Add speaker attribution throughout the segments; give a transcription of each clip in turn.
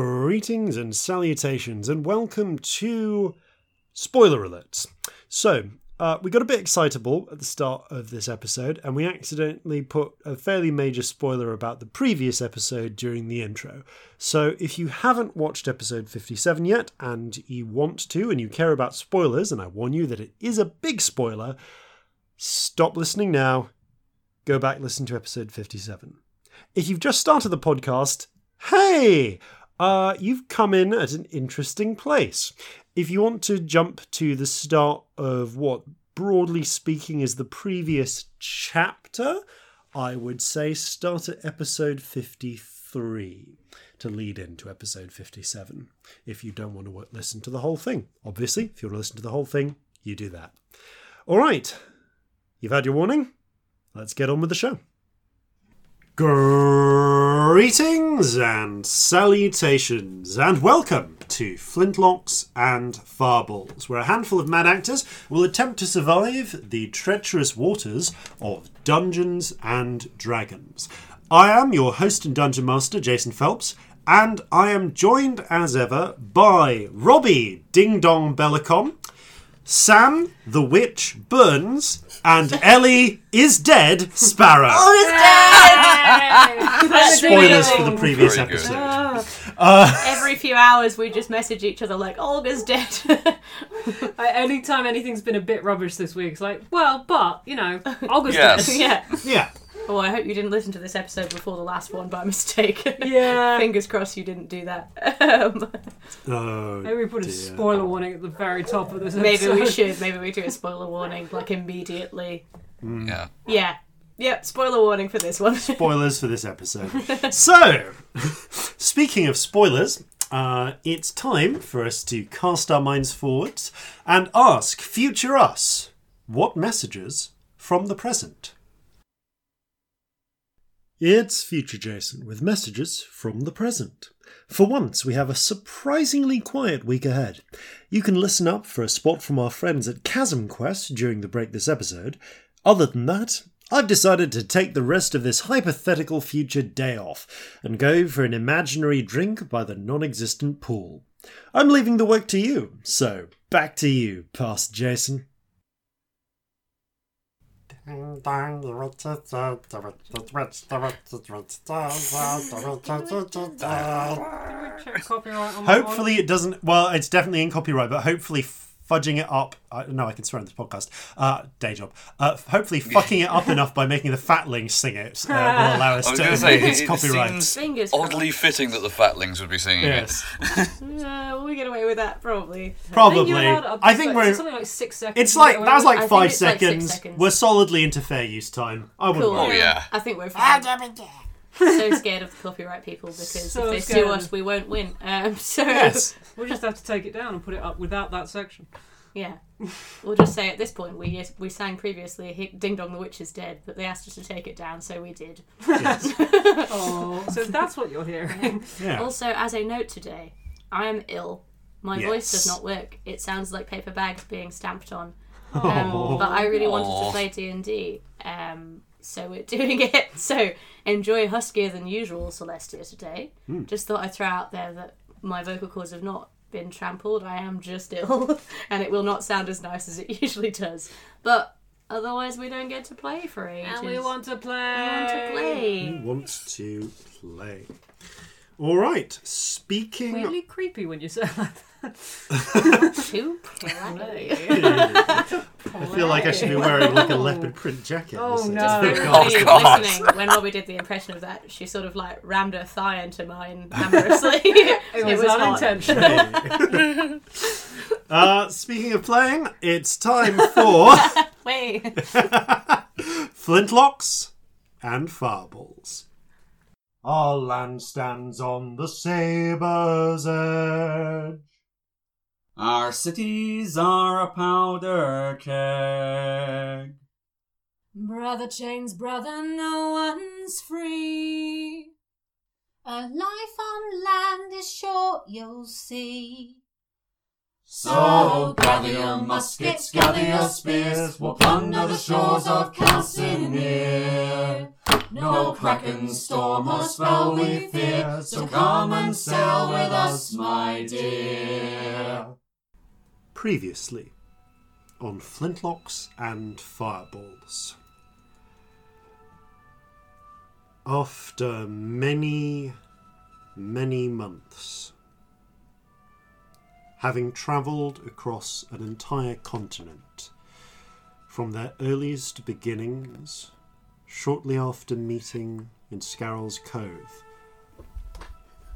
Speaker 1: Greetings and salutations, and welcome to spoiler alerts. So, uh, we got a bit excitable at the start of this episode, and we accidentally put a fairly major spoiler about the previous episode during the intro. So, if you haven't watched episode 57 yet and you want to and you care about spoilers, and I warn you that it is a big spoiler, stop listening now, go back, listen to episode 57 if you've just started the podcast, hey, uh, you've come in at an interesting place. If you want to jump to the start of what, broadly speaking, is the previous chapter, I would say start at episode 53 to lead into episode 57. If you don't want to wa- listen to the whole thing, obviously, if you want to listen to the whole thing, you do that. All right, you've had your warning. Let's get on with the show. Greetings and salutations, and welcome to Flintlocks and Farballs, where a handful of mad actors will attempt to survive the treacherous waters of Dungeons and Dragons. I am your host and dungeon master, Jason Phelps, and I am joined as ever by Robbie Ding Dong Bellicom, Sam the Witch Burns, and Ellie is Dead Sparrow. spoilers for the previous
Speaker 2: Very good.
Speaker 1: episode.
Speaker 3: Ah.
Speaker 4: Uh,
Speaker 3: Every few hours, we just message each other like, "Olga's dead."
Speaker 4: I, anytime anything's been a bit rubbish this week, it's like, well, but you know, August.
Speaker 2: Yes.
Speaker 3: yeah.
Speaker 1: Yeah.
Speaker 3: Oh, I hope you didn't listen to this episode before the last one by mistake.
Speaker 4: Yeah.
Speaker 3: Fingers crossed you didn't do that. Um,
Speaker 1: Oh,
Speaker 4: Maybe we put a
Speaker 1: Dear.
Speaker 4: spoiler warning at the very top of this
Speaker 3: maybe
Speaker 4: episode.
Speaker 3: we should. Maybe we do a spoiler warning like immediately.
Speaker 2: Yeah.
Speaker 3: Yeah. Yep. Spoiler warning for this one.
Speaker 1: spoilers for this episode. so, speaking of spoilers, uh, it's time for us to cast our minds forwards and ask future us what messages from the present. It's Future Jason with messages from the present. For once, we have a surprisingly quiet week ahead. You can listen up for a spot from our friends at Chasm Quest during the break this episode. Other than that, I've decided to take the rest of this hypothetical future day off and go for an imaginary drink by the non existent pool. I'm leaving the work to you, so back to you, past Jason.
Speaker 4: Check copyright on that
Speaker 1: Hopefully, it doesn't. Well, it's definitely in copyright, but hopefully, fudging it up. Uh, no, I can swear on this podcast. Uh, day job. Uh, hopefully, fucking it up enough by making the fatlings sing it uh, will allow us
Speaker 2: I was
Speaker 1: to
Speaker 2: going to say,
Speaker 1: avoid its
Speaker 2: it, it
Speaker 1: copyright.
Speaker 2: seems
Speaker 3: Fingers
Speaker 2: oddly fitting that the fatlings would be singing
Speaker 1: yes,
Speaker 3: Uh, we get away with that probably.
Speaker 4: one.
Speaker 1: probably.
Speaker 4: You're allowed up to
Speaker 1: I think
Speaker 4: like-
Speaker 1: we're.
Speaker 4: something like six seconds.
Speaker 1: It's like that was
Speaker 3: I
Speaker 1: like
Speaker 3: think
Speaker 1: five
Speaker 3: it's like six
Speaker 1: seconds.
Speaker 3: seconds.
Speaker 1: We're solidly into fair use time. I wouldn't.
Speaker 3: Cool.
Speaker 1: worry.
Speaker 2: Oh, yeah.
Speaker 3: I think we're fine. so scared of copyright people because
Speaker 4: So
Speaker 3: if they
Speaker 4: scared.
Speaker 3: sue us, we won't win. Um, so
Speaker 1: Yes.
Speaker 4: We'll just have to take it down and put it up without that section.
Speaker 3: Yeah. We'll just say at this point we yes, we sang previously "Hi- Ding Dong the Witch is Dead, but they asked us to take it down, so we did.
Speaker 1: yes.
Speaker 4: Oh, so that's what you're hearing.
Speaker 1: Yeah.
Speaker 3: Also, as a note today, I am ill. My
Speaker 1: Yes.
Speaker 3: voice does not work. It sounds like paper bags being stamped on. Um, but I really wanted
Speaker 2: Aw.
Speaker 3: to play D and D, um, so we're doing it. So enjoy huskier than usual Celestia today. Just thought I'd throw out there that my vocal cords have not been trampled. I am just ill, and it will not sound as nice as it usually does. But otherwise, we don't get to play for ages.
Speaker 4: and we want to play.
Speaker 3: We want to
Speaker 1: Hmm.
Speaker 3: play.
Speaker 1: Want to play? All right. Speaking.
Speaker 4: Really creepy when you say it like that.
Speaker 3: To play.
Speaker 1: I feel like I should be wearing like a leopard print jacket.
Speaker 4: Oh,
Speaker 1: This is-
Speaker 4: no.
Speaker 3: Everybody
Speaker 2: Oh, God.
Speaker 3: listening, when Robbie did the impression of that, she sort of like rammed her thigh into mine amorously.
Speaker 4: It was,
Speaker 3: hot.
Speaker 4: unintentional.
Speaker 1: uh, speaking of playing, it's time for
Speaker 3: Wait.
Speaker 1: flintlocks and farballs. Our land stands on the sabre's edge.
Speaker 5: Our cities are a powder keg.
Speaker 6: Brother chains, brother, no one's free. A life on land is short, you'll see.
Speaker 5: So gather your muskets, gather your spears, we'll plunder the shores of Calcinere. No kraken, storm, or spell we fear, so come and sail with us, my dear.
Speaker 1: Previously on flintlocks and fireballs. After many, many months, having travelled across an entire continent, from their earliest beginnings, shortly after meeting in Scarrel's Cove,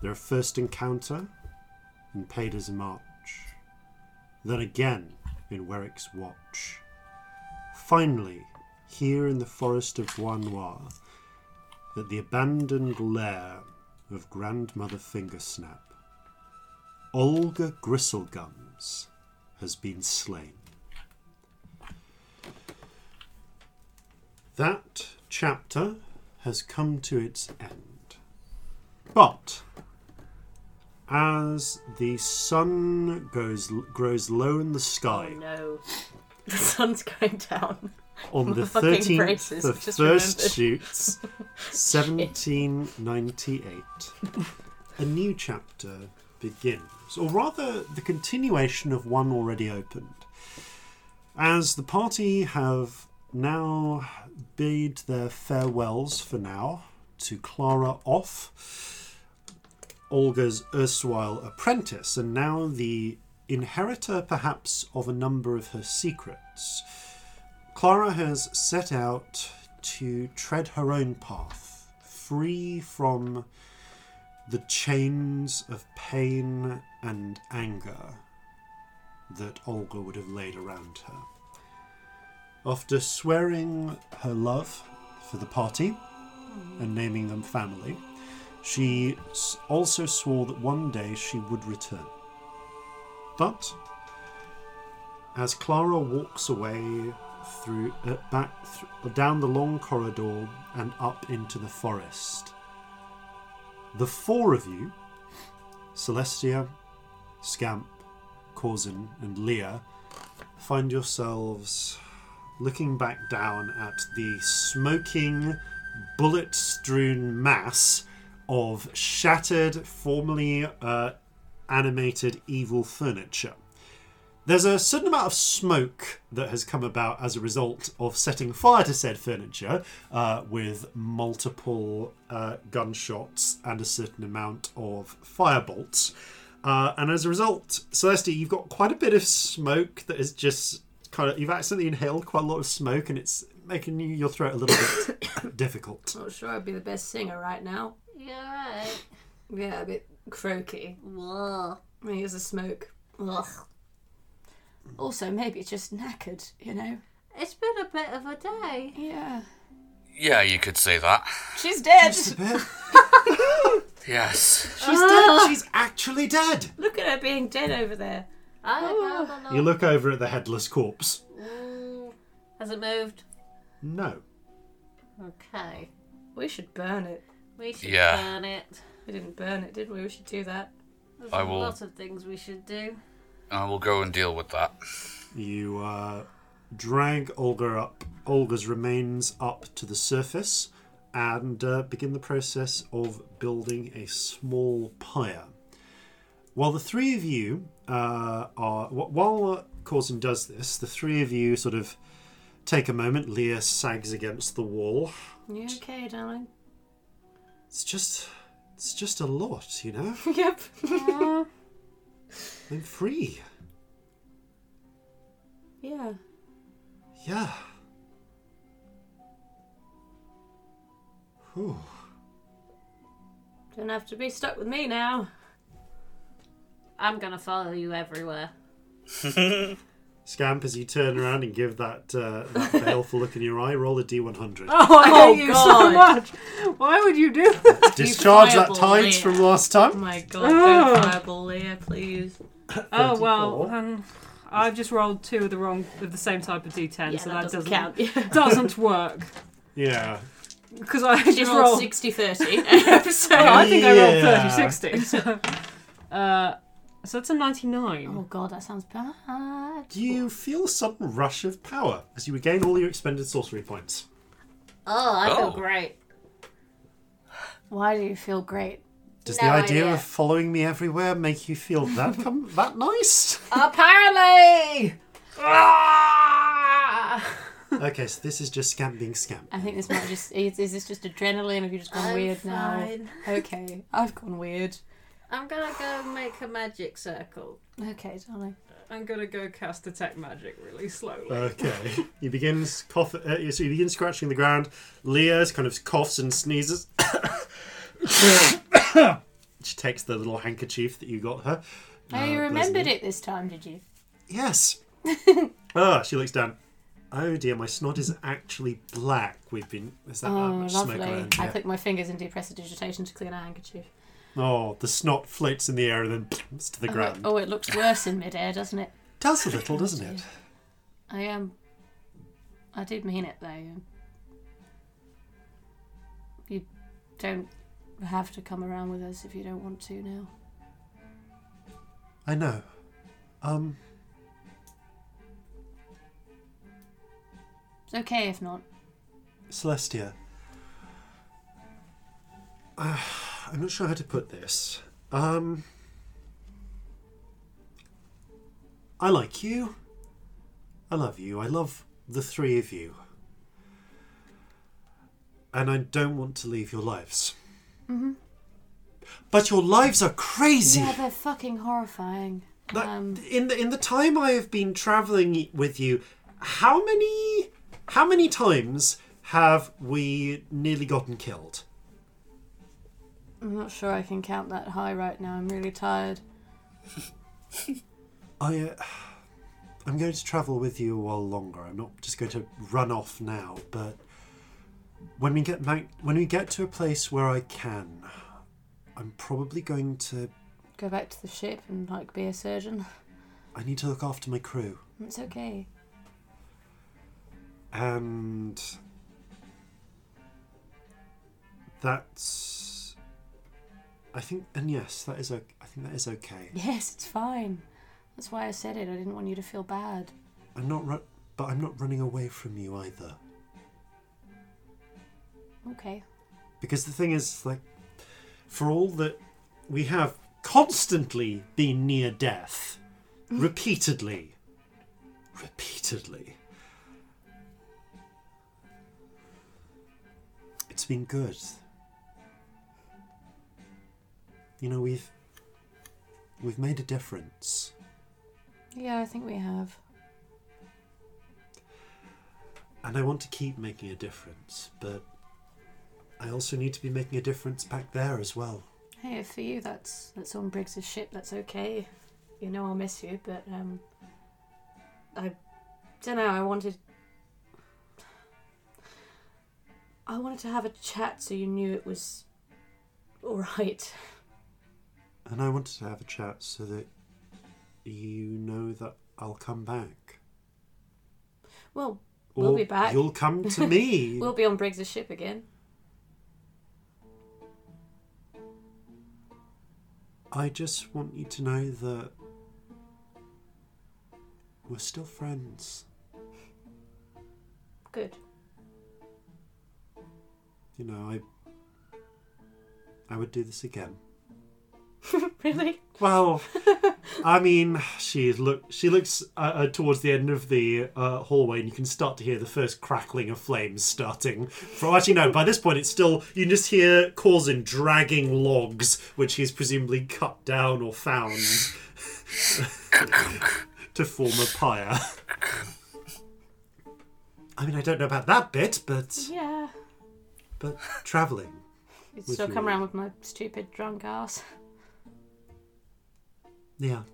Speaker 1: their first encounter in Paider's March, then again in Weric's watch. Finally, here in the forest of Bois Noir, at the abandoned lair of Grandmother Fingersnap, Olga Gristlegums has been slain. That chapter has come to its end. But as the sun goes grows low in the sky
Speaker 3: No. The sun's going down.
Speaker 1: on the
Speaker 3: fucking
Speaker 1: 13th
Speaker 3: braces,
Speaker 1: the
Speaker 3: just
Speaker 1: first
Speaker 3: remembered.
Speaker 1: shoots 1798 a new chapter begins or rather the continuation of one already opened as the party have now bade their farewells for now to clara off Olga's erstwhile apprentice, and now the inheritor perhaps of a number of her secrets. Clara has set out to tread her own path, free from the chains of pain and anger that Olga would have laid around her. After swearing her love for the party and naming them family, she s- also swore that one day she would return. But as Clara walks away through uh, back th- down the long corridor and up into the forest, the four of you, Celestia, Scamp, Corzin, and Leah, find yourselves looking back down at the smoking, bullet strewn mass of shattered, formerly uh, animated evil furniture. There's a certain amount of smoke that has come about as a result of setting fire to said furniture uh, with multiple uh, gunshots and a certain amount of firebolts. Uh, and as a result, Celeste, you've got quite a bit of smoke that is just kind of. You've accidentally inhaled quite a lot of smoke and it's making you, your throat a little bit difficult.
Speaker 3: Not sure I'd be the best singer right now.
Speaker 6: Yeah, right.
Speaker 3: Yeah, a bit croaky.
Speaker 6: Whoa.
Speaker 3: I mean, it's a smoke. Ugh. Also, maybe just knackered, you know?
Speaker 6: It's been a bit of a day.
Speaker 3: Yeah.
Speaker 2: Yeah, you could say that.
Speaker 3: She's dead!
Speaker 2: Yes.
Speaker 1: She's dead. She's actually dead.
Speaker 3: Look at her being dead over there.
Speaker 6: I don't know.
Speaker 1: You look over at the headless corpse.
Speaker 6: Has it moved?
Speaker 1: No.
Speaker 6: Okay.
Speaker 3: We should burn it.
Speaker 6: We should
Speaker 2: Yeah.
Speaker 6: burn it.
Speaker 3: We didn't burn it, did we? We should do that.
Speaker 6: There's
Speaker 2: I
Speaker 6: a
Speaker 2: will-
Speaker 6: lot of things we should do.
Speaker 2: I will go and deal with that.
Speaker 1: You uh, drag Olga up, Olga's remains up to the surface, and uh, begin the process of building a small pyre. While the three of you uh, are, wh- while Corzin does this, the three of you sort of take a moment. Leah sags against the wall.
Speaker 3: You okay, darling?
Speaker 1: It's just, it's just a lot, you know.
Speaker 3: yep.
Speaker 1: I'm free.
Speaker 3: yeah.
Speaker 1: Yeah. Whew.
Speaker 3: Don't have to be stuck with me now.
Speaker 6: I'm gonna follow you everywhere.
Speaker 1: Scamp, as you turn around and give that uh, that baleful look in your eye, roll a d100.
Speaker 4: Oh, I
Speaker 3: Oh,
Speaker 4: hate you so
Speaker 3: God.
Speaker 4: much. Why would you do that?
Speaker 1: Discharge that
Speaker 3: fireball
Speaker 1: tides
Speaker 3: me.
Speaker 1: from last
Speaker 3: Oh
Speaker 1: time.
Speaker 3: my god, don't fireball Leah, please.
Speaker 4: Oh well,
Speaker 1: 34.
Speaker 4: um, I've just rolled two of the wrong of the same type of d10,
Speaker 3: Yeah,
Speaker 4: so
Speaker 3: that doesn't, count. Yeah.
Speaker 4: doesn't work
Speaker 1: Yeah.
Speaker 4: because I
Speaker 3: She
Speaker 4: just
Speaker 3: rolled
Speaker 4: rolled.
Speaker 3: 60 30. so,
Speaker 4: I think I rolled
Speaker 1: Yeah.
Speaker 4: 30, 60. So, uh, So that's a 99.
Speaker 3: Oh god, that sounds bad.
Speaker 1: You feel a sudden rush of power as you regain all your expended sorcery points.
Speaker 6: Oh, I
Speaker 2: Oh.
Speaker 6: feel great.
Speaker 3: Why do you feel great?
Speaker 1: Does
Speaker 6: No
Speaker 1: the idea,
Speaker 6: idea.
Speaker 1: of following me everywhere make you feel that com- that nice?
Speaker 6: Apparently! Ah!
Speaker 1: Okay, so this is just scamp being scamp.
Speaker 3: I think this might just is, is this just adrenaline? Have you just gone
Speaker 6: I'm
Speaker 3: weird
Speaker 6: fine.
Speaker 3: now? Okay, I've gone weird.
Speaker 6: I'm gonna go make a magic circle.
Speaker 3: Okay, darling.
Speaker 4: I'm gonna go cast attack magic really slowly.
Speaker 1: Okay, you begin s- cough. Uh, so you begin scratching the ground. Leah's kind of coughs and sneezes. she takes the little handkerchief that you got her.
Speaker 3: Oh, you remembered it this time, did you?
Speaker 1: Yes. Ah, she looks down. Oh dear, my snot is actually black. We've been. Is that that
Speaker 3: Oh,
Speaker 1: much
Speaker 3: lovely.
Speaker 1: smoke around?
Speaker 3: I
Speaker 1: Yeah.
Speaker 3: put my fingers in depressidigitation to clean a handkerchief.
Speaker 1: Oh, the snot floats in the air and then plumps to the
Speaker 3: Oh, it,
Speaker 1: ground.
Speaker 3: oh, it looks worse in midair, doesn't it?
Speaker 1: Does a little, doesn't it?
Speaker 3: I am. Um, I did mean it though. You don't have to come around with us if you don't want to now.
Speaker 1: I know. Um,
Speaker 3: It's okay if not.
Speaker 1: Celestia. Uh, I'm not sure how to put this. Um, I like you. I love you. I love the three of you. And I don't want to leave your lives. But your lives are crazy.
Speaker 3: Mm-hmm. Yeah, they're fucking horrifying.
Speaker 1: Like,
Speaker 3: Um,
Speaker 1: in the in the time I have been traveling with you, how many how many times have we nearly gotten killed?
Speaker 3: I'm not sure I can count that high right now. I'm really tired.
Speaker 1: I uh, I'm going to travel with you a while longer. I'm not just going to run off now, but when we get back, when we get to a place where I can, I'm probably going to.
Speaker 3: Go back to the ship and like be a surgeon.
Speaker 1: I need to look after my crew.
Speaker 3: It's okay.
Speaker 1: And that's I think and yes, that is okay. I think that is okay.
Speaker 3: Yes, it's fine. That's why I said it. I didn't want you to feel bad.
Speaker 1: I'm not ru- but I'm not running away from you either.
Speaker 3: Okay.
Speaker 1: Because the thing is like for all that we have constantly been near death repeatedly repeatedly It's been good. You know, we've we've made a difference.
Speaker 3: Yeah, I think we have.
Speaker 1: And I want to keep making a difference, but I also need to be making a difference back there as well.
Speaker 3: Hey, if for you that's that's on Briggs's ship, that's okay. You know I'll miss you, but um I don't know, I wanted I wanted to have a chat so you knew it was alright.
Speaker 1: And I wanted to have a chat so that you know that I'll come back.
Speaker 3: Well, We'll be back.
Speaker 1: You'll come to me.
Speaker 3: we'll be on Briggs's ship again.
Speaker 1: I just want you to know that we're still friends.
Speaker 3: Good.
Speaker 1: You know, I I would do this again.
Speaker 3: really?
Speaker 1: Well, I mean, she look she looks uh, uh, towards the end of the uh, hallway, and you can start to hear the first crackling of flames starting. From actually, no, by this point, it's still you can just hear Corzin dragging logs, which he's presumably cut down or found to form a pyre. I mean, I don't know about that bit, but
Speaker 3: Yeah.
Speaker 1: but traveling.
Speaker 3: You'd
Speaker 1: With
Speaker 3: still come
Speaker 1: your-
Speaker 3: around with my stupid drunk ass.
Speaker 1: Yeah,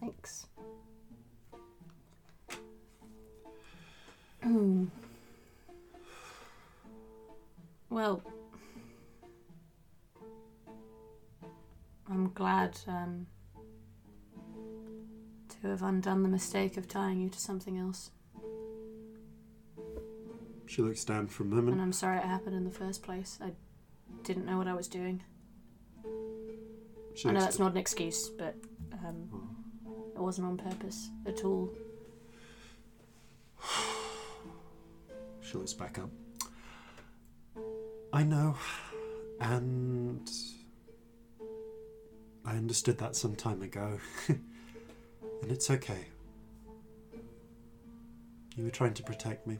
Speaker 3: Thanks. Hmm. well, I'm glad um, to have undone the mistake of tying you to something else,
Speaker 1: she looks down for a
Speaker 3: and
Speaker 1: moment. Mm-hmm.
Speaker 3: I'm sorry it happened in the first place. I didn't know what I was doing.
Speaker 1: She
Speaker 3: I know
Speaker 1: looks-
Speaker 3: that's not an excuse, but um, it wasn't on purpose at all.
Speaker 1: She looks back up. I know, and I understood that some time ago. and it's okay. You were trying to protect me.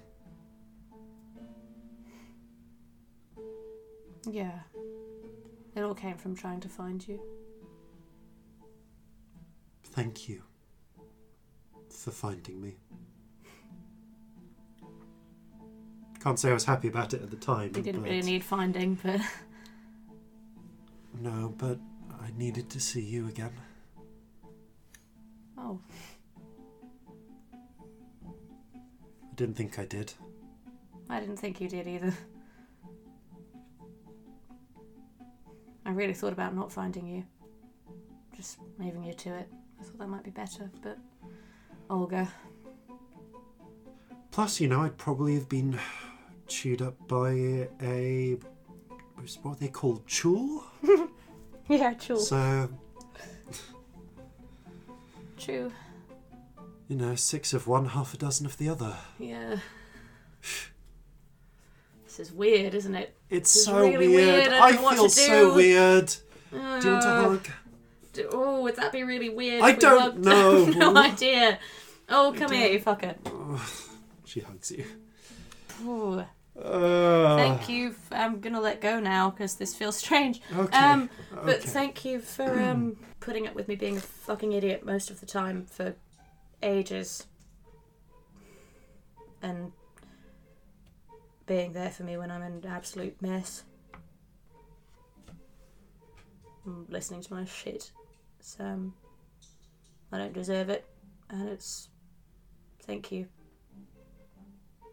Speaker 3: Yeah. It all came from trying to find you.
Speaker 1: Thank you for finding me. Can't say I was happy about it at the time.
Speaker 3: You didn't
Speaker 1: but-
Speaker 3: really need finding, but
Speaker 1: No, but I needed to see you again.
Speaker 3: oh,
Speaker 1: I didn't think I did.
Speaker 3: I didn't think you did either. I really thought about not finding you, just leaving you to it. I thought that might be better, but Olga,
Speaker 1: Plus, you know, I'd probably have been chewed up by a. what's- What are they called? Chul?
Speaker 3: yeah, true,
Speaker 1: So,
Speaker 3: true,
Speaker 1: you know, six of one, half a dozen of the other.
Speaker 3: yeah. This is weird, isn't it?
Speaker 1: It's
Speaker 3: This is
Speaker 1: so
Speaker 3: really
Speaker 1: weird.
Speaker 3: weird. I
Speaker 1: I,
Speaker 3: don't know what
Speaker 1: feel
Speaker 3: to
Speaker 1: so
Speaker 3: do.
Speaker 1: weird. Do you want a
Speaker 3: Uh,
Speaker 1: hug?
Speaker 3: D- Oh, would that be really weird?
Speaker 1: I
Speaker 3: if we
Speaker 1: don't
Speaker 3: hugged?
Speaker 1: know.
Speaker 3: no idea. Oh, come here, you fucker.
Speaker 1: She hugs you.
Speaker 3: Ooh,
Speaker 1: Uh,
Speaker 3: thank you. f- I'm gonna let go now because this feels strange.
Speaker 1: Uh, Okay.
Speaker 3: Um, but
Speaker 1: okay.
Speaker 3: thank you for um putting up with me being a fucking idiot most of the time for ages, and being there for me when I'm an absolute mess. And listening to my shit. It's, um, I don't deserve it, and it's thank you.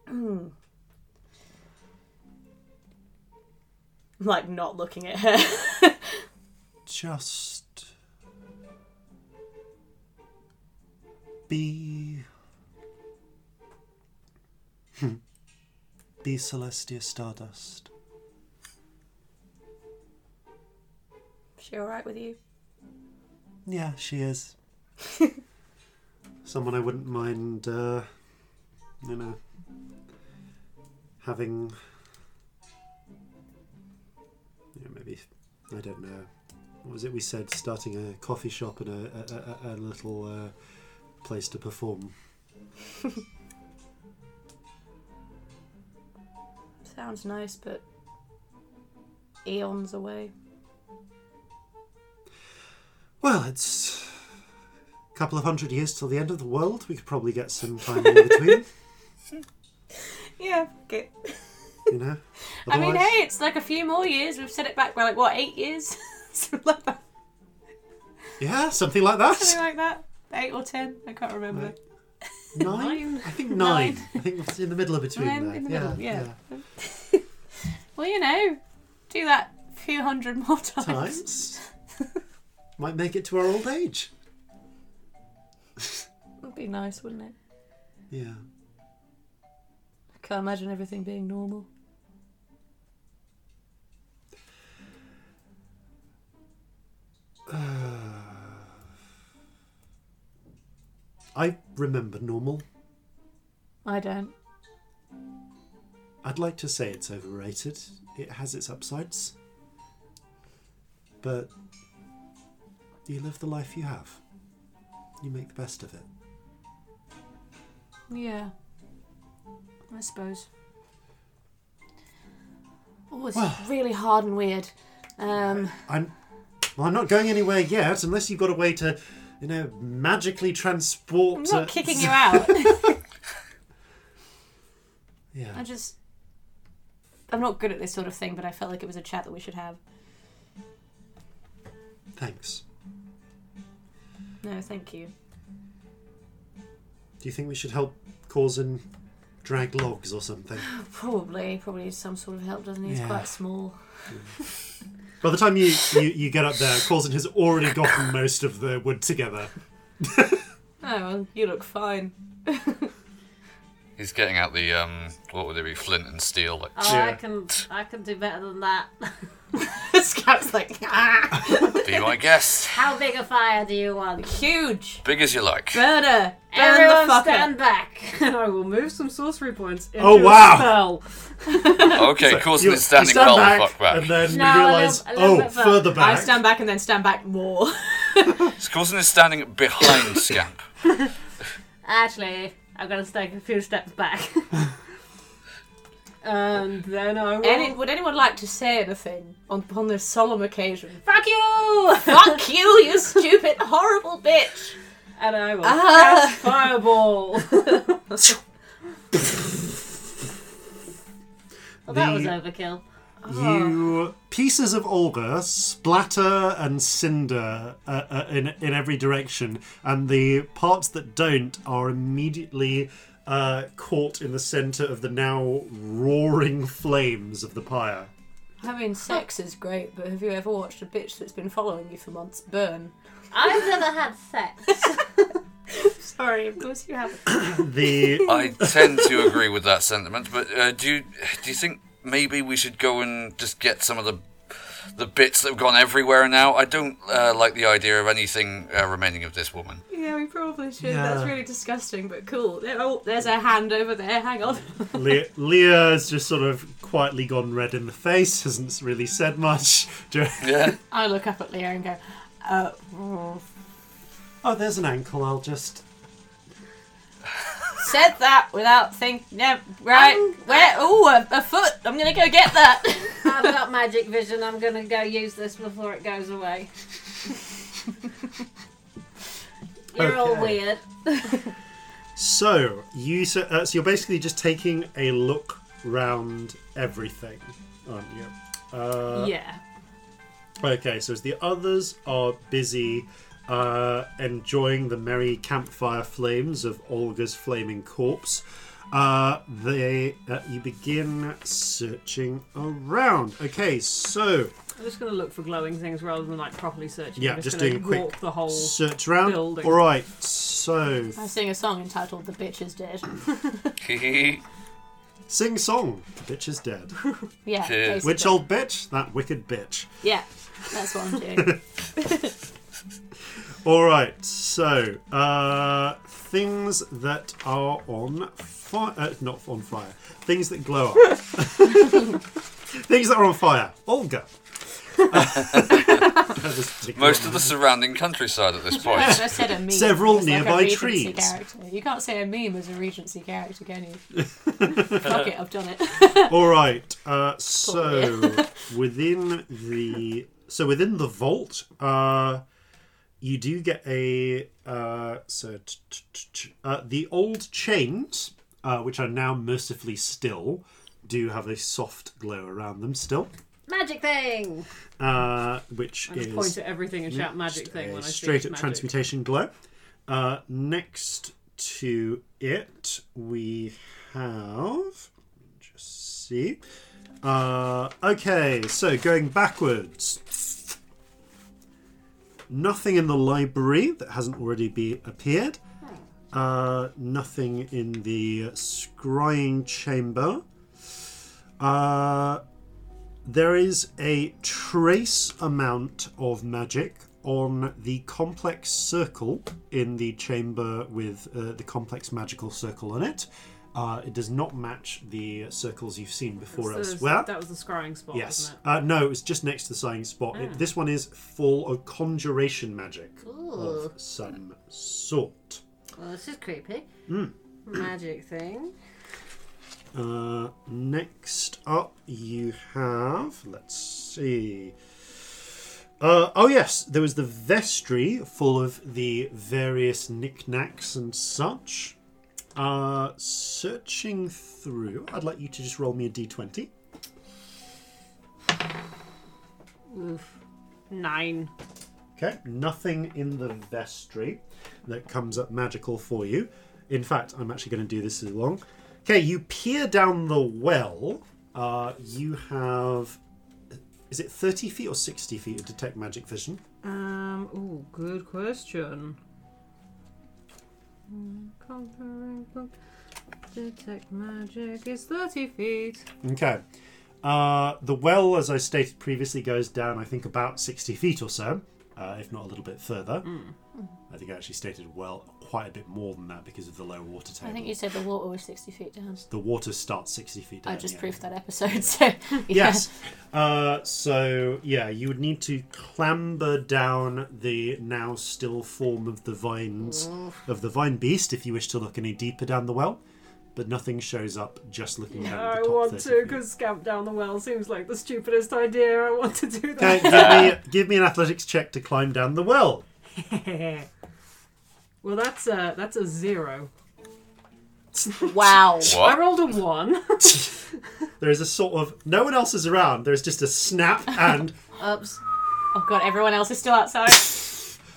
Speaker 3: I'm, like not looking at her.
Speaker 1: Just. Be. hmm, Be Celestia Stardust.
Speaker 3: Is she alright with you?
Speaker 1: Yeah, she is. Someone I wouldn't mind, uh, you know, having. Yeah, maybe. I don't know. What was it we said? Starting a coffee shop and a, a, a, a little uh, place to perform.
Speaker 3: Sounds nice, but eons away.
Speaker 1: Well, it's a couple of hundred years till the end of the world. We could probably get some time in between,
Speaker 3: Yeah, okay.
Speaker 1: you know.
Speaker 3: I mean,
Speaker 1: Otherwise-
Speaker 3: hey, it's like a few more years. We've set it back by like what eight years, something like that.
Speaker 1: Yeah, something like that.
Speaker 3: Something like that. Eight or ten, I can't remember.
Speaker 1: Right. Nine? I think nine. I think it's in the middle of between
Speaker 3: Nine
Speaker 1: there.
Speaker 3: in the
Speaker 1: yeah,
Speaker 3: middle, yeah. Well, you know, do that a few hundred more times.
Speaker 1: Times. Might make it to our old age.
Speaker 3: Would be nice, wouldn't it?
Speaker 1: Yeah.
Speaker 3: I can't imagine everything being normal.
Speaker 1: I remember normal.
Speaker 3: I don't.
Speaker 1: I'd like to say it's overrated. It has its upsides. But you live the life you have. You make the best of it.
Speaker 3: Yeah. I suppose. Oh, it's
Speaker 1: Well.
Speaker 3: really hard and weird. Um,
Speaker 1: I'm well, I'm not going anywhere yet unless you've got a way to, you know, magically transport
Speaker 3: I'm not
Speaker 1: uh,
Speaker 3: kicking you out. I
Speaker 1: Yeah.
Speaker 3: just. I'm not good at this sort of thing, but I felt like it was a chat that we should have.
Speaker 1: Thanks.
Speaker 3: No, thank you.
Speaker 1: Do you think we should help cause and drag logs or something?
Speaker 3: Probably, probably needs some sort of help, doesn't he? He's
Speaker 1: Yeah.
Speaker 3: quite small.
Speaker 1: By the time you, you, you get up there, Coulson has already gotten most of the wood together.
Speaker 3: Oh, well, you look fine.
Speaker 2: He's getting out the um, what would it be, flint and steel? Like,
Speaker 6: Oh,
Speaker 1: Yeah.
Speaker 6: I can I can do better than that.
Speaker 3: Scap's like, ah.
Speaker 2: Do you want to guess?
Speaker 6: How big a fire do you want?
Speaker 3: Huge.
Speaker 2: Big as you like.
Speaker 3: Burner. Burn
Speaker 6: Everyone
Speaker 3: the fucker.
Speaker 6: stand back.
Speaker 4: And I will move some sorcery points into
Speaker 1: Oh, wow.
Speaker 4: a spell.
Speaker 2: Okay, cool. So
Speaker 1: You-
Speaker 2: they're standing
Speaker 1: you stand
Speaker 2: well the
Speaker 1: back,
Speaker 2: fuck back.
Speaker 1: and then
Speaker 6: No, a
Speaker 1: you
Speaker 6: little-
Speaker 1: realise,
Speaker 6: a little
Speaker 1: oh,
Speaker 6: bit further.
Speaker 1: further back.
Speaker 3: I stand back and then stand back more.
Speaker 2: So Coulson is standing behind Scamp.
Speaker 6: Actually, I'm gonna take a few steps back. Um,
Speaker 4: And then I will.
Speaker 3: Any, would anyone like to say anything on, on this solemn occasion?
Speaker 6: Fuck you!
Speaker 3: Fuck you, you stupid, horrible bitch!
Speaker 4: and I will
Speaker 3: Ah.
Speaker 4: cast Fireball.
Speaker 6: Well, that was
Speaker 1: The-
Speaker 6: overkill.
Speaker 1: You pieces of Olga splatter and cinder uh, uh, in in every direction, and the parts that don't are immediately uh, caught in the center of the now roaring flames of the pyre.
Speaker 3: I mean, sex is great, but have you ever watched a bitch that's been following you for months burn?
Speaker 6: I've never had sex.
Speaker 3: Sorry, of course you haven't.
Speaker 1: The
Speaker 2: I tend to agree with that sentiment, but uh, do you, do you think maybe we should go and just get some of the the bits that have gone everywhere now? I don't uh, like the idea of anything uh, remaining of this woman.
Speaker 3: Yeah, we probably should.
Speaker 1: Yeah.
Speaker 3: That's really disgusting, but cool. There- Oh, there's a hand over there. Hang on.
Speaker 1: Le- Leah has just sort of quietly gone red in the face, hasn't really said much.
Speaker 2: Yeah.
Speaker 3: I look up at Leo and go, uh, oh.
Speaker 1: oh, there's an ankle. I'll just
Speaker 3: said that without thinking. No, right? Where? Oh, a, a foot. I'm gonna go get that.
Speaker 6: I've got magic vision. I'm gonna go use this before it goes away. You're all
Speaker 1: Okay.
Speaker 6: weird.
Speaker 1: So you so, uh, so you're basically just taking a look round everything, aren't you? Uh,
Speaker 4: yeah.
Speaker 1: Okay, so as the others are busy uh, enjoying the merry campfire flames of Olga's flaming corpse, uh, they uh, you begin searching around. Okay, so
Speaker 4: I'm just going to look for glowing things rather than like properly searching.
Speaker 1: Yeah,
Speaker 4: I'm
Speaker 1: just
Speaker 4: gonna
Speaker 1: doing a quick
Speaker 4: walk the whole.
Speaker 1: search around.
Speaker 4: Building.
Speaker 1: All right, so
Speaker 3: I sing a song entitled "The Bitch Is Dead."
Speaker 1: sing song. The bitch is dead.
Speaker 3: Yeah.
Speaker 2: Yeah.
Speaker 3: basically.
Speaker 1: Which old bitch? That wicked bitch.
Speaker 3: Yeah, that's what I'm doing.
Speaker 1: All right, so uh, things that are on fire, uh, not on fire, things that glow up, things that are on fire. Olga.
Speaker 2: Most of the surrounding countryside at this point.
Speaker 3: I said a meme.
Speaker 1: Several
Speaker 3: It's like a
Speaker 1: nearby
Speaker 3: Regency
Speaker 1: trees.
Speaker 3: Character. You can't say a meme as a Regency character, can you? Fuck it, I've done it.
Speaker 1: All right. Uh, so within the so within the vault, uh, you do get a uh, so t- t- t- t- uh, the old chains, uh, which are now mercifully still, do have a soft glow around them still,
Speaker 6: Magic thing.
Speaker 1: uh, which
Speaker 4: I just point
Speaker 1: is
Speaker 4: at everything and shout magic thing
Speaker 1: a
Speaker 4: when I see
Speaker 1: uh, straight up
Speaker 4: magic.
Speaker 1: transmutation glow. Uh, next to it, we have. Just see. Uh, okay, so going backwards. Nothing in the library that hasn't already be appeared. Uh, nothing in the scrying chamber. Uh, there is a trace amount of magic on the complex circle in the chamber with uh, the complex magical circle on it. Uh, it does not match the circles you've seen before
Speaker 4: So there's-
Speaker 1: elsewhere.
Speaker 4: that was the scrying spot,
Speaker 1: Yes.
Speaker 4: wasn't Ah.
Speaker 1: Uh, no, it's just next to the sighing spot. It- this one is full of conjuration magic
Speaker 6: Ooh.
Speaker 1: of some sort.
Speaker 6: Well, this is creepy.
Speaker 1: Hmm.
Speaker 6: Magic thing.
Speaker 1: Uh, next up, you have. Let's see. Uh, oh yes, there was the vestry full of the various knickknacks and such. Uh, searching through, I'd like you to just roll me a d20.
Speaker 4: it? Nine.
Speaker 1: Okay, nothing in the vestry that comes up magical for you. In fact, I'm actually going to do this as long. Okay, you peer down the well. Uh, you have. Is it 30 feet or 60 feet to detect magic vision?
Speaker 4: Um. Ooh, good question. Conquering book. Detect magic is 30 feet.
Speaker 1: Okay. Uh, the well, as I stated previously, goes down, I think, about 60 feet or so, uh, if not a little bit further.
Speaker 3: Mm.
Speaker 1: I think I actually stated well quite a bit more than that because of the low water table.
Speaker 3: I think you said the water was 60 feet down.
Speaker 1: The water starts 60 feet down.
Speaker 3: I just
Speaker 1: yeah.
Speaker 3: proofed that episode, so. yeah.
Speaker 1: Yes. Uh, so, yeah, you would need to clamber down the now still form of the vines, of the vine beast, if you wish to look any deeper down the well. But nothing shows up just looking down at
Speaker 4: I
Speaker 1: the top
Speaker 4: want
Speaker 1: 30
Speaker 4: to,
Speaker 1: feet.
Speaker 4: because scamp down the well seems like the stupidest idea. I want to do
Speaker 1: Okay,
Speaker 4: that.
Speaker 1: give, me, give me an athletics check to climb down the well.
Speaker 4: well, that's a that's a zero.
Speaker 3: Wow.
Speaker 4: I
Speaker 2: What?
Speaker 4: rolled a one.
Speaker 1: There is a sort of no one else is around. There's just a snap and
Speaker 6: Oops.
Speaker 3: Oh god, everyone else is still outside.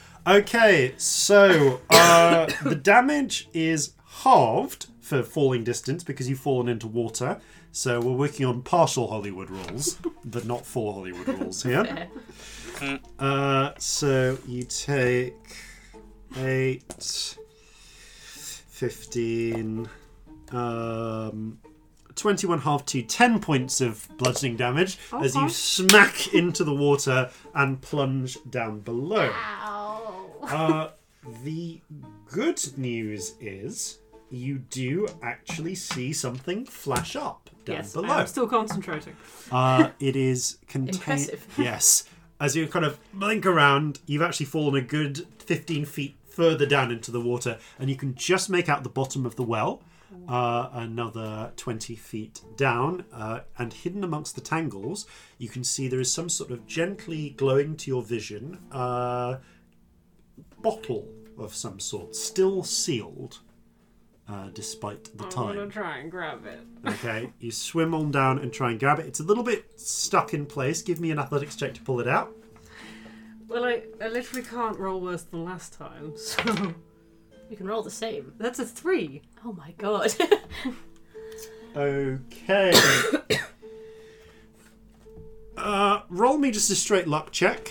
Speaker 1: okay. So uh, the damage is halved for falling distance because you've fallen into water. So we're working on partial Hollywood rules, but not full Hollywood rules here. Uh, so you take eight, 15, um, 21 half to 10 points of bludgeoning damage as you smack into the water and plunge down below. Uh, the good news is you do actually see something flash up down
Speaker 4: yes,
Speaker 1: below.
Speaker 4: I'm still concentrating.
Speaker 1: Uh, it is contained.
Speaker 3: Impressive.
Speaker 1: Yes. As you kind of blink around, you've actually fallen a good 15 feet further down into the water, and you can just make out the bottom of the well, uh, another 20 feet down, uh, and hidden amongst the tangles, you can see there is some sort of gently glowing to your vision uh, bottle of some sort, still sealed. Uh, despite the
Speaker 4: I'm gonna
Speaker 1: time.
Speaker 4: try and grab it.
Speaker 1: Okay, you swim on down and try and grab it. It's a little bit stuck in place. Give me an athletics check to pull it out.
Speaker 4: Well, I, I literally can't roll worse than last time, so
Speaker 3: You can roll the same.
Speaker 4: that's a three.
Speaker 3: Oh my god.
Speaker 1: Okay. uh, roll me just a straight luck check.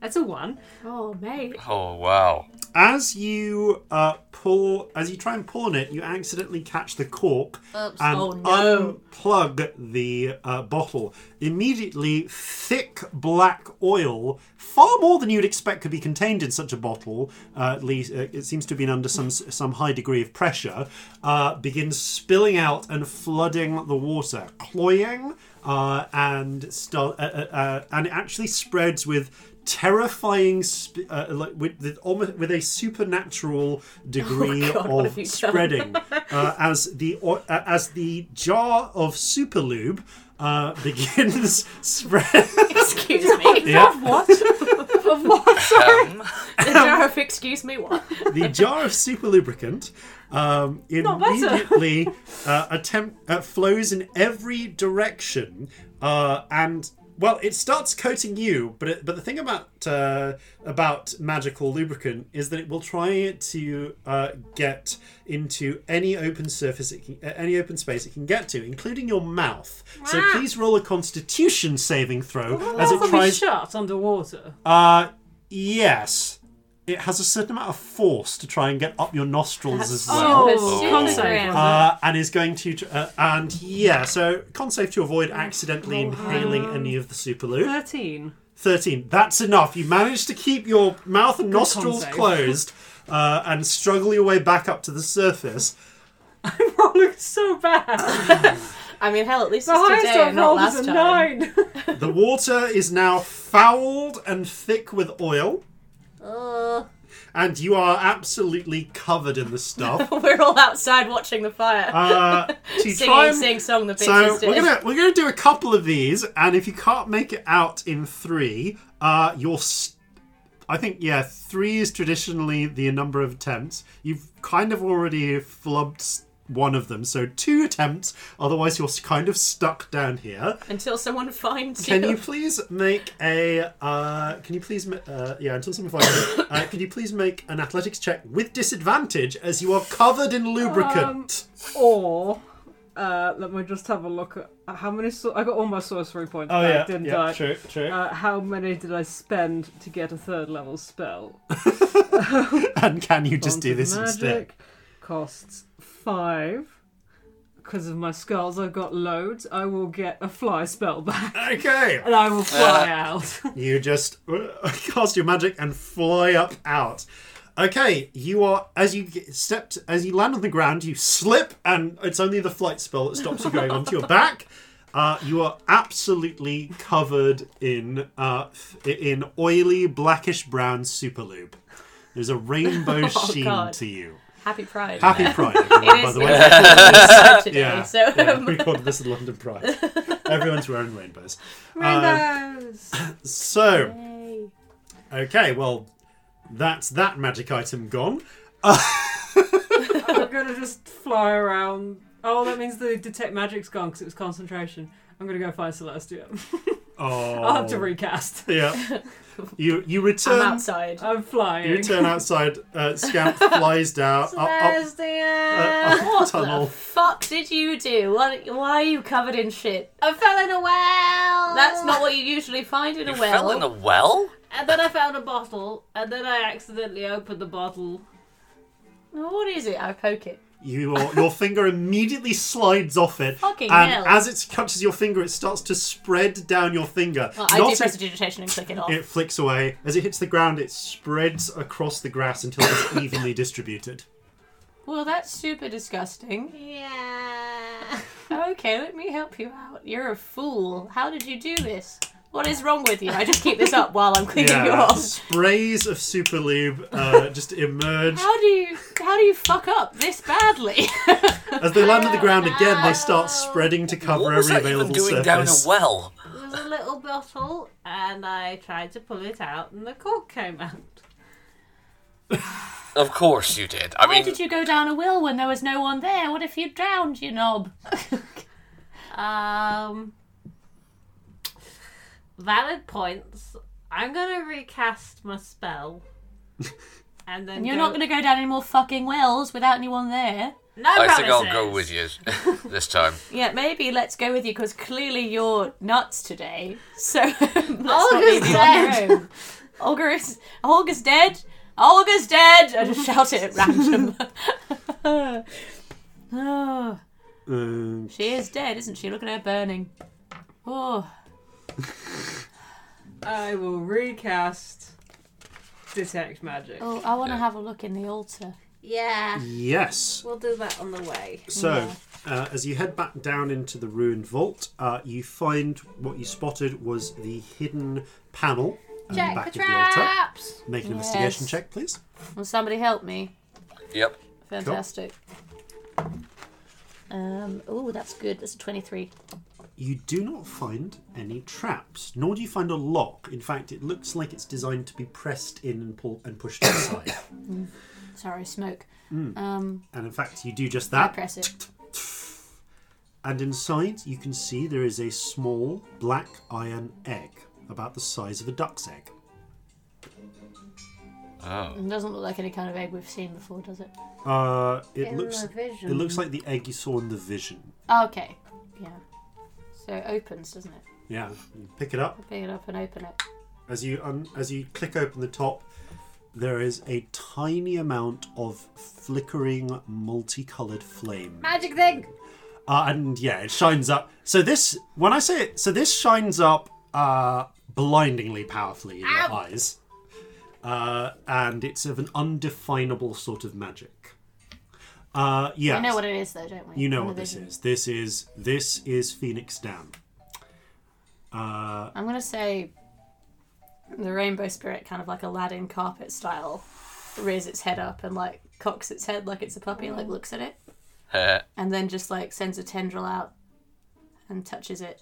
Speaker 4: That's a one.
Speaker 3: oh mate.
Speaker 2: Oh wow.
Speaker 1: As you uh, pull, as you try and pull on it, you accidentally catch the cork
Speaker 6: Oops.
Speaker 1: and
Speaker 3: Oh, no.
Speaker 1: unplug the uh, bottle. Immediately, thick black oil, far more than you'd expect could be contained in such a bottle, uh, at least uh, it seems to have been under some some high degree of pressure, uh, begins spilling out and flooding the water, cloying, uh, and stu- uh, uh, uh, and it actually spreads with. Terrifying, sp- uh, like with, with almost with a supernatural degree
Speaker 3: Oh, God, what have you
Speaker 1: of
Speaker 3: done?
Speaker 1: spreading thing, uh, as the o- uh, as the jar of super lube uh, begins spread.
Speaker 3: Excuse me.
Speaker 1: yeah,
Speaker 4: What? of what? Sorry.
Speaker 2: Um,
Speaker 3: The jar of excuse me what?
Speaker 1: the jar of super lubricant um,
Speaker 4: better.
Speaker 1: immediately uh, attempt uh, flows in every direction uh, and. Well, it starts coating you, but it, but the thing about uh, about magical lubricant is that it will try to uh, get into any open surface, it can, uh, any open space it can get to, including your mouth. So please roll a Constitution saving throw as it tries
Speaker 4: shut underwater.
Speaker 1: uh, yes. It has a certain amount of force to try and get up your nostrils as well.
Speaker 3: Oh,
Speaker 4: concept.
Speaker 3: concept.
Speaker 1: Uh, and is going to. tr- Uh, and yeah, so con save to avoid accidentally inhaling any of the super lube.
Speaker 4: Thirteen.
Speaker 1: 13. That's enough. You manage to keep your mouth and nostrils
Speaker 4: save.
Speaker 1: closed uh, and struggle your way back up to the surface.
Speaker 4: Rolling so bad.
Speaker 3: I mean hell at least
Speaker 4: The
Speaker 3: it's
Speaker 4: highest
Speaker 3: today
Speaker 4: I've
Speaker 3: and not
Speaker 4: rolled is
Speaker 3: last
Speaker 4: a
Speaker 3: time.
Speaker 4: nine.
Speaker 1: The water is now fouled and thick with oil. And you are absolutely covered in the stuff.
Speaker 3: We're all outside watching the fire.
Speaker 1: Uh, to
Speaker 3: singing
Speaker 1: try and-
Speaker 3: sing song the
Speaker 1: So
Speaker 3: bitches
Speaker 1: we're
Speaker 3: did.
Speaker 1: gonna we're gonna do a couple of these, and if you can't make it out in three, uh, you're. St- I think yeah, three is traditionally the number of attempts. You've kind of already flubbed s- one of them, so two attempts. Otherwise, you're s- kind of stuck down here.
Speaker 3: Until someone finds
Speaker 1: Can
Speaker 3: you.
Speaker 1: you please make a? Uh, can you please? ma- Uh, yeah, until someone finds you. Uh, can you please make an athletics check with disadvantage as you are covered in lubricant?
Speaker 4: Um, or uh, let me just have a look at how many. sor- I got all my sorcery points. back, didn't I?
Speaker 1: Oh, true, true.
Speaker 4: Uh, how many did I spend to get a third level spell?
Speaker 1: And can you just do
Speaker 4: Wanted
Speaker 1: this instead?
Speaker 4: Magic costs five. because of my skulls, I've got loads. I will get a fly spell back,
Speaker 1: Okay.
Speaker 4: and I will fly out.
Speaker 1: You just uh, cast your magic and fly up out. Okay, you are as you get- stepped as you land on the ground, you slip, and it's only the flight spell that stops you going onto your back. Uh, you are absolutely covered in uh, in oily blackish brown super lube. There's a rainbow sheen
Speaker 3: Oh, God.
Speaker 1: to you.
Speaker 3: Happy Pride.
Speaker 1: Happy Pride, everyone,
Speaker 3: It
Speaker 1: by
Speaker 3: is-
Speaker 1: the way.
Speaker 3: it's Happy Pride today,
Speaker 1: Yeah,
Speaker 3: so
Speaker 1: yeah,
Speaker 3: um,
Speaker 1: we called this the London Pride. Everyone's wearing rainbows. Uh,
Speaker 4: Rainbows.
Speaker 1: So.
Speaker 3: yay.
Speaker 1: Okay, well, that's that magic item gone.
Speaker 4: I'm gonna just fly around. Oh, that means the detect magic's gone because it was concentration. I'm gonna go find Celestia.
Speaker 1: Oh,
Speaker 4: I'll have to recast.
Speaker 1: Yeah, you you
Speaker 3: I'm
Speaker 1: return.
Speaker 3: outside.
Speaker 4: I'm
Speaker 1: You
Speaker 4: flying.
Speaker 1: return outside. Uh, Scamp flies down up, up,
Speaker 4: Celestia.
Speaker 1: uh, up
Speaker 3: What
Speaker 1: tunnel.
Speaker 3: the fuck did you do? What, why are you covered in shit?
Speaker 6: I fell
Speaker 1: uh.
Speaker 6: in a well.
Speaker 3: That's not what you usually find in a
Speaker 2: You
Speaker 3: well.
Speaker 2: fell in a well?
Speaker 6: And then I found a bottle, and then I accidentally opened the bottle.
Speaker 3: What is it? I poke it.
Speaker 1: Your your finger immediately slides off it,
Speaker 3: Fucking
Speaker 1: and
Speaker 3: hell.
Speaker 1: as it touches your finger, it starts to spread down your finger.
Speaker 3: Well, I do
Speaker 1: Not it-
Speaker 3: press digitation and click it off.
Speaker 1: it flicks away. As it hits the ground, it spreads across the grass until it's evenly distributed.
Speaker 3: Well, that's super disgusting.
Speaker 6: Yeah.
Speaker 3: Okay, let me help you out. You're a fool. How did you do this? What is wrong with you? I just keep this up while I'm cleaning you
Speaker 1: Yeah,
Speaker 3: off.
Speaker 1: sprays of super lube uh, just emerge
Speaker 3: How do you how do you fuck up this badly?
Speaker 1: As they land on the ground again, they start spreading to cover
Speaker 2: What was
Speaker 1: every
Speaker 2: that even
Speaker 1: available
Speaker 2: doing down a
Speaker 1: surface.
Speaker 2: well?
Speaker 6: It was a little bottle, and I tried to pull it out, and the cork came out.
Speaker 2: Of course you did. I
Speaker 3: Why
Speaker 2: mean,
Speaker 3: did you go down a well when there was no one there? What if you drowned, you knob?
Speaker 6: Um, valid points. I'm gonna recast my spell, and then
Speaker 3: And you're
Speaker 6: go-
Speaker 3: not going to go down any more fucking wells without anyone there.
Speaker 6: No
Speaker 2: I think I'll
Speaker 6: promises.
Speaker 2: go with you this time.
Speaker 3: Yeah, maybe let's go with you because clearly you're nuts today. So let's not
Speaker 6: Olga's
Speaker 3: leave you on your own. Olga is Olga's dead. Olga's dead. I just shout it at random. oh,
Speaker 1: Um,
Speaker 3: she is dead, isn't she? Look at her burning. Oh,
Speaker 4: I will recast detect magic.
Speaker 3: oh I want to
Speaker 2: Yeah.
Speaker 3: have a look in the altar.
Speaker 6: Yeah,
Speaker 3: Mm.
Speaker 1: yes.
Speaker 6: we'll do that on the way.
Speaker 1: So, uh, as you head back down into the ruined vault, uh, you find what you spotted was the hidden panel at the back
Speaker 6: Check
Speaker 1: of
Speaker 6: the
Speaker 1: the altar.
Speaker 6: traps.
Speaker 1: Make an investigation
Speaker 3: Yes.
Speaker 1: check, please.
Speaker 3: Will somebody help me?
Speaker 2: Yep.
Speaker 3: Fantastic. Um, oh, that's good. That's a 23.
Speaker 1: You do not find any traps, nor do you find a lock. In fact, it looks like it's designed to be pressed in and pulled and pushed inside.
Speaker 3: Sorry, smoke. Um,
Speaker 1: and in fact, you do just
Speaker 3: I
Speaker 1: that.
Speaker 3: press it.
Speaker 1: And inside, you can see there is a small black iron egg, about the size of a duck's egg.
Speaker 2: Oh.
Speaker 3: It doesn't look like any kind of egg we've seen before, does it?
Speaker 1: Uh, it
Speaker 6: In
Speaker 1: looks
Speaker 6: the vision.
Speaker 1: it looks like the egg you saw in the vision.
Speaker 3: Okay. Yeah. So it opens, doesn't it?
Speaker 1: Yeah, you pick it up
Speaker 3: Pick it up and open it.
Speaker 1: as you un- as you click open the top. There is a tiny amount of flickering, multicolored flame,
Speaker 6: Magic thing.
Speaker 1: uh, and yeah, it shines up. So this, when I say it, so this shines up uh, blindingly powerfully in your eyes, uh, and it's of an undefinable sort of magic. Uh, yeah,
Speaker 3: We know what it is, though, don't we?
Speaker 1: You know
Speaker 3: From
Speaker 1: what
Speaker 3: the
Speaker 1: this
Speaker 3: vision.
Speaker 1: is. This is this is Phoenix Dam.
Speaker 3: I'm going to say the rainbow spirit, kind of like Aladdin carpet style, rears its head up and, like, cocks its head like it's a puppy and, like, looks at it.
Speaker 2: Uh,
Speaker 3: And then just, like, sends a tendril out and touches it.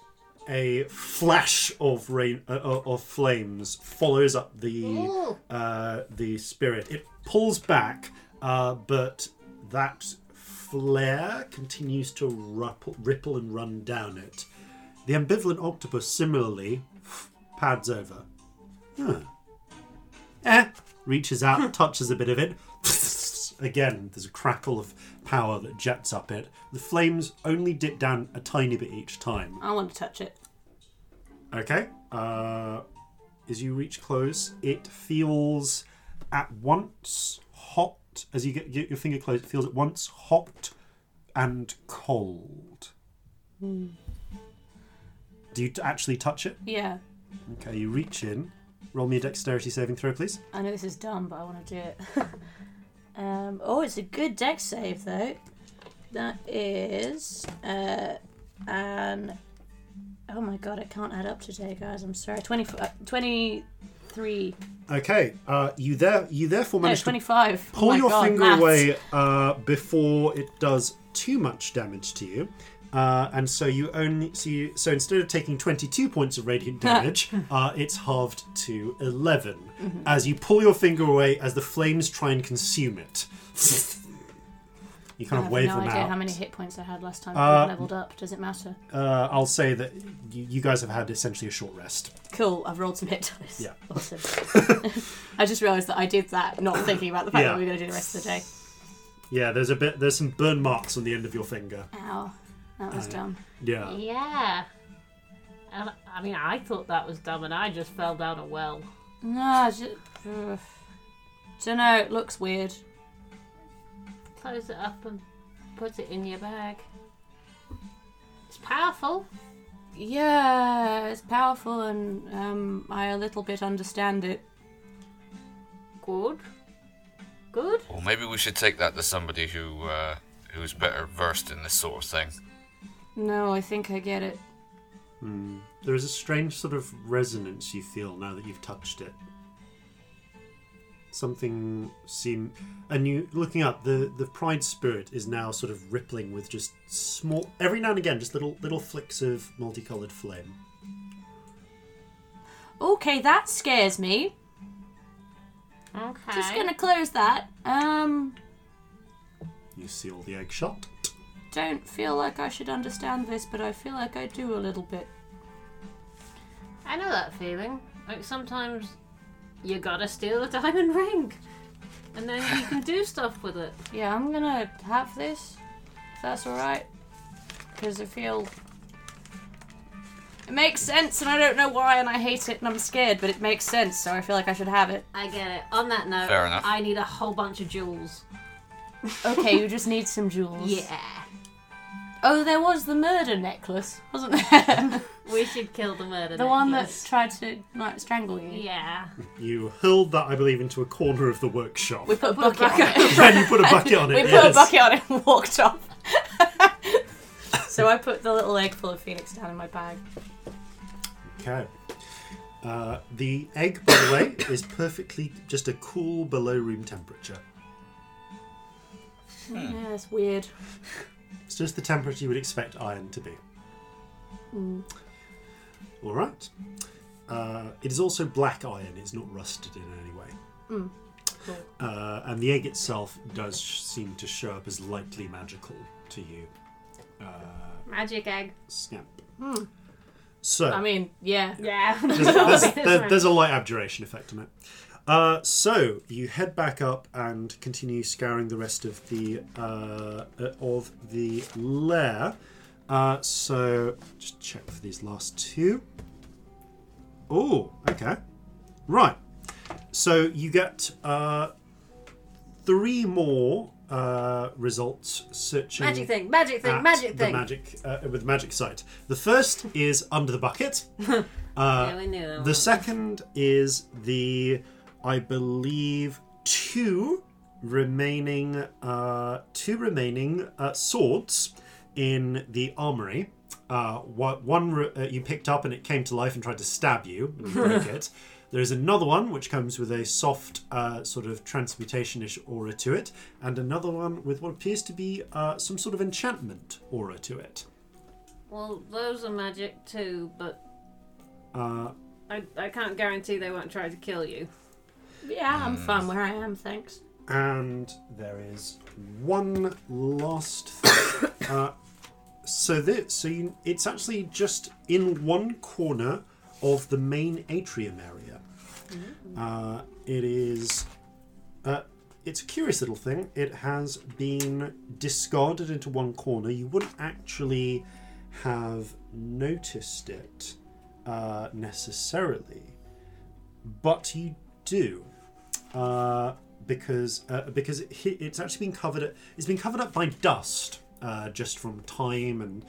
Speaker 1: A flash of rain uh, uh, of flames follows up the uh, the spirit. It pulls back, uh, but that flare continues to ripple, ripple and run down it. The ambivalent octopus similarly pads over. Huh. Eh, reaches out, touches a bit of it. Again, there's a crackle of power that jets up it. The flames only dip down a tiny bit each time.
Speaker 3: I want to touch it.
Speaker 1: Okay. Uh, as you reach close, it feels at once hot. As you get, get your finger close, it feels at once hot, and cold. Do you t- actually touch it?
Speaker 3: Yeah.
Speaker 1: Okay, you reach in. Roll me a dexterity saving throw, please.
Speaker 3: I know this is dumb, but I want to do it. um, oh, it's a good deck save, though. That is uh, an. Oh my god, I can't add up today, guys. I'm sorry. 20, uh, 23.
Speaker 1: Okay, uh, you there. You therefore
Speaker 3: No,
Speaker 1: manage to
Speaker 3: 25. Oh
Speaker 1: pull
Speaker 3: my
Speaker 1: your
Speaker 3: God,
Speaker 1: finger
Speaker 3: maths.
Speaker 1: away uh, before it does too much damage to you. Uh, and so you only so, you, so instead of taking 22 points of radiant damage, uh, it's halved to 11 as you pull your finger away as the flames try and consume it. you
Speaker 3: I
Speaker 1: kind of
Speaker 3: have
Speaker 1: wave
Speaker 3: no
Speaker 1: them
Speaker 3: idea
Speaker 1: out.
Speaker 3: how many hit points I had last time.
Speaker 1: Uh,
Speaker 3: I've leveled up. Does it matter?
Speaker 1: uh, I'll say that you, you guys have had essentially a short rest.
Speaker 3: Cool. I've rolled some hit dice.
Speaker 1: Yeah.
Speaker 3: Awesome. I just realised that I did that, not thinking about the fact
Speaker 1: Yeah.
Speaker 3: that we were going to do the rest of the day.
Speaker 1: Yeah, there's a bit. There's some burn marks on the end of your finger.
Speaker 3: Ow. That was dumb. Uh.
Speaker 1: Yeah.
Speaker 6: Yeah. And I mean, I thought that was dumb, and I just fell down a well.
Speaker 3: No, I just. don't know. It looks weird.
Speaker 6: Close it up and put it in your bag. It's powerful.
Speaker 3: Yeah, it's powerful, and um, I a little bit understand it.
Speaker 6: Good. Good.
Speaker 2: Or maybe we should take that to somebody who uh, who's better versed in this sort of thing.
Speaker 3: No, I think I get it.
Speaker 1: Hmm. There is a strange sort of resonance you feel now that you've touched it. Something seem and you looking up the the pride spirit is now sort of rippling with just small every now and again just little little flicks of multicolored flame.
Speaker 3: Okay, that scares me.
Speaker 6: Okay.
Speaker 3: Just gonna close that. Um,
Speaker 1: You seal the egg shut.
Speaker 3: don't feel like I should understand this, but I feel like I do a little bit.
Speaker 6: I know that feeling. Like sometimes you gotta steal a diamond ring, and then you can do stuff with it.
Speaker 3: Yeah, I'm gonna have this. If that's alright. Because I feel. It makes sense, and I don't know why, and I hate it, and I'm scared, but it makes sense, so I feel like I should have it.
Speaker 6: I get it. On that note,
Speaker 2: Fair enough.
Speaker 6: I need a whole bunch of jewels.
Speaker 3: Okay, you just need some jewels. Oh, there was the murder necklace, wasn't there?
Speaker 6: We should kill the murder.
Speaker 3: the one that
Speaker 6: necklace.
Speaker 3: tried to like, strangle you.
Speaker 6: Yeah.
Speaker 1: You hurled that I believe into a corner of the workshop.
Speaker 3: We put a bucket on it.
Speaker 1: and you put a bucket on it.
Speaker 3: we put a
Speaker 1: yes.
Speaker 3: bucket on it and walked off. so I put the little egg full of phoenix down in my bag.
Speaker 1: Okay. Uh, the egg, by the way, is perfectly just a cool below room temperature. Hmm.
Speaker 3: Yeah, it's weird.
Speaker 1: It's just the temperature you would expect iron to be.
Speaker 3: Mm.
Speaker 1: All right. Uh, it is also black iron. It's not rusted in any way.
Speaker 3: Mm.
Speaker 1: Uh, and the egg itself does sh- seem to show up as lightly magical to you,
Speaker 6: Magic egg.
Speaker 1: Scamp. So
Speaker 3: Hmm. I mean, yeah.
Speaker 6: Yeah.
Speaker 1: there's, there's- there- there's a light abjuration effect on it. Uh, so you head back up and continue scouring the rest of the uh, uh, of the lair. Uh, so just check for these last two. Oh, okay, right. So you get uh, three more uh, results searching
Speaker 6: magic thing. Magic thing.
Speaker 1: at
Speaker 6: Magic
Speaker 1: Ah, the
Speaker 6: thing.
Speaker 1: magic uh, with the magic site. The first is under the bucket. Uh,
Speaker 6: yeah, we knew that.
Speaker 1: The second is the, I believe, two remaining, uh, two remaining uh, swords in the armory. Uh, wha- one re- uh, you picked up and it came to life and tried to stab you and you broke it. There is another one which comes with a soft uh, sort of transmutation-ish aura to it, and another one with what appears to be uh, some sort of enchantment aura to it.
Speaker 6: Well, those are magic too, but
Speaker 1: Uh,
Speaker 6: I, I can't guarantee they won't try to kill you.
Speaker 3: Yeah,
Speaker 1: Hmm.
Speaker 3: I'm fine where I am, thanks.
Speaker 1: And there is one last thing. uh, so this, so you, it's actually just in one corner of the main atrium area. Uh, it is. Uh, it's a curious little thing. It has been discarded into one corner. You wouldn't actually have noticed it uh, necessarily, but you do uh, because uh, because it, it's actually been covered. It's been covered up by dust uh, just from time and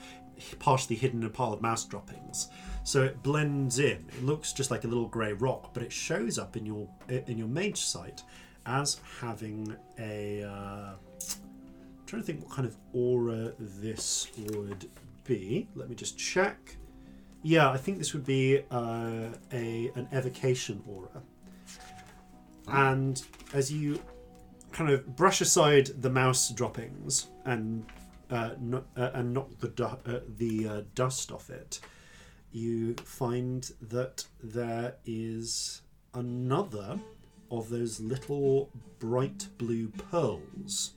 Speaker 1: partially hidden in a pile of mouse droppings. So it blends in. It looks just like a little grey rock, but it shows up in your in your mage site as having a. Uh, I'm trying to think what kind of aura this would be. Let me just check. Yeah, I think this would be uh, a an evocation aura. And as you kind of brush aside the mouse droppings and uh, no, uh, and knock the du- uh, the uh, dust off it, you find that there is another of those little bright blue pearls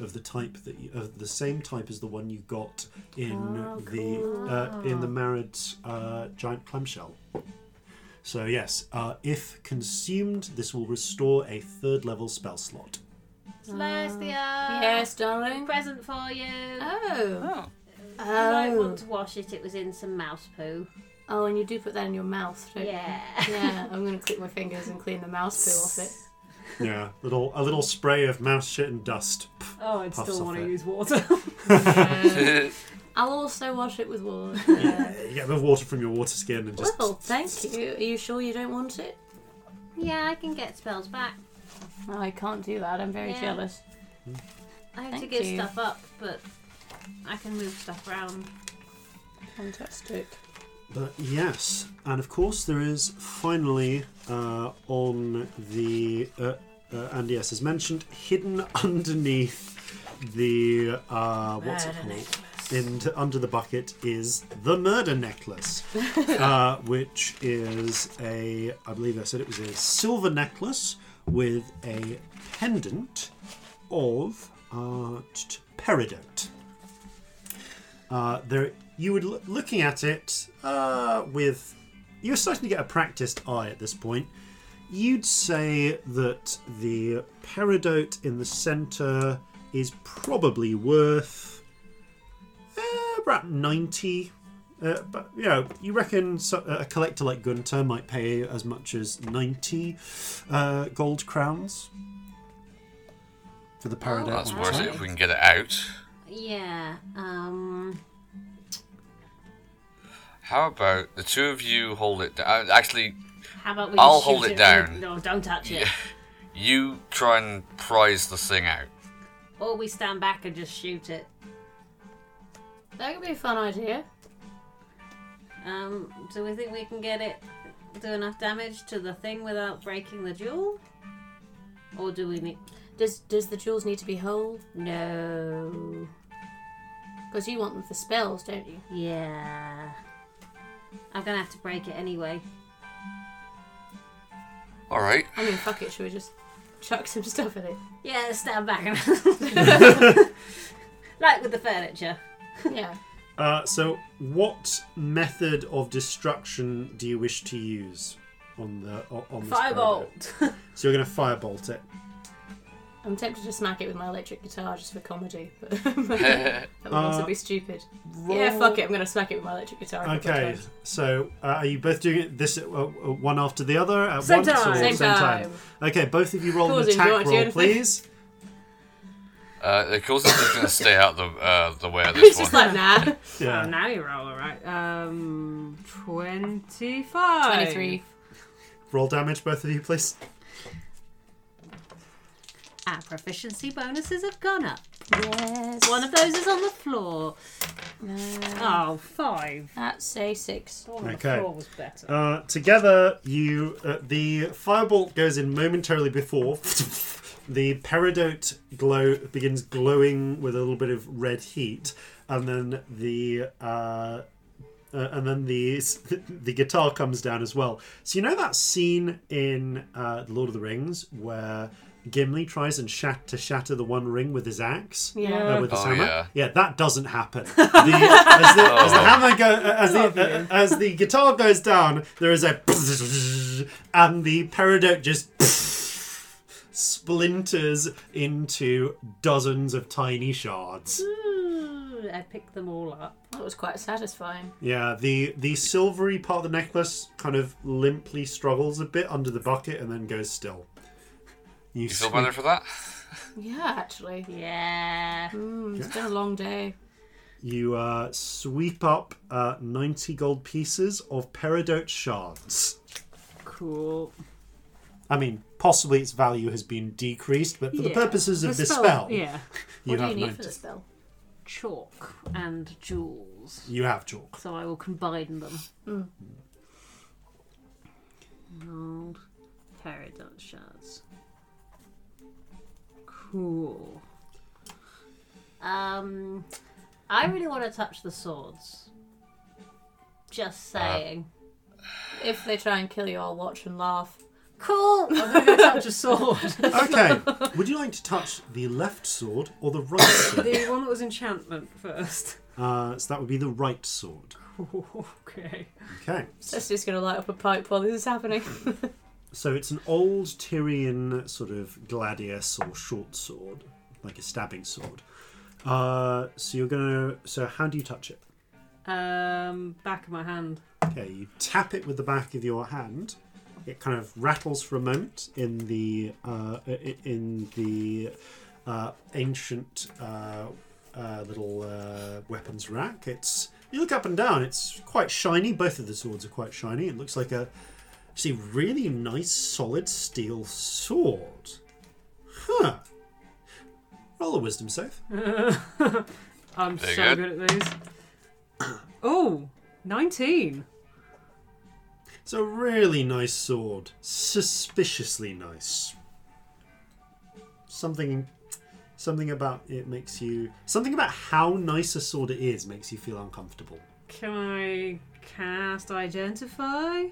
Speaker 1: of the type that you, of the same type as the one you got in the uh, in the married uh, giant clamshell. So yes, uh, if consumed, this will restore a third level spell slot.
Speaker 6: Celestia!
Speaker 3: Yes, darling.
Speaker 6: Present for you.
Speaker 3: Oh.
Speaker 2: Oh.
Speaker 6: You might
Speaker 3: Oh.
Speaker 6: want to wash it. It was in some mouse poo.
Speaker 3: Oh, and you do put that in your mouth, don't
Speaker 6: Yeah.
Speaker 3: you? Yeah. I'm going to click my fingers and clean the mouse poo off it.
Speaker 1: Yeah, little a little spray of mouse shit and dust.
Speaker 4: Oh, I'd
Speaker 1: Puffs
Speaker 4: still
Speaker 1: off
Speaker 4: want to
Speaker 1: it.
Speaker 4: use water.
Speaker 3: I'll also wash it with water.
Speaker 1: You get the water from your water skin and just.
Speaker 3: well, thank you. Are you sure you don't want it?
Speaker 6: Yeah, I can get spells back.
Speaker 3: No, I can't do that. I'm very
Speaker 6: Yeah.
Speaker 3: jealous.
Speaker 6: I have to
Speaker 3: Thank
Speaker 6: give
Speaker 3: you.
Speaker 6: stuff up, but I can move stuff around.
Speaker 3: Fantastic.
Speaker 1: But Uh, yes, and of course there is finally uh, on the uh, uh, and yes, as mentioned, hidden underneath the uh, what's it
Speaker 3: Murder
Speaker 1: called? In, under the bucket is the murder necklace, uh, which is a I believe I said it was a silver necklace with a pendant of uh, t- t- peridot. Uh, there, you were l- looking at it uh, with. You were starting to get a practiced eye at this point. You'd say that the peridote in the centre is probably worth uh, about 90. Uh, but you know, you reckon so, uh, a collector like Gunter might pay as much as 90 uh, gold crowns for the peridote.
Speaker 2: That's
Speaker 1: on
Speaker 2: worth
Speaker 1: top.
Speaker 2: it if we can get it out.
Speaker 6: Yeah. Um.
Speaker 2: How about the two of you hold it down? Actually,
Speaker 6: How about we?
Speaker 2: I'll
Speaker 6: just shoot
Speaker 2: hold it
Speaker 6: in
Speaker 2: down.
Speaker 6: the- No, don't touch it.
Speaker 2: you try and prize the thing out.
Speaker 6: Or we stand back and just shoot it.
Speaker 3: That could be a fun idea.
Speaker 6: Um. Do we think we can get it? Do enough damage to the thing without breaking the jewel? Or do we need?
Speaker 3: Does does the jewels need to be whole?
Speaker 6: No.
Speaker 3: Because you want them for spells, don't you?
Speaker 6: Yeah. I'm gonna have to break it anyway.
Speaker 2: All right.
Speaker 3: I mean, fuck it. Should we just chuck some stuff in it?
Speaker 6: Yeah, let's stand back. like with the furniture.
Speaker 3: Yeah.
Speaker 1: Uh, so, what method of destruction do you wish to use on the o- on this
Speaker 6: Fireball.
Speaker 1: predator? So you're going to firebolt it.
Speaker 3: I'm tempted to smack it with my electric guitar just for comedy, but that would also be stupid. Yeah, fuck it. I'm gonna smack it with my electric guitar. a couple of
Speaker 1: Okay.
Speaker 3: times.
Speaker 1: So, uh, are you both doing it this uh, uh, one after the other at
Speaker 4: Same
Speaker 1: once or
Speaker 4: time.
Speaker 1: same,
Speaker 3: Same
Speaker 1: time.
Speaker 3: time.
Speaker 1: Okay, both of you roll an
Speaker 3: Causing, do you
Speaker 1: attack
Speaker 3: want to do
Speaker 1: roll,
Speaker 3: anything?
Speaker 1: please.
Speaker 2: Uh, of course, it's just going to stay out the uh, the way of
Speaker 3: It's
Speaker 2: this
Speaker 3: just
Speaker 2: one.
Speaker 3: like nah.
Speaker 4: Oh,
Speaker 1: Yeah.
Speaker 4: now you roll, alright. Um, 25.
Speaker 3: 23.
Speaker 1: Roll damage, both of you, please.
Speaker 6: Our proficiency bonuses have gone up.
Speaker 3: Yes.
Speaker 6: One of those is on the floor. Oh, five.
Speaker 3: Ah, That's a six.
Speaker 6: Oh, The one on the
Speaker 1: Okay.
Speaker 6: floor was better.
Speaker 1: Uh, together, you uh, the firebolt goes in momentarily before the peridote glow begins glowing with a little bit of red heat, and then the uh, uh, and then the the guitar comes down as well. So you know that scene in uh, The Lord of the Rings where Gimli tries and shat to shatter the One Ring with his axe.
Speaker 3: Yeah.
Speaker 1: Uh, with his
Speaker 2: Oh,
Speaker 1: hammer.
Speaker 2: yeah.
Speaker 1: that doesn't happen. The, as, the, as the
Speaker 2: Oh.
Speaker 1: hammer go, as the uh, as the guitar goes down, there is a and the peridote just splinters into dozens of tiny shards.
Speaker 6: Ooh, I picked them all up.
Speaker 3: That was quite satisfying.
Speaker 1: Yeah, the the silvery part of the necklace kind of limply struggles a bit under the bucket and then goes still. You,
Speaker 2: You feel
Speaker 1: sweep-
Speaker 2: better for that?
Speaker 3: Yeah, actually.
Speaker 6: Yeah.
Speaker 3: Mm, it's been a long day.
Speaker 1: You uh, sweep up uh, 90 gold pieces of peridote shards.
Speaker 4: Cool.
Speaker 1: I mean, possibly its value has been decreased, but for the
Speaker 4: Yeah.
Speaker 1: purposes of this spell,
Speaker 4: Yeah.
Speaker 1: you,
Speaker 3: what do
Speaker 1: have
Speaker 3: you need
Speaker 1: 90
Speaker 3: for the spell?
Speaker 6: Chalk and jewels.
Speaker 1: you have chalk.
Speaker 6: So I will combine them.
Speaker 4: Mm.
Speaker 6: Old peridot shards. Cool. Um, I really want to touch the swords. Just saying.
Speaker 3: If they try and kill you, I'll watch and laugh.
Speaker 6: cool.
Speaker 4: Touch a sword.
Speaker 1: Okay, would you like to touch the left sword or the right sword?
Speaker 4: the one that was enchantment first.
Speaker 1: Uh, so that would be the right sword.
Speaker 4: okay.
Speaker 1: Okay.
Speaker 3: Cecily's gonna light up a pipe while this is happening.
Speaker 1: So it's an old Tyrian sort of gladius or short sword, like a stabbing sword. Uh, so you're gonna. So how do you touch it?
Speaker 4: Um, back of my hand.
Speaker 1: Okay, you tap it with the back of your hand. It kind of rattles for a moment in the uh, i- in the uh, ancient uh, uh, little uh, weapons rack. It's you look up and down. It's quite shiny. Both of the swords are quite shiny. It looks like a see really nice solid steel sword. Huh. Roll a wisdom save.
Speaker 4: I'm
Speaker 2: Very
Speaker 4: so
Speaker 2: good.
Speaker 4: good at these. Oh, 19.
Speaker 1: It's a really nice sword. Suspiciously nice. Something something about it makes you something about how nice a sword it is makes you feel uncomfortable.
Speaker 4: Can I cast identify?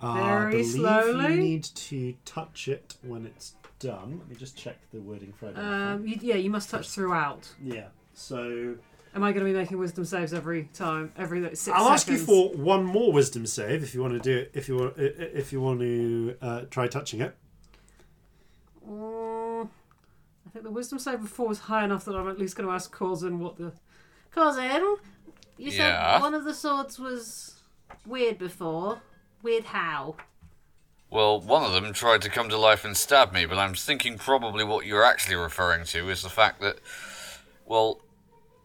Speaker 1: Uh, I
Speaker 4: Very
Speaker 1: believe
Speaker 4: slowly.
Speaker 1: you need to touch it when it's done. Let me just check the wording for it.
Speaker 4: Um, you, yeah, you must touch throughout.
Speaker 1: yeah. So
Speaker 4: Am I going to be making wisdom saves every time? Every like, six
Speaker 1: I'll ask you
Speaker 4: seconds?
Speaker 1: for one more wisdom save if you want to do it. If you want, if you want to uh, try touching it.
Speaker 4: Mm, I think the wisdom save before was high enough that I'm at least going to ask Corzin what the.
Speaker 6: Cousin, you said
Speaker 2: Yeah?
Speaker 6: one of the swords was weird before. Weird how?
Speaker 2: Well, one of them tried to come to life and stab me, but I'm thinking probably what you're actually referring to is the fact that, well,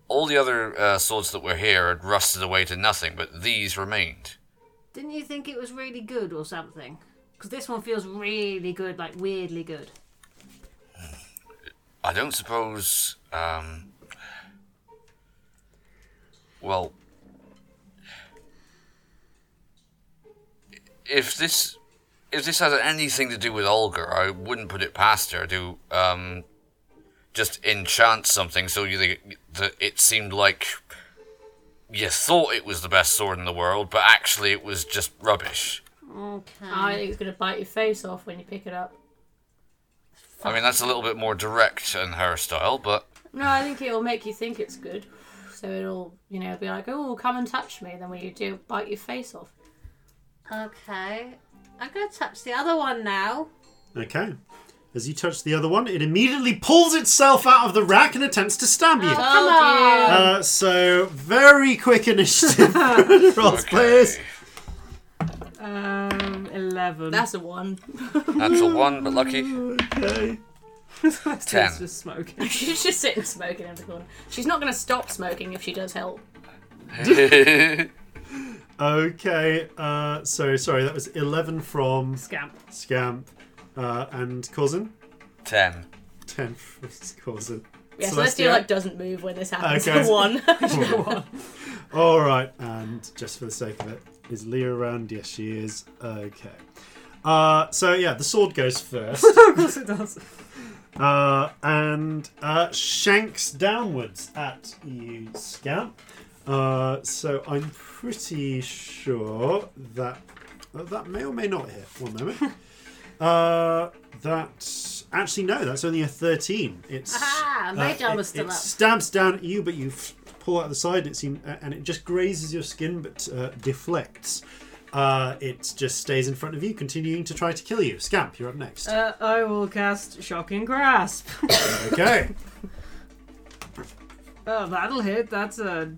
Speaker 2: all the other uh, swords that were here had rusted away to nothing, but these remained.
Speaker 6: Didn't you think it was really good or something? Because this one feels really good, like weirdly good.
Speaker 2: I don't suppose. Um, well, if this if this has anything to do with Olga, I wouldn't put it past her to um, just enchant something so you that it seemed like you thought it was the best sword in the world, but actually it was just rubbish.
Speaker 6: Okay.
Speaker 3: I think it's gonna bite your face off when you pick it up.
Speaker 2: I mean, that's a little bit more direct in her style, but
Speaker 3: No, I think it'll make you think it's good. So it'll, you know, be like, oh, come and touch me. Then when you do, bite your face off.
Speaker 6: Okay. I'm going to touch the other one now.
Speaker 1: Okay. As you touch the other one, it immediately pulls itself out of the rack and attempts to stab you.
Speaker 3: Told you.
Speaker 1: Uh, so very quick initiative rolls, players.
Speaker 2: okay,
Speaker 4: Um, 11.
Speaker 3: That's a one.
Speaker 2: natural one, but lucky.
Speaker 1: Okay.
Speaker 4: That's
Speaker 2: ten.
Speaker 4: just smoking.
Speaker 3: She's just sitting smoking in the corner. She's not gonna stop smoking if she does help.
Speaker 1: Okay. Uh, so sorry, that was eleven from
Speaker 4: Scamp.
Speaker 1: Scamp uh, and Cousin.
Speaker 2: Ten.
Speaker 1: Ten from Cousin.
Speaker 3: Yeah, so
Speaker 1: Celestia?
Speaker 3: let's do like doesn't move when this happens.
Speaker 1: Okay.
Speaker 3: One.
Speaker 1: All right, and just for the sake of it, is Leah around? Yes, she is. Okay. Uh, so yeah, the sword goes first.
Speaker 4: Of course it does.
Speaker 1: Uh, and uh, shanks downwards at you, Scamp. Uh, so I'm pretty sure that uh, that may or may not hit. One moment. uh, that actually no, that's only a thirteen. It's
Speaker 6: Aha, my
Speaker 1: uh,
Speaker 6: jaw
Speaker 1: it,
Speaker 6: was still
Speaker 1: it
Speaker 6: up.
Speaker 1: stabs down at you, but you f- pull out the side. And it seem, uh, and it just grazes your skin, but uh, deflects. Uh, it just stays in front of you, continuing to try to kill you. Scamp, you're up next.
Speaker 4: Uh, I will cast Shocking Grasp.
Speaker 1: okay.
Speaker 4: oh, that'll hit. That's a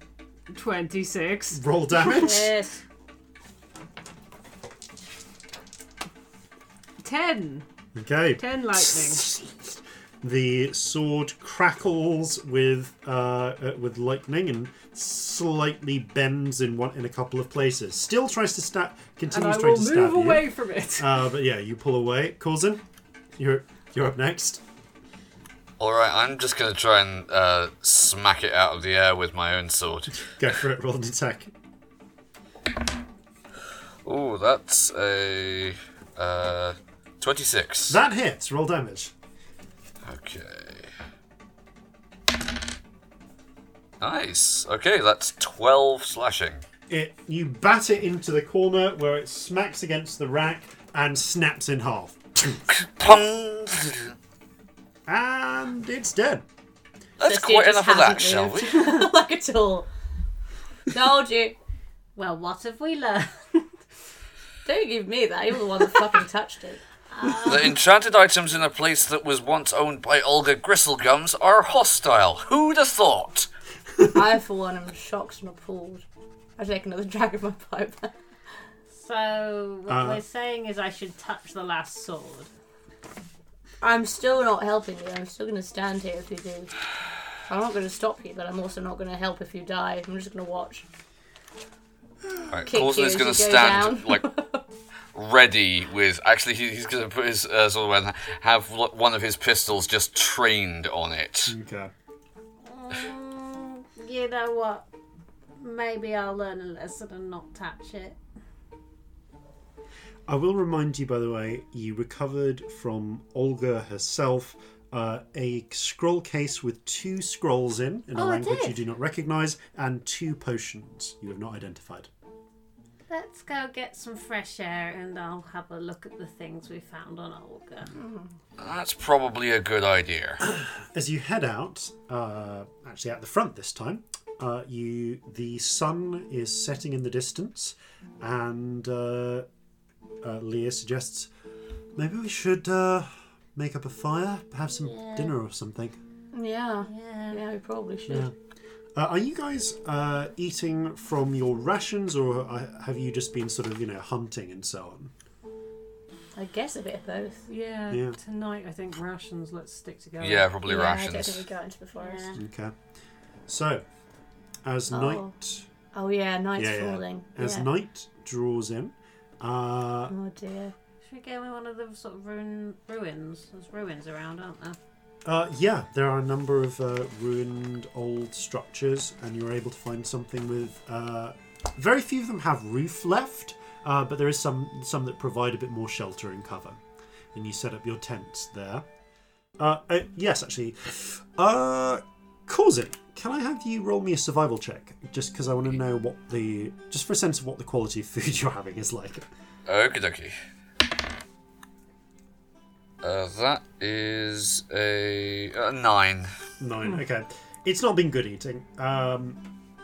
Speaker 4: 26.
Speaker 1: Roll damage.
Speaker 3: yes.
Speaker 4: 10.
Speaker 1: Okay.
Speaker 4: Ten lightning.
Speaker 1: The sword crackles with uh, uh, with lightning and slightly bends in one in a couple of places. Still tries to stab.
Speaker 4: And I
Speaker 1: Continues trying
Speaker 4: will
Speaker 1: to stab
Speaker 4: move
Speaker 1: you.
Speaker 4: away from it.
Speaker 1: Uh, but yeah, you pull away. Coulson, you're you're up next.
Speaker 2: All right, I'm just gonna try and uh, smack it out of the air with my own sword.
Speaker 1: Go for it. Roll an attack.
Speaker 2: Ooh, that's a uh, twenty-six.
Speaker 1: That hits. Roll damage.
Speaker 2: Okay. Nice. Okay, that's 12 slashing.
Speaker 1: It you bat it into the corner where it smacks against the rack and snaps in half.
Speaker 2: Pong!
Speaker 1: And it's dead.
Speaker 2: Let's
Speaker 3: This dude
Speaker 2: quit
Speaker 3: just
Speaker 2: enough of that, shall
Speaker 3: hasn't
Speaker 2: we?
Speaker 3: like at all. Told you.
Speaker 6: Well, what have we learned?
Speaker 3: Don't give me that. You're the one that fucking touched it.
Speaker 2: the enchanted items in a place that was once owned by Olga Gristlegums are hostile. Who'd have thought?
Speaker 3: I, for one, am shocked and appalled. I take another drag of my pipe.
Speaker 6: So what
Speaker 1: Uh,
Speaker 6: we're saying is I should touch the last sword.
Speaker 3: I'm still not helping you. I'm still going to stand here if you do. I'm not going to stop you, but I'm also not going to help if you die. I'm just going to watch.
Speaker 2: Alright,
Speaker 3: Kick
Speaker 2: Coulson
Speaker 3: you
Speaker 2: is
Speaker 3: as
Speaker 2: going
Speaker 3: you
Speaker 2: to
Speaker 3: go
Speaker 2: stand,
Speaker 3: down.
Speaker 2: like, ready with. Actually, he, he's going to put his uh, sword away and have lo- one of his pistols just trained on it.
Speaker 1: Okay.
Speaker 6: Mm, you know what? Maybe I'll learn a lesson and not touch it.
Speaker 1: I will remind you, by the way, you recovered from Olga herself uh, a scroll case with two scrolls in, in a
Speaker 6: Oh, I
Speaker 1: language you
Speaker 6: did.
Speaker 1: do not recognize, and two potions you have not identified.
Speaker 6: Let's go get some fresh air and I'll have a look at the things we found on Olga.
Speaker 2: That's probably a good idea.
Speaker 1: As you head out, uh, actually out the front this time, uh, you the sun is setting in the distance, and uh, uh, Leah suggests maybe we should uh, make up a fire, have some dinner or something.
Speaker 3: Yeah.
Speaker 6: Yeah.
Speaker 3: Yeah, we probably should.
Speaker 1: Yeah. Uh, are you guys uh, eating from your rations, or uh, have you just been sort of, you know, hunting and so on?
Speaker 3: I guess a bit of both.
Speaker 4: Yeah,
Speaker 1: Yeah.
Speaker 4: tonight I think rations. Let's stick together.
Speaker 2: Yeah, probably
Speaker 3: yeah, I don't
Speaker 2: rations.
Speaker 3: think we got into the forest.
Speaker 6: Yeah.
Speaker 1: Okay. So, as
Speaker 3: Oh,
Speaker 1: night,
Speaker 3: Oh yeah, night's
Speaker 1: Yeah, yeah.
Speaker 3: falling.
Speaker 1: as
Speaker 3: yeah.
Speaker 1: night draws in, uh,
Speaker 3: Oh dear.
Speaker 6: Should we go in one of the sort of ruin, ruins? There's ruins around, aren't there?
Speaker 1: uh, yeah, there are a number of uh, ruined old structures, and you're able to find something with. Uh, very few of them have roof left, uh, but there is some some that provide a bit more shelter and cover. And you set up your tents there. Uh, uh, yes, actually. Uh, Corzin, can I have you roll me a survival check? Just because I want to know what the. just for a sense of what the quality of food you're having is like.
Speaker 2: Okie dokie. Uh, that is a uh, nine.
Speaker 1: Nine. Okay. It's not been good eating. Um,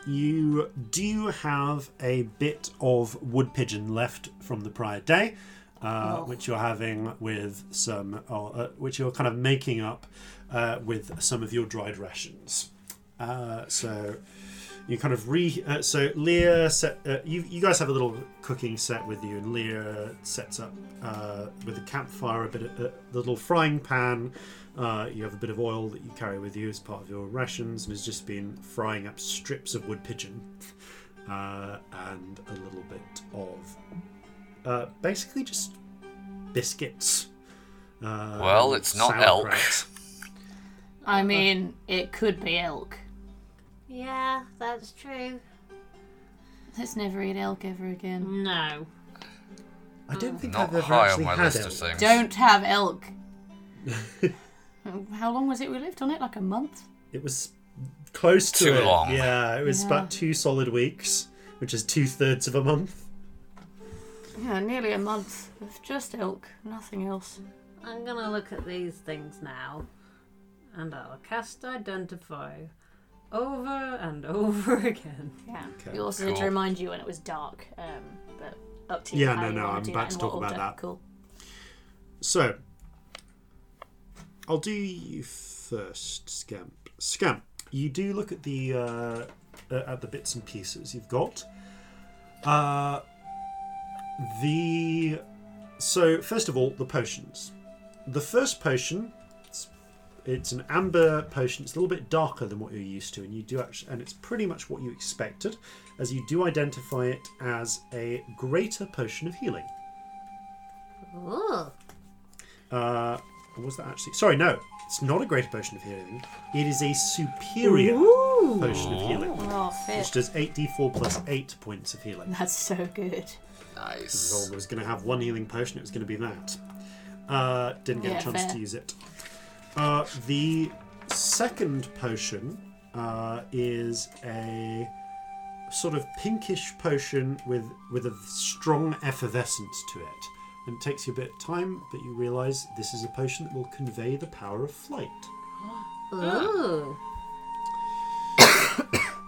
Speaker 1: you do have a bit of wood pigeon left from the prior day, uh, which you're having with some, uh, uh, which you're kind of making up uh, with some of your dried rations. Uh, so you kind of re. Uh, so Leah, set, uh, you you guys have a little cooking set with you, and Leah sets up uh, with a campfire, a bit of a little frying pan. Uh, you have a bit of oil that you carry with you as part of your rations, and has just been frying up strips of wood pigeon, uh, and a little bit of, uh, basically just biscuits. Uh,
Speaker 2: Well,
Speaker 1: and
Speaker 2: it's not elk.
Speaker 1: sauerkraut.
Speaker 3: I mean, it could be elk.
Speaker 6: Yeah, that's true.
Speaker 3: Let's never eat elk ever again.
Speaker 6: No.
Speaker 1: I don't think
Speaker 2: Not
Speaker 1: I've ever
Speaker 2: high on
Speaker 1: actually
Speaker 2: my
Speaker 1: had
Speaker 2: list
Speaker 1: elk.
Speaker 2: of things.
Speaker 3: Don't have elk. How long was it we lived on it? Like a month?
Speaker 1: It was close to
Speaker 2: Too
Speaker 1: it.
Speaker 2: long.
Speaker 1: Yeah, it was
Speaker 3: Yeah.
Speaker 1: about two solid weeks, which is two thirds of a month.
Speaker 3: Yeah, nearly a month of just elk, nothing else.
Speaker 6: I'm gonna look at these things now. And I'll cast Identify over and over again.
Speaker 3: Yeah.
Speaker 1: Okay.
Speaker 3: We also had to
Speaker 2: Cool.
Speaker 3: remind you when it was dark, um, but up to you.
Speaker 1: Yeah,
Speaker 3: how
Speaker 1: no,
Speaker 3: you
Speaker 1: no,
Speaker 3: wanna
Speaker 1: I'm
Speaker 3: do
Speaker 1: about
Speaker 3: that
Speaker 1: to
Speaker 3: and
Speaker 1: talk about
Speaker 3: what order.
Speaker 1: that.
Speaker 3: Cool.
Speaker 1: So, I'll do you first, Scamp. Scamp, you do look at the uh, uh, at the bits and pieces you've got. Uh, the so first of all, the potions. the first potion, it's, it's an amber potion. It's a little bit darker than what you're used to, and you do actually, and it's pretty much what you expected, as you do identify it as a greater potion of healing.
Speaker 6: Ooh.
Speaker 1: Uh, or was that actually? Sorry, no. It's not a greater potion of healing. It is a superior potion of healing,
Speaker 3: Oh,
Speaker 1: which
Speaker 3: fit.
Speaker 1: does 8d4 plus 8 points of healing.
Speaker 3: That's so good.
Speaker 2: Nice.
Speaker 1: Zolga was going to have one healing potion. It was going to be that. Uh, didn't get
Speaker 3: Yeah,
Speaker 1: a chance
Speaker 3: fair.
Speaker 1: to use it. Uh, the second potion uh, is a sort of pinkish potion with with a strong effervescence to it. And it takes you a bit of time, but you realise this is a potion that will convey the power of flight.
Speaker 6: Ah, Ooh.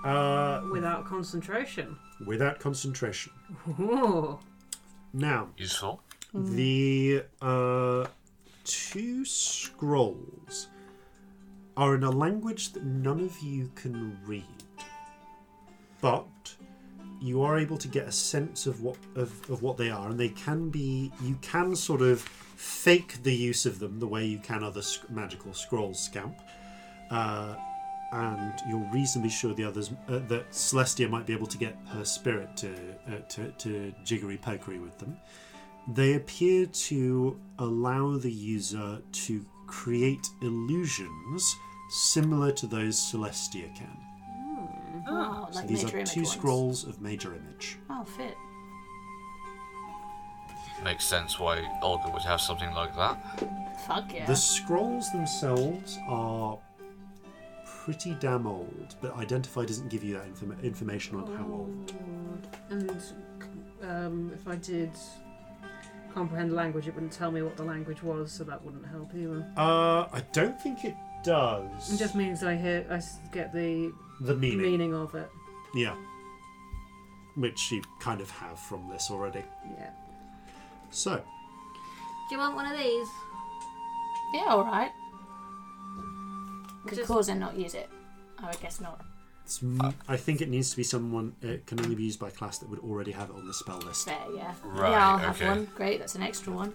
Speaker 1: Uh,
Speaker 4: Without concentration.
Speaker 1: without concentration.
Speaker 4: Ooh.
Speaker 1: Now,
Speaker 2: Useful.
Speaker 1: The uh, two scrolls are in a language that none of you can read, but you are able to get a sense of what of, of what they are, and they can be. You can sort of fake the use of them the way you can other sc- magical scrolls, scamp. Uh, and you're reasonably sure the others uh, that Celestia might be able to get her spirit to uh, to, to jiggery pokery with them they appear to allow the user to create illusions similar to those Celestia can.
Speaker 3: Wow,
Speaker 1: So
Speaker 3: Oh, like
Speaker 1: these
Speaker 3: major
Speaker 1: are
Speaker 3: image
Speaker 1: two
Speaker 3: ones.
Speaker 1: scrolls of major image.
Speaker 3: Oh, fit.
Speaker 2: Makes sense why Olga would have something like that.
Speaker 3: Fuck yeah.
Speaker 1: The scrolls themselves are pretty damn old, but identify doesn't give you that inform- information on how old.
Speaker 4: And um, if I did comprehend language, it wouldn't tell me what the language was, so that wouldn't help either.
Speaker 1: Uh, I don't think it does.
Speaker 4: It just means I hear, I s- get the
Speaker 1: the meaning.
Speaker 4: meaning of it.
Speaker 1: Yeah. Which you kind of have from this already.
Speaker 4: Yeah.
Speaker 1: So,
Speaker 6: Do you want one of these?
Speaker 3: yeah, alright. Could
Speaker 6: Just-
Speaker 3: cause and not use it. I would guess not.
Speaker 1: It's, m- I think it needs to be someone. It can only be used by class that would already have it on the spell list.
Speaker 3: Fair, yeah.
Speaker 2: Right,
Speaker 3: yeah, I'll have
Speaker 2: okay.
Speaker 3: one. Great, that's an extra one.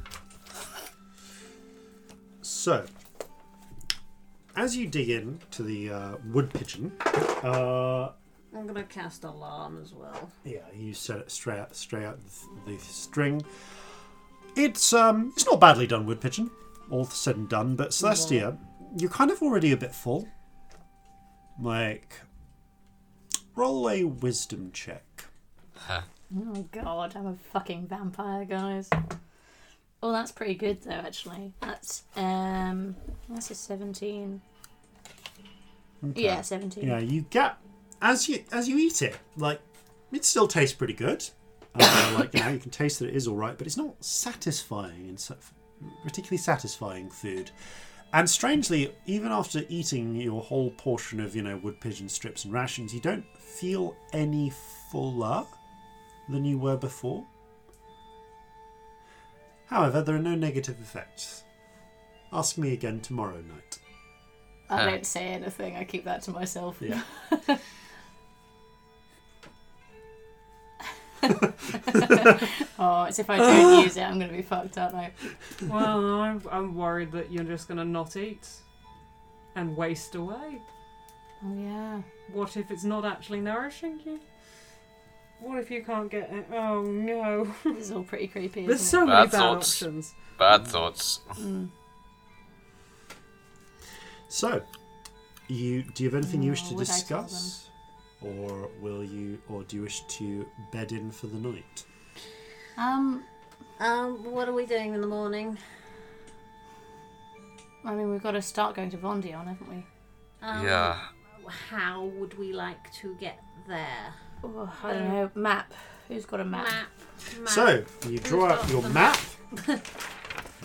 Speaker 1: So, as you dig in to the uh, wood pigeon, uh,
Speaker 6: I'm gonna cast alarm as well.
Speaker 1: yeah, you set it straight out, straight out the, the string. It's um, it's not badly done, wood pigeon. All said and done, but Celestia, you're kind of already a bit full. Like, roll a wisdom check.
Speaker 3: Oh god, I'm a fucking vampire, guys. Oh, that's pretty good though, actually. That's um, that's a seventeen. Yeah, seventeen.
Speaker 1: Yeah, you get as you as you eat it, like it still tastes pretty good. Uh, like you know, you can taste that it is all right, but it's not satisfying and so, particularly satisfying food. And strangely, even after eating your whole portion of you know wood pigeon strips and rations, you don't feel any fuller than you were before. However, there are no negative effects. Ask me again tomorrow night.
Speaker 3: I don't say anything. I keep that to myself.
Speaker 1: Yeah.
Speaker 3: Oh, it's if I don't use it, I'm gonna be fucked, aren't I?
Speaker 4: Well, I'm, I'm worried that you're just going to not eat and waste away.
Speaker 3: Oh yeah.
Speaker 4: What if it's not actually nourishing you? What if you can't get it? Oh no.
Speaker 3: This is all pretty creepy.
Speaker 4: There's
Speaker 3: Isn't
Speaker 4: so many
Speaker 2: Bad
Speaker 4: bad
Speaker 2: thoughts.
Speaker 4: options.
Speaker 2: Bad thoughts.
Speaker 1: So, you do you have anything you wish to
Speaker 3: Mm, Would I tell
Speaker 1: discuss, or will you, or do you wish to bed in for the night?
Speaker 3: it? Um,
Speaker 6: Um, what are we doing in the morning?
Speaker 3: I mean, we've got to start going to Vondion, haven't we?
Speaker 6: Um,
Speaker 2: Yeah.
Speaker 6: How would we like to get there?
Speaker 3: Oh, I don't know. Map. Who's got a map?
Speaker 6: Map. map.
Speaker 1: So you draw out
Speaker 6: got
Speaker 1: your
Speaker 6: the
Speaker 1: map. There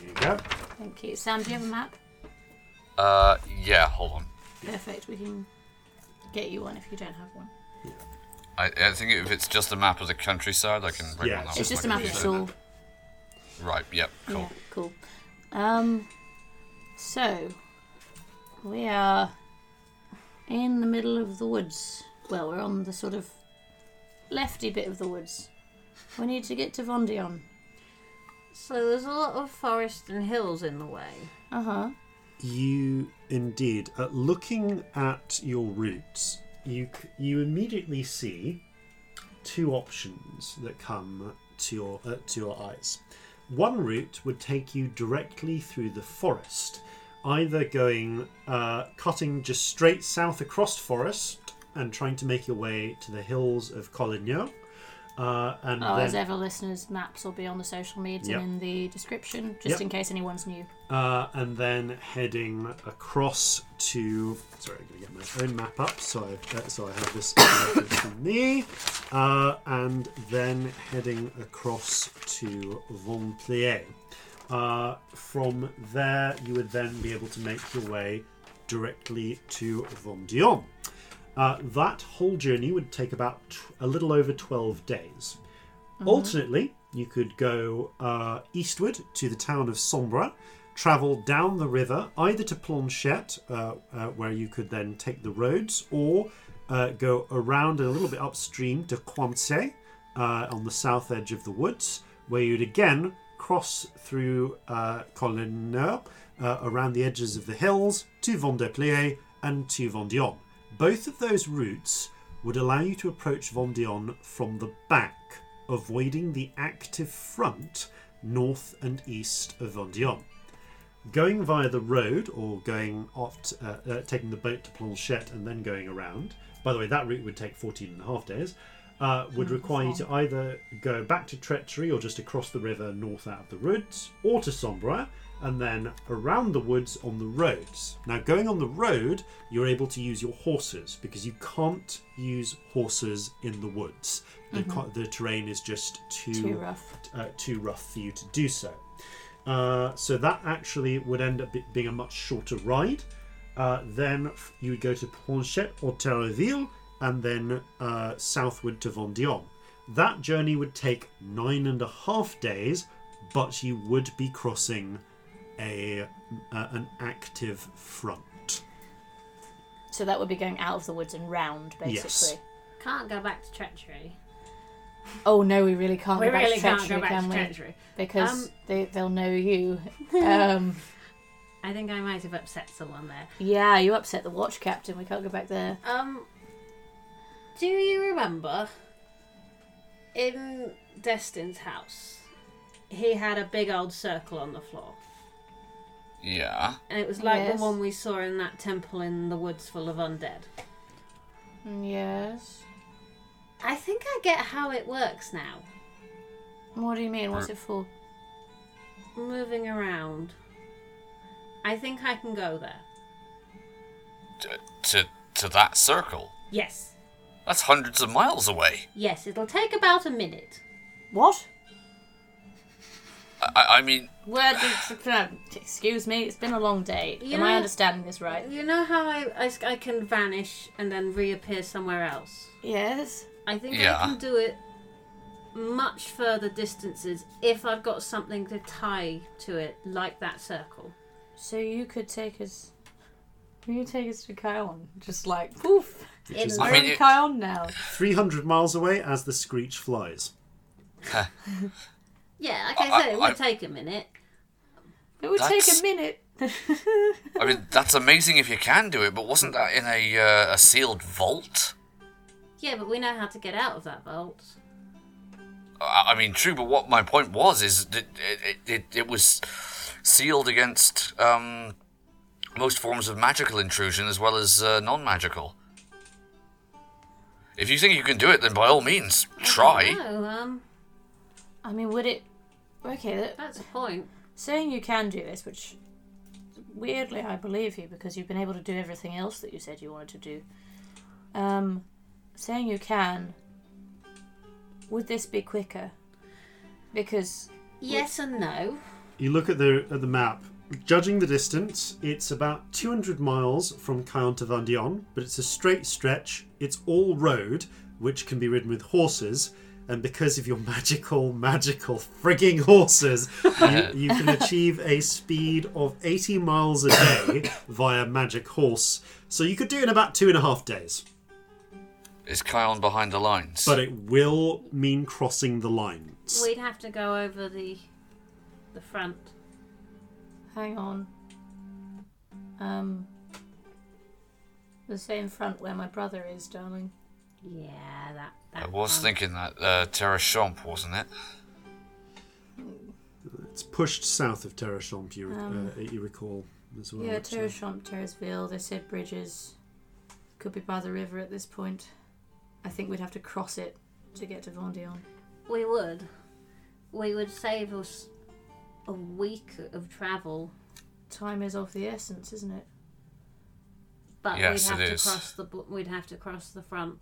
Speaker 1: you go.
Speaker 3: Thank you, Sam. Do you have a map?
Speaker 2: Uh, yeah, hold on.
Speaker 3: Perfect. We can get you one if you don't have one.
Speaker 2: I, I think if it's just a map of the countryside, I can bring
Speaker 1: Yeah,
Speaker 2: one
Speaker 1: it's
Speaker 2: up.
Speaker 3: It's
Speaker 2: on
Speaker 3: just a
Speaker 2: my
Speaker 3: map of
Speaker 2: computer.
Speaker 3: Saul.
Speaker 2: Right, yep, cool.
Speaker 3: Yeah, cool. Um, so we are in the middle of the woods. Well, we're on the sort of lefty bit of the woods. We need to get to Vondion.
Speaker 6: So there's a lot of forest and hills in the way.
Speaker 3: Uh
Speaker 6: Oh,
Speaker 3: huh.
Speaker 1: You indeed. Uh, looking at your routes, you c- you immediately see two options that come to your uh, to your eyes. One route would take you directly through the forest, either going uh, cutting just straight south across forest and trying to make your way to the hills of Collignon, uh, and
Speaker 3: Oh, as
Speaker 1: then
Speaker 3: ever, listeners, maps will be on the social media
Speaker 1: Yep.
Speaker 3: and in the description, just
Speaker 1: Yep.
Speaker 3: in case anyone's new.
Speaker 1: uh, and then heading across to. Sorry, I'm going to get my own map up, so I, uh, so I have this downloaded for me, uh, and then heading across to Vonplier. Uh, from there, you would then be able to make your way directly to Vendion. Uh, that whole journey would take about t- a little over 12 days. Alternately, you could go uh, eastward to the town of Sombra, travel down the river either to Planchette, uh, uh, where you could then take the roads, or uh, go around and a little bit upstream to Quanse uh, on the south edge of the woods, where you'd again cross through uh, Collineur, uh, around the edges of the hills, to Vendeplier and to Vendion. Both of those routes would allow you to approach Vendion from the back, avoiding the active front north and east of Vendion. Going via the road or going off, t- uh, uh, taking the boat to Planchette and then going around, by the way, that route would take 14 and a half days, uh,
Speaker 3: Oh,
Speaker 1: would require you to either go back to Treachery or just across the river north out of the woods or to Sombra and then around the woods on the roads. Now, going on the road, you're able to use your horses because you can't use horses in the woods. The, co- the terrain is just too,
Speaker 3: Mm-hmm. Too rough.
Speaker 1: uh, too rough for you to do so. Uh, so that actually would end up be- being a much shorter ride. Uh, then f- you would go to Planchette or Terreville and then uh, southward to Vendion. That journey would take nine and a half days, but you would be crossing a uh, an active front.
Speaker 3: So that would be going out of the woods and round, basically.
Speaker 1: Yes.
Speaker 6: Can't go back to treachery.
Speaker 3: Oh no, we really can't
Speaker 6: We
Speaker 3: go back
Speaker 6: really
Speaker 3: to
Speaker 6: can't
Speaker 3: treachery,
Speaker 6: go back
Speaker 3: can
Speaker 6: to
Speaker 3: we?
Speaker 6: treachery.
Speaker 3: Because
Speaker 6: Um,
Speaker 3: they they'll know you. Um,
Speaker 6: I think I might have upset someone there.
Speaker 3: yeah, you upset the watch captain. We can't go back there.
Speaker 6: Um, do you remember in Destin's house? He had a big old circle on the floor,
Speaker 2: Yeah.
Speaker 6: and it was like
Speaker 3: Yes.
Speaker 6: the one we saw in that temple in the woods full of undead.
Speaker 3: Mm, Yes.
Speaker 6: I think I get how it works now.
Speaker 3: What do you mean? What's it for?
Speaker 6: Moving around, I think I can go there.
Speaker 2: T- to to that circle.
Speaker 6: Yes,
Speaker 2: That's hundreds of miles away.
Speaker 6: yes, it'll take about a minute.
Speaker 3: What?
Speaker 2: I, I- I mean,
Speaker 3: Where did? Excuse me. It's been a long day.
Speaker 6: You
Speaker 3: Am I
Speaker 6: know-
Speaker 3: understanding this right?
Speaker 6: You know how I, I, I can vanish and then reappear somewhere else?
Speaker 3: Yes.
Speaker 6: I think
Speaker 2: Yeah.
Speaker 6: I can do it much further distances if I've got something to tie to it, like that circle.
Speaker 3: So you could take us. You could take us to Kion, just like poof.
Speaker 6: In
Speaker 1: is-
Speaker 2: I
Speaker 3: We're
Speaker 2: mean,
Speaker 3: in
Speaker 2: it-
Speaker 3: Kion now.
Speaker 1: 300 miles away as the screech flies.
Speaker 6: Yeah, like
Speaker 2: I-
Speaker 6: I said, it would
Speaker 2: I-
Speaker 6: take a minute.
Speaker 3: It would take
Speaker 2: That's-
Speaker 3: a minute.
Speaker 2: I mean that's amazing if you can do it. But wasn't that in a uh, a sealed vault?
Speaker 6: Yeah, but we know how to get out of that vault.
Speaker 2: I I mean, true, but what my point was is that it, it, it, it was sealed against um, most forms of magical intrusion as well as uh, non magical. If you think you can do it, then by all means, try.
Speaker 6: No, um,
Speaker 3: I mean, would it? Okay, that,
Speaker 6: that's a point.
Speaker 3: saying you can do this, which weirdly I believe you because you've been able to do everything else that you said you wanted to do. Um, saying you can, would this be quicker? Because
Speaker 6: Yes and no.
Speaker 1: You look at the at the map. Judging the distance, it's about 200 miles from Caen to Vendion, but it's a straight stretch. It's all road, which can be ridden with horses. And because of your magical, magical frigging horses, you, you can achieve a speed of 80 miles a day via magic horse. So you could do it in about two and a half days.
Speaker 2: Is Kion behind the lines?
Speaker 1: But it will mean crossing the lines.
Speaker 6: We'd have to go over the the front.
Speaker 3: Hang on. Um, the same front where my brother is, darling.
Speaker 6: Yeah, that. that
Speaker 2: I was thinking that uh, Terra Champ, wasn't it?
Speaker 1: It's pushed south of Terrachamp, you, uh, you recall as well.
Speaker 3: yeah,
Speaker 1: which, uh,
Speaker 3: Terrachamp, Terraceville. They said bridges could be by the river at this point. I think we'd have to cross it to get to Vendion.
Speaker 6: We would. We would save us a week of travel,
Speaker 3: Time is of the essence, isn't it?
Speaker 6: but
Speaker 2: Yes,
Speaker 6: we'd have
Speaker 2: it
Speaker 6: to
Speaker 2: is.
Speaker 6: cross the bu- we'd have to cross the front.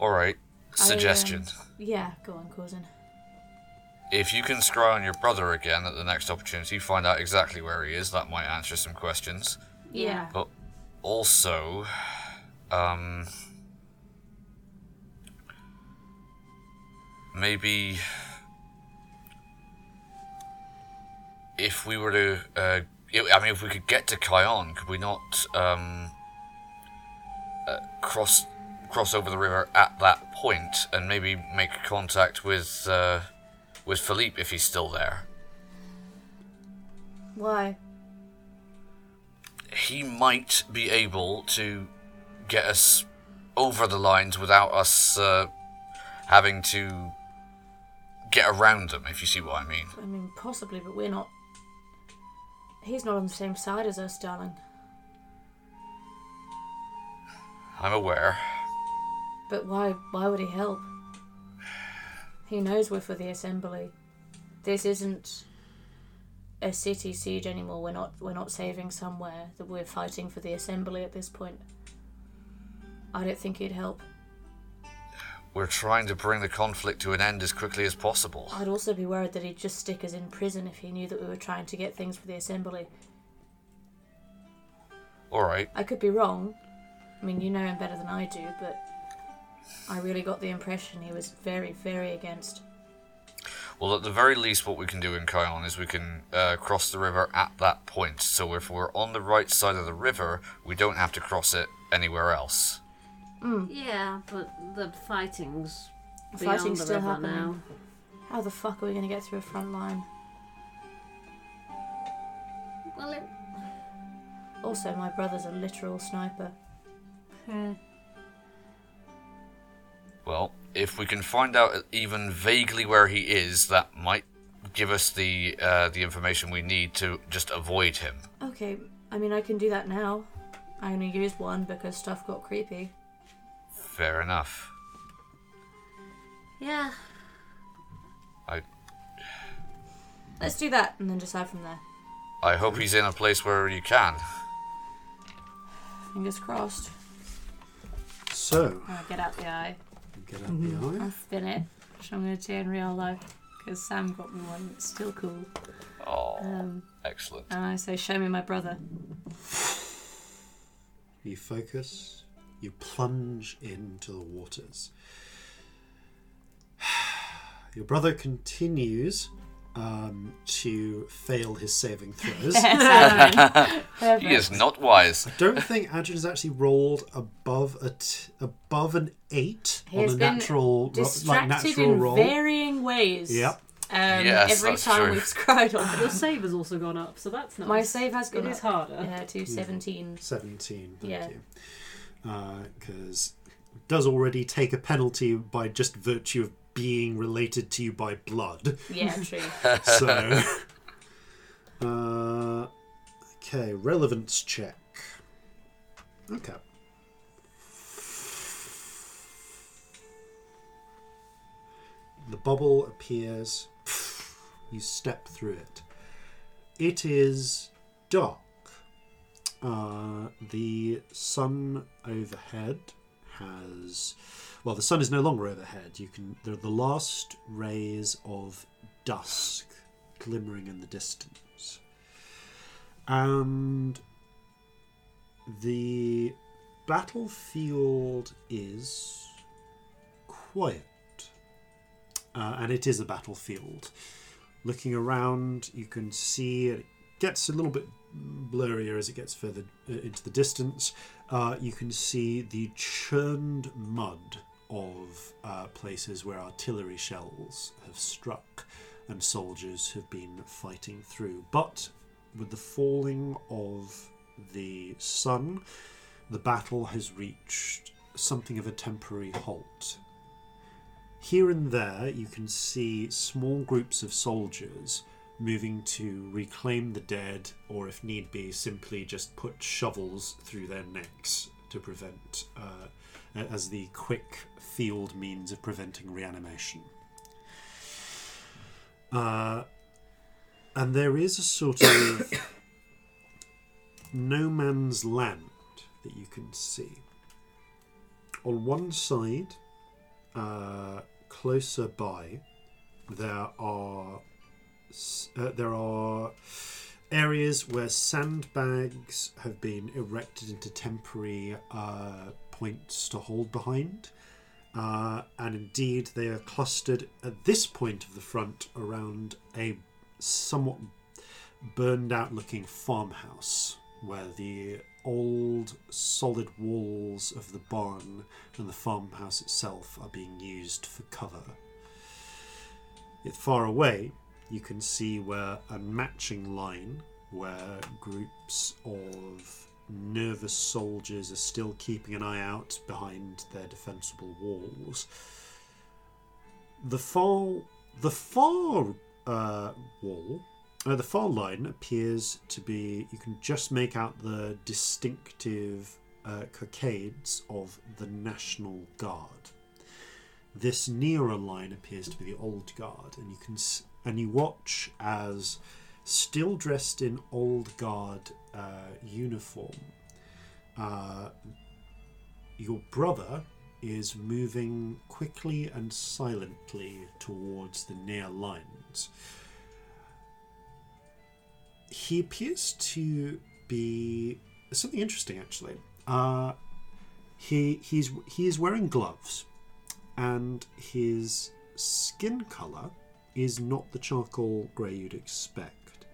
Speaker 2: All right. Suggestion:
Speaker 3: um, Yeah, go on, cousin.
Speaker 2: If you can scry on your brother again at the next opportunity, find out exactly where he is. That might answer some questions.
Speaker 3: Yeah.
Speaker 2: But also, um, maybe if we were to, uh, i- I mean, if we could get to Kion, could we not um, uh, cross cross over the river at that point and maybe make contact with uh, with Philippe if he's still there?
Speaker 3: Why?
Speaker 2: he might be able to get us over the lines without us uh, having to get around them, if you see what I mean.
Speaker 3: I mean, possibly, but we're not. He's not on the same side as us, darling.
Speaker 2: I'm aware.
Speaker 3: But why? Why would he help? He knows we're for the assembly. This isn't a city siege anymore. We're not. We're not saving somewhere. That we're fighting for the assembly at this point. I don't think he'd help.
Speaker 2: We're trying to bring the conflict to an end as quickly as possible.
Speaker 3: I'd also be worried that he'd just stick us in prison if he knew that we were trying to get things for the assembly.
Speaker 2: All right.
Speaker 3: I could be wrong. I mean, you know him better than I do, but I really got the impression he was very, very against.
Speaker 2: Well, at the very least, what we can do in Kion is we can uh, cross the river at that point. So if we're on the right side of the river, we don't have to cross it anywhere else.
Speaker 6: Yeah, but the fighting's
Speaker 3: Hmm. The
Speaker 6: beyond
Speaker 3: fighting's
Speaker 6: the
Speaker 3: still
Speaker 6: river
Speaker 3: happening.
Speaker 6: now.
Speaker 3: How the fuck are we going to get through a front line?
Speaker 6: Well, it,
Speaker 3: Also, my brother's a literal sniper.
Speaker 2: Well, if we can find out even vaguely where he is, that might give us the uh, the information we need to just avoid him.
Speaker 3: Okay, I mean, I can do that now. I only used one because stuff got creepy.
Speaker 2: Fair enough.
Speaker 6: yeah,
Speaker 2: I
Speaker 3: Let's do that and then decide from there.
Speaker 2: I hope he's in a place where you can.
Speaker 3: Fingers crossed.
Speaker 1: So,
Speaker 3: i Oh, get out the eye
Speaker 1: get out the eye.
Speaker 3: and spin it, which I'm going to do in real life because Sam got me one that's still cool.
Speaker 2: Oh,
Speaker 3: Um,
Speaker 2: excellent.
Speaker 3: and I say, Show me my brother.
Speaker 1: You focus, you plunge into the waters. Your brother continues um, to fail his saving throws.
Speaker 2: He is not wise.
Speaker 1: Don't think Adrian has actually rolled above a t- above an eight
Speaker 3: He
Speaker 1: on
Speaker 3: has
Speaker 1: a
Speaker 3: been
Speaker 1: natural ro- like
Speaker 3: distracted
Speaker 1: natural
Speaker 3: in
Speaker 1: roll.
Speaker 3: varying ways.
Speaker 1: Yep.
Speaker 3: Um,
Speaker 2: Yes,
Speaker 3: every
Speaker 2: that's
Speaker 3: time
Speaker 2: true.
Speaker 3: we've cried on
Speaker 4: Your
Speaker 3: it.
Speaker 4: save has also gone up, so that's nice.
Speaker 3: My save has gone
Speaker 4: It
Speaker 3: up
Speaker 4: is harder.
Speaker 3: uh, to 17.
Speaker 1: 17. Thank
Speaker 3: Yeah.
Speaker 1: you. Because does already take a penalty by just virtue of being related to you by blood.
Speaker 3: Yeah, true.
Speaker 1: So. uh, okay, relevance check. Okay. The bubble appears. You step through it. It is dark. Uh, the sun overhead has, well, the sun is no longer overhead. You can there are the last rays of dusk glimmering in the distance, and the battlefield is quiet, uh, and it is a battlefield. Looking around, you can see it gets a little bit blurrier as it gets further uh, into the distance. Uh, you can see the churned mud of uh, places where artillery shells have struck, and soldiers have been fighting through. But with the falling of the sun, the battle has reached something of a temporary halt. Here and there, you can see small groups of soldiers moving to reclaim the dead, or if need be, simply just put shovels through their necks to prevent, uh, as the quick field means of preventing reanimation. Uh, and there is a sort of no man's land that you can see. On one side, uh, closer by, there are s- uh, there are areas where sandbags have been erected into temporary uh, points to hold behind. Uh, and indeed, they are clustered at this point of the front around a somewhat burned out looking farmhouse where the old solid walls of the barn and the farmhouse itself are being used for cover. Yet far away, you can see where a matching line where groups of nervous soldiers are still keeping an eye out behind their defensible walls. The far, the far uh, wall, uh, the far line appears to be. You can just make out the distinctive uh, cockades of the National Guard this nearer line appears to be the old guard and you can s- and you watch as still dressed in old guard uh, uniform uh, your brother is moving quickly and silently towards the near lines he appears to be something interesting actually uh, he he's he is wearing gloves and his skin color is not the charcoal grey you'd expect.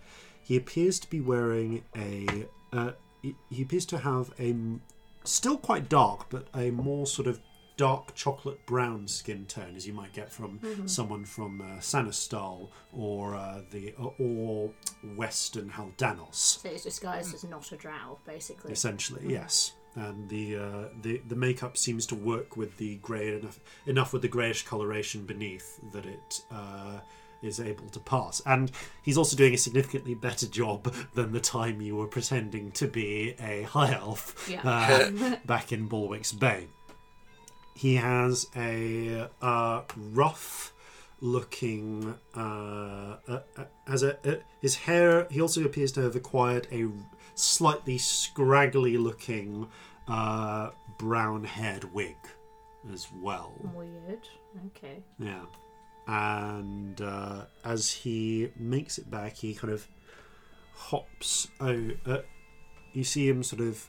Speaker 1: He appears to be wearing a. Uh, he he appears to have a m- still quite dark, but a more sort of dark chocolate brown skin tone, as you might get from someone from uh, Sanastal or uh, the or Western Haldanos
Speaker 3: So he's disguised as not a drow, basically.
Speaker 1: essentially yes and the, uh, the the makeup seems to work with the grey enough enough with the greyish coloration beneath that it uh, is able to pass and he's also doing a significantly better job than the time you were pretending to be a high elf
Speaker 3: Yeah.
Speaker 1: uh, back in Bulwick's Bay he has a uh, rough looking uh, uh, uh, has a uh, his hair he also appears to have acquired a slightly scraggly looking uh, brown haired wig as well
Speaker 3: Weird. Okay.
Speaker 1: yeah and uh, as he makes it back he kind of hops oh uh, you see him sort of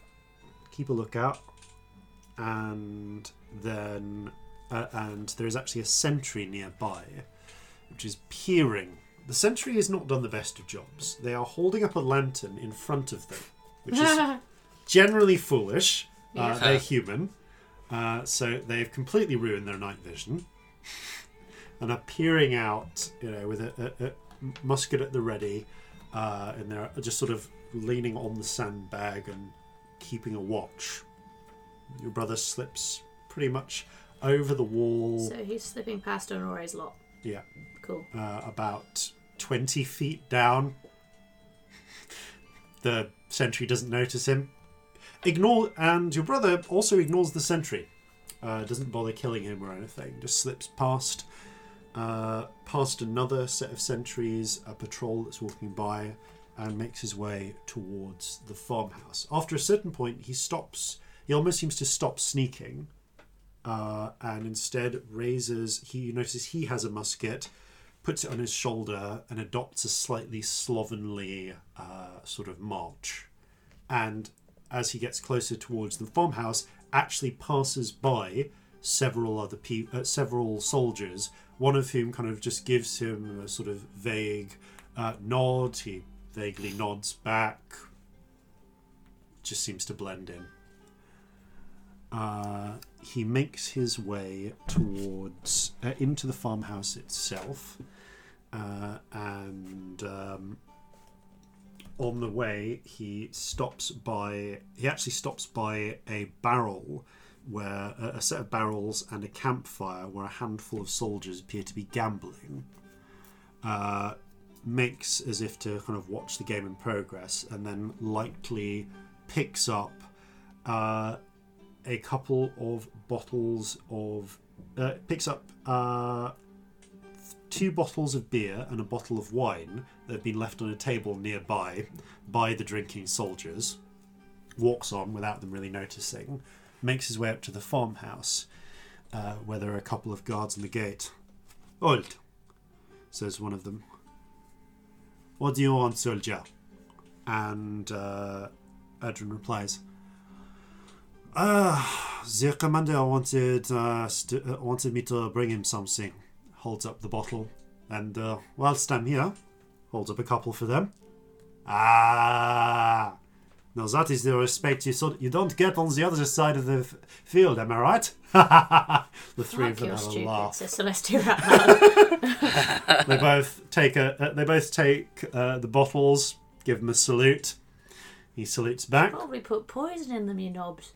Speaker 1: keep a lookout and then uh, and there is actually a sentry nearby which is peering the sentry has not done the best of jobs they are holding up a lantern in front of them which is generally foolish uh, they're human uh, so they've completely ruined their night vision and are peering out you know with a, a, a musket at the ready uh, and they're just sort of leaning on the sandbag and keeping a watch your brother slips pretty much over the wall.
Speaker 3: So he's slipping past Honore's lot.
Speaker 1: yeah,
Speaker 3: Cool.
Speaker 1: uh, about 20 feet down. the sentry doesn't notice him. Ignore and your brother also ignores the sentry. Uh, doesn't bother killing him or anything. Just slips past, uh, past another set of sentries, a patrol that's walking by, and makes his way towards the farmhouse. After a certain point, he stops. He almost seems to stop sneaking uh, and instead raises. He you notice he has a musket, puts it on his shoulder, and adopts a slightly slovenly uh, sort of march. And as he gets closer towards the farmhouse, actually passes by several other people, uh, several soldiers. One of whom kind of just gives him a sort of vague uh, nod. He vaguely nods back. Just seems to blend in uh, he makes his way towards uh, into the farmhouse itself, uh, um, on the way he stops by he actually stops by a barrel where a, a set of barrels and a campfire where a handful of soldiers appear to be gambling uh, makes as if to kind of watch the game in progress and then lightly picks up uh, a couple of bottles of uh, picks up uh, two bottles of beer and a bottle of wine that had been left on a table nearby by the drinking soldiers, walks on without them really noticing, makes his way up to the farmhouse uh, where there are a couple of guards on the gate. Old, says one of them. What do you want, soldier? And uh, Edrin replies, Ah, the commander wanted uh, st- uh, wanted me to bring him something holds up the bottle, and uh, whilst I'm here, holds up a couple for them. Ah, now that is the respect you so you don't get on the other side of the f- field, am I right? the three of
Speaker 3: Fuck,
Speaker 1: them
Speaker 3: you're
Speaker 1: have a
Speaker 3: stupid,
Speaker 1: laugh.
Speaker 3: says Celestia out loud.
Speaker 1: They both take a uh, they both take uh, the bottles, give him a salute. He salutes back,
Speaker 3: Probably put poison in them, you knobs.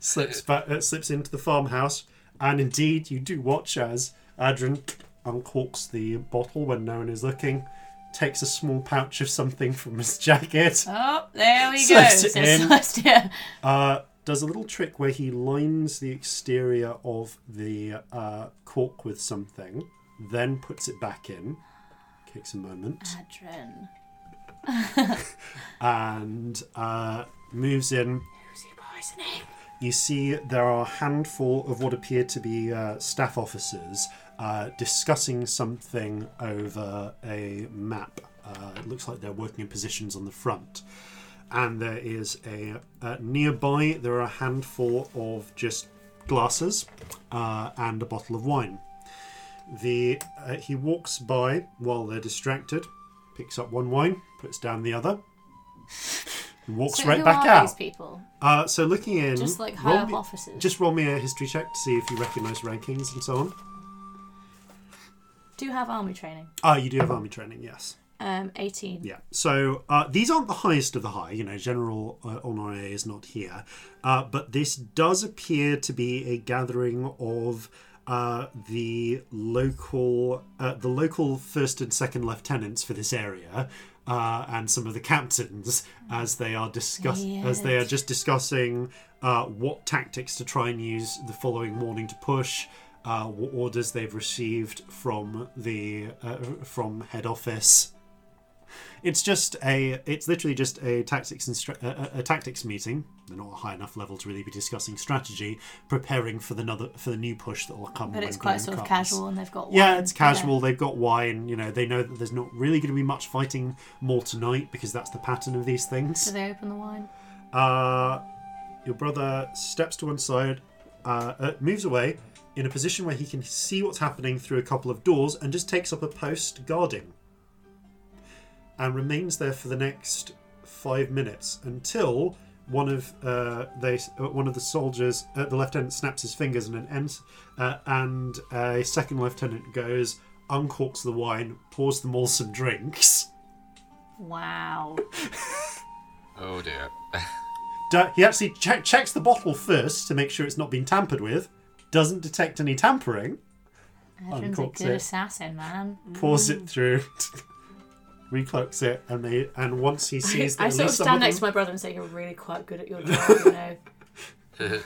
Speaker 1: slips back, uh, slips into the farmhouse, and indeed you do watch as Adrian uncorks the bottle when no one is looking, takes a small pouch of something from his jacket,
Speaker 3: Oh, there we go,
Speaker 1: Slice
Speaker 3: says
Speaker 1: it in.
Speaker 3: Celestia.
Speaker 1: uh, does a little trick where he lines the exterior of the uh, cork with something, then puts it back in. Takes a moment
Speaker 3: Adren.
Speaker 1: and uh, moves in.
Speaker 3: Who's he poisoning?
Speaker 1: you see there are a handful of what appear to be uh, staff officers uh, discussing something over a map. Uh, it looks like they're working in positions on the front. And there is a uh, nearby, there are a handful of just glasses uh, and a bottle of wine. The uh, He walks by while they're distracted, picks up one wine, puts down the other, and walks
Speaker 3: So
Speaker 1: right
Speaker 3: who
Speaker 1: back
Speaker 3: are
Speaker 1: out.
Speaker 3: these people?
Speaker 1: Uh, so looking in,
Speaker 3: Just like
Speaker 1: roll
Speaker 3: high up
Speaker 1: me-
Speaker 3: officers.
Speaker 1: Just roll me a history check to see if you recognise rankings and so on.
Speaker 3: Do have army training.
Speaker 1: Ah, you do have army training, yes.
Speaker 3: Um, 18.
Speaker 1: Yeah. So uh, these aren't the highest of the high. You know, General uh, Honore is not here, uh, but this does appear to be a gathering of uh, the local, uh, the local first and second lieutenants for this area. Uh, and some of the captains, as they are discuss, as they are just discussing uh, what tactics to try and use the following morning to push, uh, what orders they've received from the uh, from head office, it's just a. It's literally just a tactics and stra- a, a- a tactics meeting. They're not a high enough level to really be discussing strategy, preparing for the another for the new push that will come.
Speaker 3: But
Speaker 1: when
Speaker 3: it's quite
Speaker 1: Gloom
Speaker 3: sort of
Speaker 1: comes.
Speaker 3: casual and they've got
Speaker 1: Yeah,
Speaker 3: wine.
Speaker 1: it's casual. They've got wine. You know, they know that there's not really going to be much fighting more tonight because that's the pattern of these
Speaker 3: Do
Speaker 1: things.
Speaker 3: they open the wine?
Speaker 1: Uh, your brother steps to one side, uh, uh, moves away in a position where he can see what's happening through a couple of doors, and just takes up a post guarding, and remains there for the next five minutes until one of uh, they uh, one of the soldiers, uh, the lieutenant, snaps his fingers and an ent- uh, and a second lieutenant goes, uncorks the wine, pours them all some drinks.
Speaker 3: Wow.
Speaker 2: Oh dear.
Speaker 1: Do- he actually che- checks the bottle first to make sure it's not been tampered with, doesn't detect any tampering,
Speaker 3: Adren's a
Speaker 1: Uncorks
Speaker 3: good
Speaker 1: it.
Speaker 3: assassin, man.
Speaker 1: pours
Speaker 3: Mm.
Speaker 1: it through, recloaks it, and they, and once he
Speaker 3: I
Speaker 1: sees that at
Speaker 3: sort of
Speaker 1: least some
Speaker 3: stand
Speaker 1: of
Speaker 3: next to
Speaker 1: them-
Speaker 3: my brother and say, You're really quite good at your job, you know.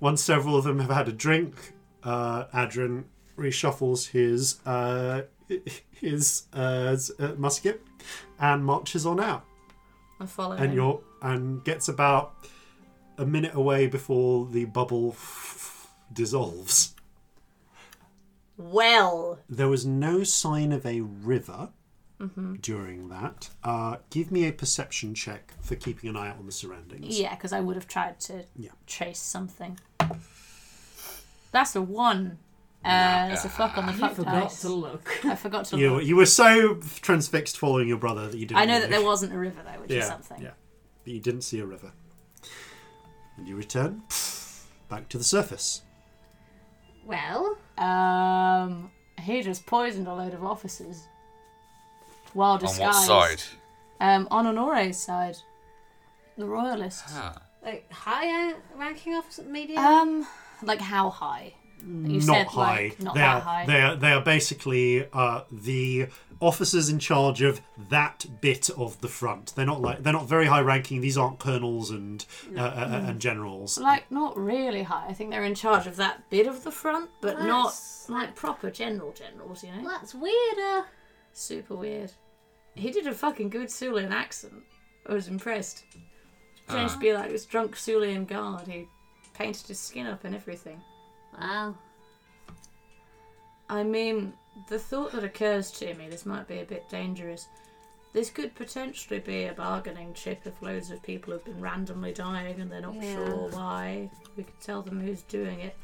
Speaker 1: once several of them have had a drink, uh, Adrian reshuffles his uh, his uh, s- uh, musket and marches on out.
Speaker 3: And follow
Speaker 1: and
Speaker 3: him.
Speaker 1: you're and gets about a minute away before the bubble dissolves.
Speaker 3: Well,
Speaker 1: There was no sign of a river during that. Uh, give me a perception check for keeping an eye out on the surroundings.
Speaker 3: yeah, because I would have tried to
Speaker 1: Yeah.
Speaker 3: trace something. That's a one. Uh, It's a fuck on the fuck
Speaker 4: Forgot
Speaker 3: dice.
Speaker 4: to look.
Speaker 3: I forgot to.
Speaker 1: You,
Speaker 3: look.
Speaker 1: you were so transfixed following your brother that you didn't.
Speaker 3: I know that
Speaker 1: really-
Speaker 3: there wasn't a river though, which
Speaker 1: yeah,
Speaker 3: is something.
Speaker 1: Yeah, but you didn't see a river. And you return back to the surface.
Speaker 6: Well,
Speaker 3: Um, he just poisoned a load of officers. while
Speaker 2: On
Speaker 3: disguised.
Speaker 2: what side?
Speaker 3: Um, on Honore's side, the royalists.
Speaker 2: Ah.
Speaker 6: Like higher ranking officer, medium.
Speaker 3: Um, like how high? You
Speaker 1: not
Speaker 3: said,
Speaker 1: high.
Speaker 3: like, not
Speaker 1: they
Speaker 3: that
Speaker 1: are,
Speaker 3: high.
Speaker 1: They are, they are basically uh, the officers in charge of that bit of the front. They're not like they're not very high ranking. These aren't colonels and uh, uh, uh, and generals.
Speaker 3: Like not really high. I think they're in charge of that bit of the front, but
Speaker 6: That's-
Speaker 3: not like proper general generals. You know,
Speaker 6: That's weirder.
Speaker 3: super weird. He did a fucking good Sulian accent. I was impressed. Trying to be like this drunk Sulian guard who painted his skin up and everything.
Speaker 6: Wow.
Speaker 3: I mean, the thought that occurs to me, this might be a bit dangerous. This could potentially be a bargaining chip if loads of people have been randomly dying and they're not
Speaker 6: Yeah.
Speaker 3: sure why. We could tell them who's doing it.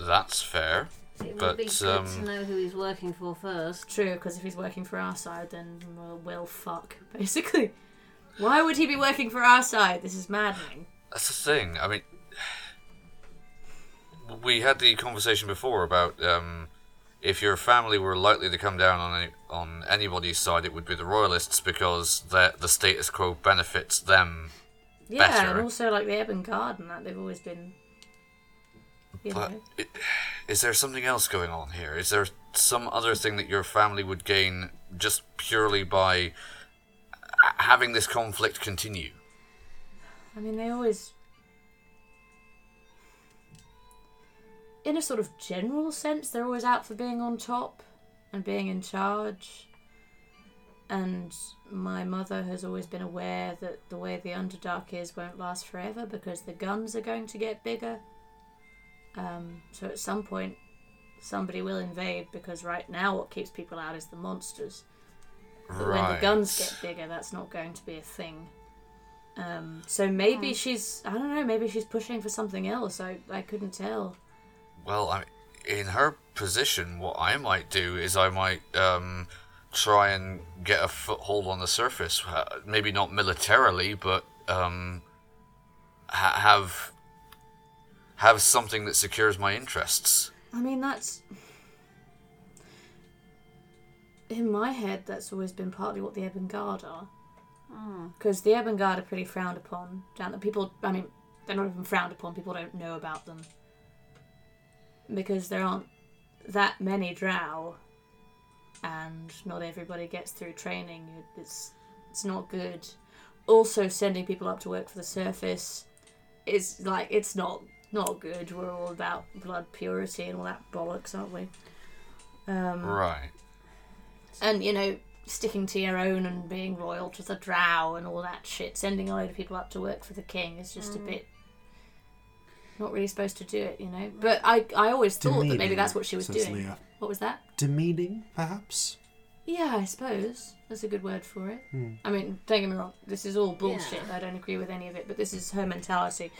Speaker 2: That's fair.
Speaker 6: It would
Speaker 2: But,
Speaker 6: be good
Speaker 2: um,
Speaker 6: to know who he's working for first.
Speaker 3: True, because if he's working for our side, then we'll, we'll fuck, basically. Why would he be working for our side? This is maddening.
Speaker 2: That's the thing. I mean, we had the conversation before about um, if your family were likely to come down on any, on anybody's side, it would be the royalists because the the status quo benefits them.
Speaker 3: Yeah,
Speaker 2: Better.
Speaker 3: and also like the Ebon Guard and that, they've always been. You
Speaker 2: But
Speaker 3: know.
Speaker 2: i is there something else going on here? Is there some other thing that your family would gain just purely by h- having this conflict continue?
Speaker 3: I mean, they always. In a sort of general sense, they're always out for being on top and being in charge. And my mother has always been aware that the way the Underdark is won't last forever because the guns are going to get bigger. Um, so at some point, somebody will invade because right now, what keeps people out is the monsters. But when the guns get bigger, that's not going to be a thing. Um, so maybe she's, I don't know, maybe she's pushing for something else. I, I couldn't tell.
Speaker 2: Well, I in her position, what I might do is I might um, try and get a foothold on the surface. Uh, Maybe not militarily, but um, ha- have have something that secures my interests.
Speaker 3: I mean, that's. In my head, that's always been partly what the Ebon Guard are. Because the Ebon Guard are pretty frowned upon. Down the people, I mean, they're not even frowned upon, people don't know about them. Because there aren't that many drow, and not everybody gets through training. It's, it's not good. Also, sending people up to work for the surface it's like it's not not good. We're all about blood purity and all that bollocks, aren't we? Um,
Speaker 2: Right.
Speaker 3: And you know, sticking to your own and being loyal to the Drow and all that shit. Sending a load of people up to work for the king is just a bit not really supposed to do it, you know. But I I always thought that maybe
Speaker 1: Demeaning,
Speaker 3: that's what she was
Speaker 1: says
Speaker 3: doing.
Speaker 1: Leah.
Speaker 3: What was that?
Speaker 1: Demeaning, perhaps.
Speaker 3: Yeah, I suppose that's a good word for it.
Speaker 1: Hmm.
Speaker 3: I mean, don't get me wrong. This is all bullshit. I don't agree with any of it, but this is her mentality.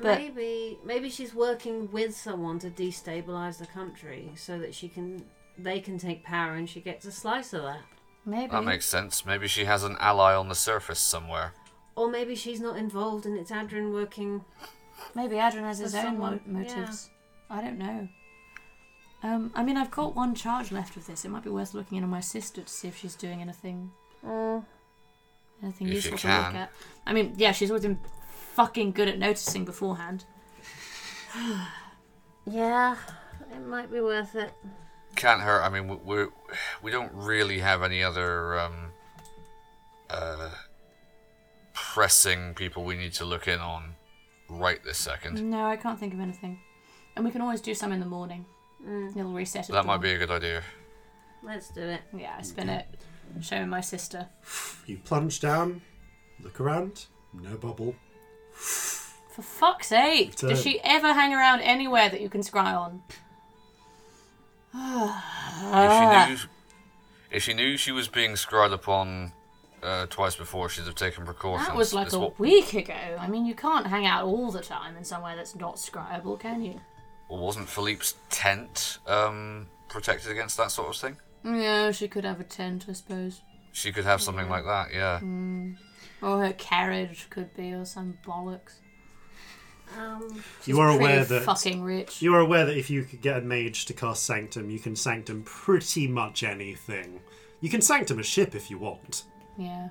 Speaker 3: But
Speaker 6: maybe maybe she's working with someone to destabilize the country so that she can they can take power and she gets a slice of that.
Speaker 3: maybe
Speaker 2: That makes sense. Maybe she has an ally on the surface somewhere.
Speaker 6: Or maybe she's not involved and it's Adrian working.
Speaker 3: Maybe Adrian has his
Speaker 6: For
Speaker 3: own mo-
Speaker 6: someone,
Speaker 3: motives. I don't know. Um, I mean, I've got one charge left of this. It might be worth looking in on my sister to see if she's doing anything, Mm, anything
Speaker 2: If you
Speaker 3: useful to
Speaker 2: can.
Speaker 3: look at. I mean, yeah, she's always been fucking good at noticing beforehand.
Speaker 6: Yeah, it might be worth it.
Speaker 2: Can't hurt. I mean, we we, we don't really have any other um, uh, pressing people we need to look in on right this second.
Speaker 3: No, I can't think of anything. And we can always do some in the morning.
Speaker 6: Mm.
Speaker 3: It'll reset. At
Speaker 2: That
Speaker 3: dawn.
Speaker 2: might be a good idea.
Speaker 6: Let's do it.
Speaker 3: Yeah, I spin it. Showing my sister.
Speaker 1: You plunge down, look around, no bubble.
Speaker 3: For fuck's sake!
Speaker 1: Don't.
Speaker 3: Does she ever hang around anywhere that you can scry on? Ah.
Speaker 2: If she knew, if she knew she was being scried upon uh, twice before, she'd have taken precautions.
Speaker 3: That was like
Speaker 2: It's
Speaker 3: a
Speaker 2: what,
Speaker 3: week ago. I mean, you can't hang out all the time in somewhere that's not scribable, can you?
Speaker 2: wasn't Philippe's tent um, protected against that sort of thing?
Speaker 3: Yeah, she could have a tent, I suppose.
Speaker 2: She could have something
Speaker 3: Hmm.
Speaker 2: like that. Yeah.
Speaker 3: Or her carriage could be, or some bollocks.
Speaker 6: Um,
Speaker 3: She's
Speaker 1: you are
Speaker 3: pretty
Speaker 1: aware that
Speaker 3: fucking rich.
Speaker 1: you are aware that if you could get a mage to cast Sanctum, you can Sanctum pretty much anything. You can Sanctum a ship if you want.
Speaker 3: Yeah.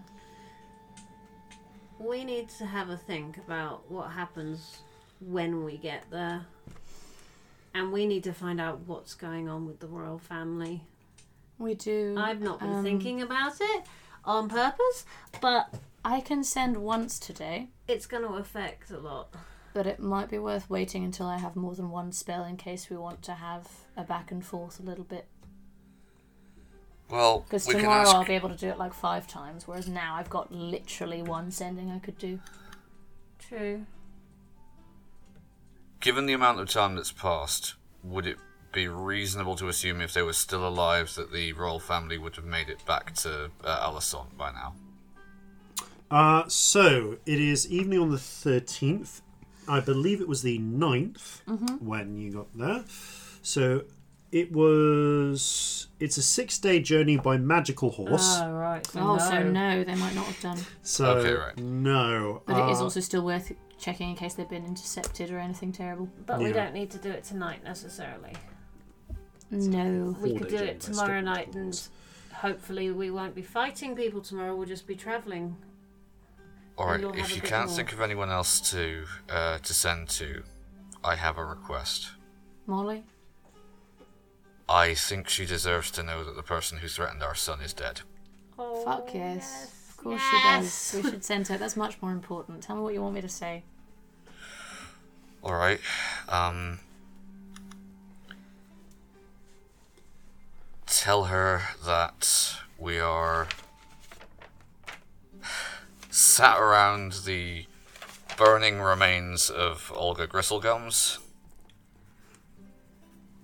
Speaker 6: we need to have a think about what happens when we get there. And we need to find out what's going on with the royal family.
Speaker 3: We do.
Speaker 6: I've not been
Speaker 3: um,
Speaker 6: thinking about it on purpose, but
Speaker 3: I can send once today,
Speaker 6: it's going to affect a lot.
Speaker 3: but it might be worth waiting until I have more than one spell in case we want to have a back and forth a little bit.
Speaker 2: Well,
Speaker 3: Because
Speaker 2: we can
Speaker 3: tomorrow
Speaker 2: ask.
Speaker 3: I'll be able to do it like five times, whereas now I've got literally one sending I could do.
Speaker 6: True.
Speaker 2: Given the amount of time that's passed, would it be reasonable to assume if they were still alive that the royal family would have made it back to uh, Alisson by now?
Speaker 1: Uh, so it is evening on the 13th. I believe it was the 9th
Speaker 3: Mm-hmm.
Speaker 1: when you got there. So it was. It's a six day journey by magical horse.
Speaker 4: Oh, right. So
Speaker 3: Oh,
Speaker 4: no.
Speaker 3: so no, they might not have done.
Speaker 1: so
Speaker 2: okay, right.
Speaker 1: no.
Speaker 3: But it is
Speaker 1: uh,
Speaker 3: also still worth checking in case they've been intercepted or anything terrible.
Speaker 6: But we
Speaker 1: Yeah.
Speaker 6: don't need to do it tonight necessarily.
Speaker 3: No.
Speaker 6: We
Speaker 1: Four
Speaker 6: could do
Speaker 1: days anyway,
Speaker 6: it tomorrow
Speaker 1: still
Speaker 6: night and
Speaker 1: tools.
Speaker 6: hopefully we won't be fighting people tomorrow. We'll just be travelling.
Speaker 2: All right.
Speaker 6: you'll have
Speaker 2: If
Speaker 6: a
Speaker 2: you
Speaker 6: bit
Speaker 2: can't
Speaker 6: more.
Speaker 2: think of anyone else to uh, to send to, I have a request.
Speaker 3: Molly?
Speaker 2: I think she deserves to know that the person who threatened our son is dead.
Speaker 6: Oh,
Speaker 3: Fuck yes. Of course she does. We should send her. That's much more important. Tell me what you want me to say.
Speaker 2: All right. Um, tell her that we are sat around the burning remains of Olga Gristlegums.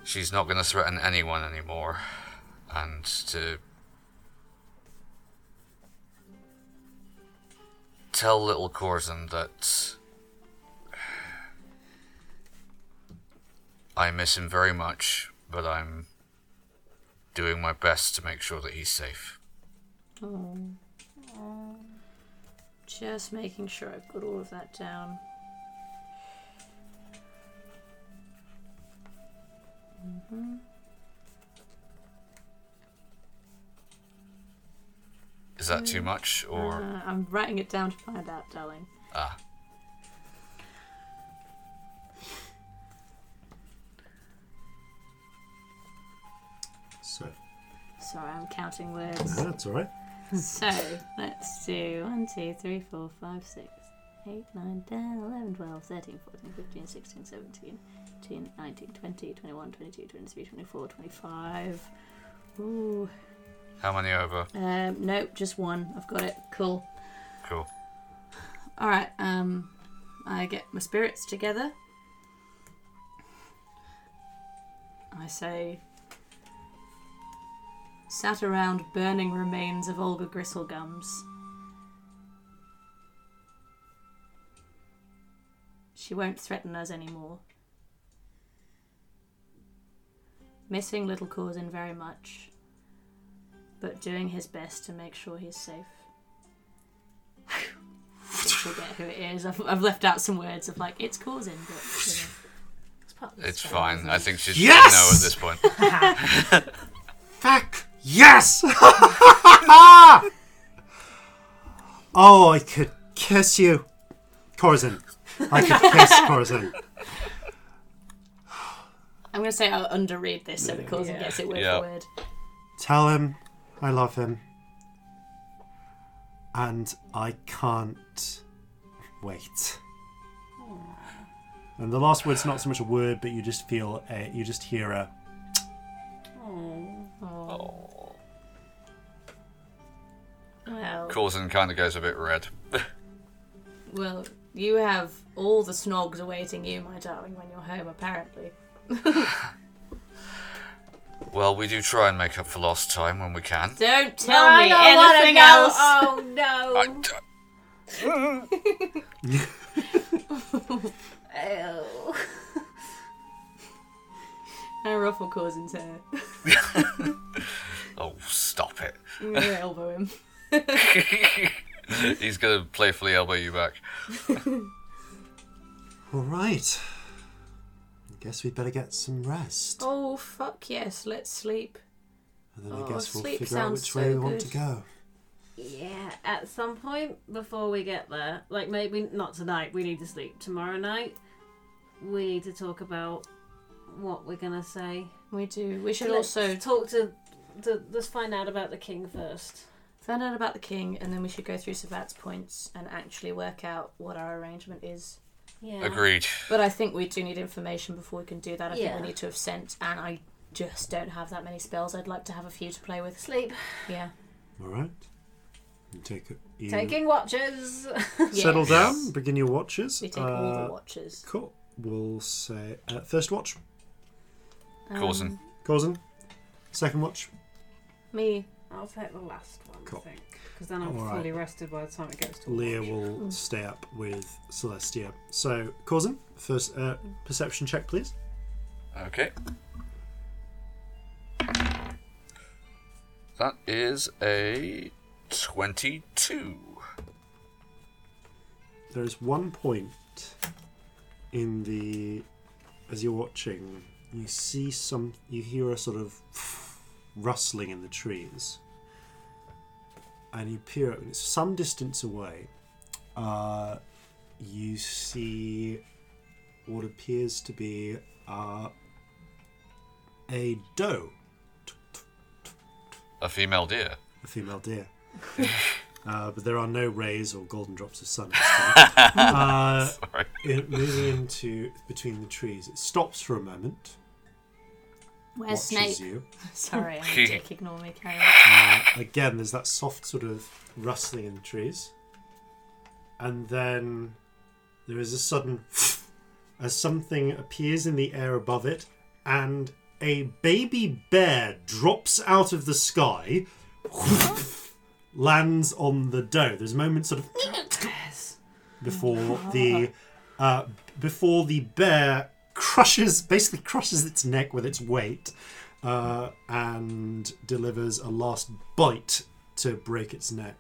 Speaker 2: She's not going to threaten anyone anymore, and to tell little Corzin that I miss him very much, but I'm doing my best to make sure that he's safe.
Speaker 3: Oh. Just making sure I've got all of that down.
Speaker 2: Is that too much, or
Speaker 3: Uh, I'm writing it down to find out, darling.
Speaker 2: ah?
Speaker 1: So
Speaker 3: Sorry, I'm counting words.
Speaker 1: that's all right.
Speaker 3: so, let's do 1, 2, 3, 4, 5, 6, 8, 9, 10, 11, 12, 13, 14, 15, 16, 17, 18, 19, 20, 21, 22, 23, 24, 25. Ooh.
Speaker 2: How many over?
Speaker 3: Um, nope, just one. I've got it. Cool.
Speaker 2: Cool.
Speaker 3: All right. Um, I get my spirits together. I say, sat around burning remains of Olga Gristlegums. She won't threaten us anymore. Missing little Corzin very much, but doing his best to make sure he's safe forget who it is. I've, I've left out some words of like it's causing, but you know.
Speaker 6: It's, part of the
Speaker 2: It's
Speaker 6: spell,
Speaker 2: fine.
Speaker 6: isn't
Speaker 2: I
Speaker 6: it?
Speaker 2: think she should
Speaker 1: Yes!
Speaker 2: know at this point.
Speaker 1: Fuck yes! oh, I could kiss you, Corzin. I could kiss Corzin.
Speaker 3: I'm gonna say I'll underread this so that causing gets it word
Speaker 2: Yeah.
Speaker 3: for word.
Speaker 1: Tell him I love him. And I can't wait. And the last word's not so much a word, but you just feel a, you just hear a.
Speaker 3: Well,
Speaker 2: Coulson kind of goes a bit red.
Speaker 3: well, you have all the snogs awaiting you, my darling, when you're home. Apparently,
Speaker 2: well, we do try and make up for lost time when we can.
Speaker 3: don't tell
Speaker 6: I
Speaker 3: me
Speaker 6: don't wanna
Speaker 3: anything else.
Speaker 6: know. Oh no.
Speaker 2: I d-
Speaker 6: Ew.
Speaker 3: I ruffle causing's hair.
Speaker 2: oh, stop it.
Speaker 3: I'm gonna elbow him.
Speaker 2: He's gonna playfully elbow you back.
Speaker 1: All right. I guess we'd better get some rest.
Speaker 3: Oh, fuck yes, let's sleep.
Speaker 1: and then
Speaker 3: oh,
Speaker 1: I guess we'll
Speaker 3: sleep
Speaker 1: figure out
Speaker 3: sounds
Speaker 1: which way
Speaker 3: so
Speaker 1: we want to
Speaker 3: good.
Speaker 1: go.
Speaker 6: Yeah, at some point before we get there, like maybe not tonight, we need to sleep. Tomorrow night, we need to talk about what we're gonna say.
Speaker 3: We do. We should
Speaker 6: Let's
Speaker 3: also
Speaker 6: talk to, to. Let's find out about the king first.
Speaker 3: find out about the king, and then we should go through Savat's points and actually work out what our arrangement is.
Speaker 6: Yeah.
Speaker 2: Agreed.
Speaker 3: But I think we do need information before we can do that. I think
Speaker 6: Yeah.
Speaker 3: we need to have sent, and I just don't have that many spells. I'd like to have a few to play with.
Speaker 6: Sleep.
Speaker 3: Yeah.
Speaker 1: All right. You take it.
Speaker 3: Mm.
Speaker 1: You
Speaker 6: Taking watches.
Speaker 1: settle
Speaker 3: Yes.
Speaker 1: down. Begin your watches.
Speaker 3: We take all
Speaker 1: Uh,
Speaker 3: the watches.
Speaker 1: Cool. We'll say uh, first watch,
Speaker 2: Causing.
Speaker 1: Corzin. Second watch,
Speaker 3: Me.
Speaker 6: I'll take the last one,
Speaker 1: Cool.
Speaker 6: I think, because then I'm
Speaker 1: All right.
Speaker 6: fully rested by the time it gets to
Speaker 1: Leah
Speaker 6: watch.
Speaker 3: Mm.
Speaker 1: will stay up with Celestia. So, Corzin, first uh, perception check, please.
Speaker 2: Okay. That is a 22.
Speaker 1: There is one point in the as you're watching, you see some, you hear a sort of rustling in the trees, and you peer out, and it's some distance away. Uh, you see what appears to be uh, a doe,
Speaker 2: A female deer.
Speaker 1: a female deer. Uh, but there are no rays or golden drops of sun. uh,
Speaker 2: Sorry.
Speaker 1: it moving into between the trees. It stops for a moment,
Speaker 3: Where's
Speaker 1: watches
Speaker 3: Snape?
Speaker 1: you.
Speaker 3: Sorry, I'm a dick. Ignore me. Carry on.
Speaker 1: Uh, again, there's that soft sort of rustling in the trees, and then there is a sudden as something appears in the air above it, and a baby bear drops out of the sky, lands on the doe. There's a moment sort of before the uh, before the bear crushes basically crushes its neck with its weight uh, and delivers a last bite to break its neck.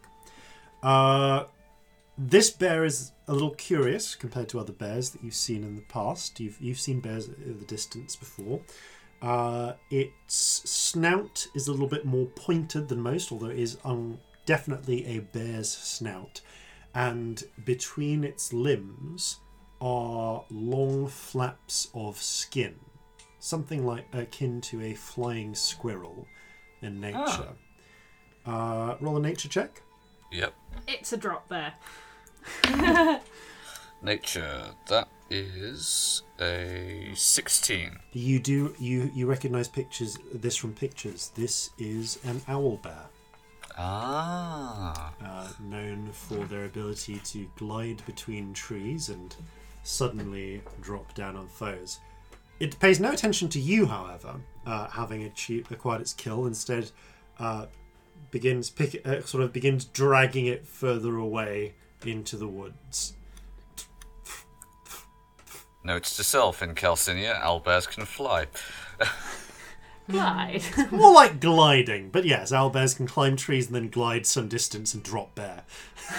Speaker 1: Uh, this bear is a little curious compared to other bears that you've seen in the past. You've you've seen bears at the distance before. Uh, its snout is a little bit more pointed than most, although it is um, definitely a bear's snout. And between its limbs are long flaps of skin, something like akin to a flying squirrel in nature. Uh, roll a nature check.
Speaker 2: Yep.
Speaker 6: It's a drop there.
Speaker 2: Nature. That is a 16.
Speaker 1: You do you you recognize pictures this from pictures. This is an owl bear,
Speaker 2: Ah.
Speaker 1: uh, known for their ability to glide between trees and suddenly drop down on foes. It pays no attention to you, however, uh, having achieved, acquired its kill. Instead, uh, begins pick, uh, sort of begins dragging it further away into the woods.
Speaker 2: Notes to self in Calcinia, owlbears can fly.
Speaker 3: Hmm. Glide.
Speaker 1: More like gliding, but yes, owl bears can climb trees and then glide some distance and drop bear.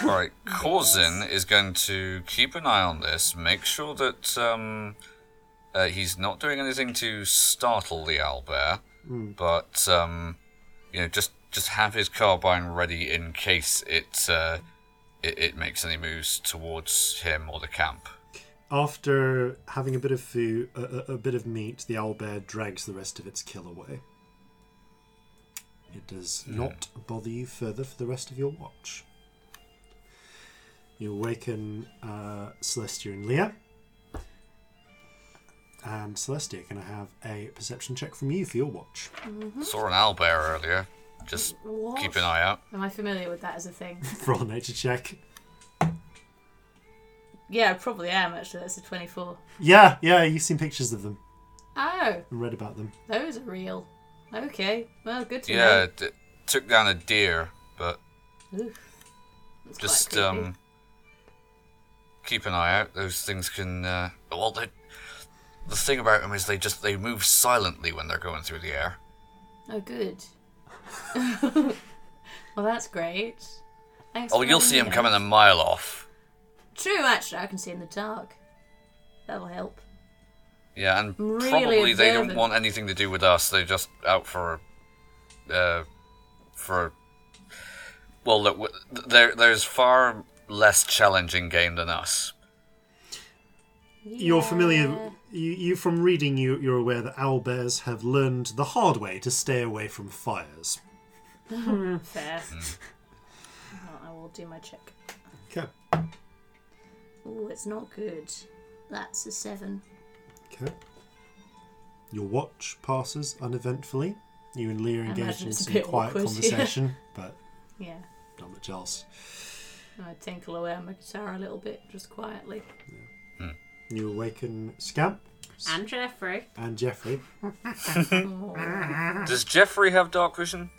Speaker 2: Right, Corzin is going to keep an eye on this, make sure that um, uh, he's not doing anything to startle the owlbear, but um, you know, just just have his carbine ready in case it, uh, it it makes any moves towards him or the camp.
Speaker 1: After having a bit of food, a, a, a bit of meat, the owl bear drags the rest of its kill away. It does not bother you further for the rest of your watch. You awaken uh, Celestia and Leah. And Celestia, can I have a perception check from you for your watch?
Speaker 2: Saw an owlbear earlier. Just
Speaker 3: What?
Speaker 2: keep an eye out.
Speaker 3: Am I familiar with that as a thing?
Speaker 1: Roll a nature check.
Speaker 3: Yeah, I probably am actually. That's a 24.
Speaker 1: Yeah, yeah, you've seen pictures of them
Speaker 3: Oh,
Speaker 1: and read about them.
Speaker 3: those are real. Okay. Well, good to
Speaker 2: Yeah, it, it took down a deer, but
Speaker 3: know. Oof. That's quite
Speaker 2: just
Speaker 3: creepy.
Speaker 2: um keep an eye out those things can uh, well they the thing about them is they just they move silently when they're going through the air
Speaker 3: Oh, good. well, that's great. Thanks
Speaker 2: oh
Speaker 3: for
Speaker 2: you'll
Speaker 3: letting
Speaker 2: see
Speaker 3: me
Speaker 2: them
Speaker 3: know.
Speaker 2: coming a mile off
Speaker 3: True, actually, I can see in the dark. That'll help.
Speaker 2: Yeah, and
Speaker 3: I'm really
Speaker 2: probably they don't
Speaker 3: observant.
Speaker 2: want anything to do with us. They're just out for, uh, for. Well, look, w- there there's far less challenging game than us.
Speaker 3: Yeah.
Speaker 1: You're familiar. You, you from reading, you you're aware that owl bears have learned the hard way to stay away from fires.
Speaker 3: Fair. Well, I will do my check.
Speaker 1: Okay.
Speaker 3: Oh, it's not good. That's a seven.
Speaker 1: Okay. Your watch passes uneventfully. You and Leah
Speaker 3: I
Speaker 1: engage
Speaker 3: imagine
Speaker 1: in
Speaker 3: it's a
Speaker 1: some
Speaker 3: bit
Speaker 1: quiet
Speaker 3: awkward, yeah.
Speaker 1: conversation, but
Speaker 3: Yeah.
Speaker 1: not much else.
Speaker 3: And I tinkle away on my guitar a little bit, just quietly.
Speaker 1: You awaken Scamp
Speaker 6: And Jeffrey.
Speaker 1: and Jeffrey.
Speaker 3: Oh,
Speaker 2: Does Jeffrey have dark vision?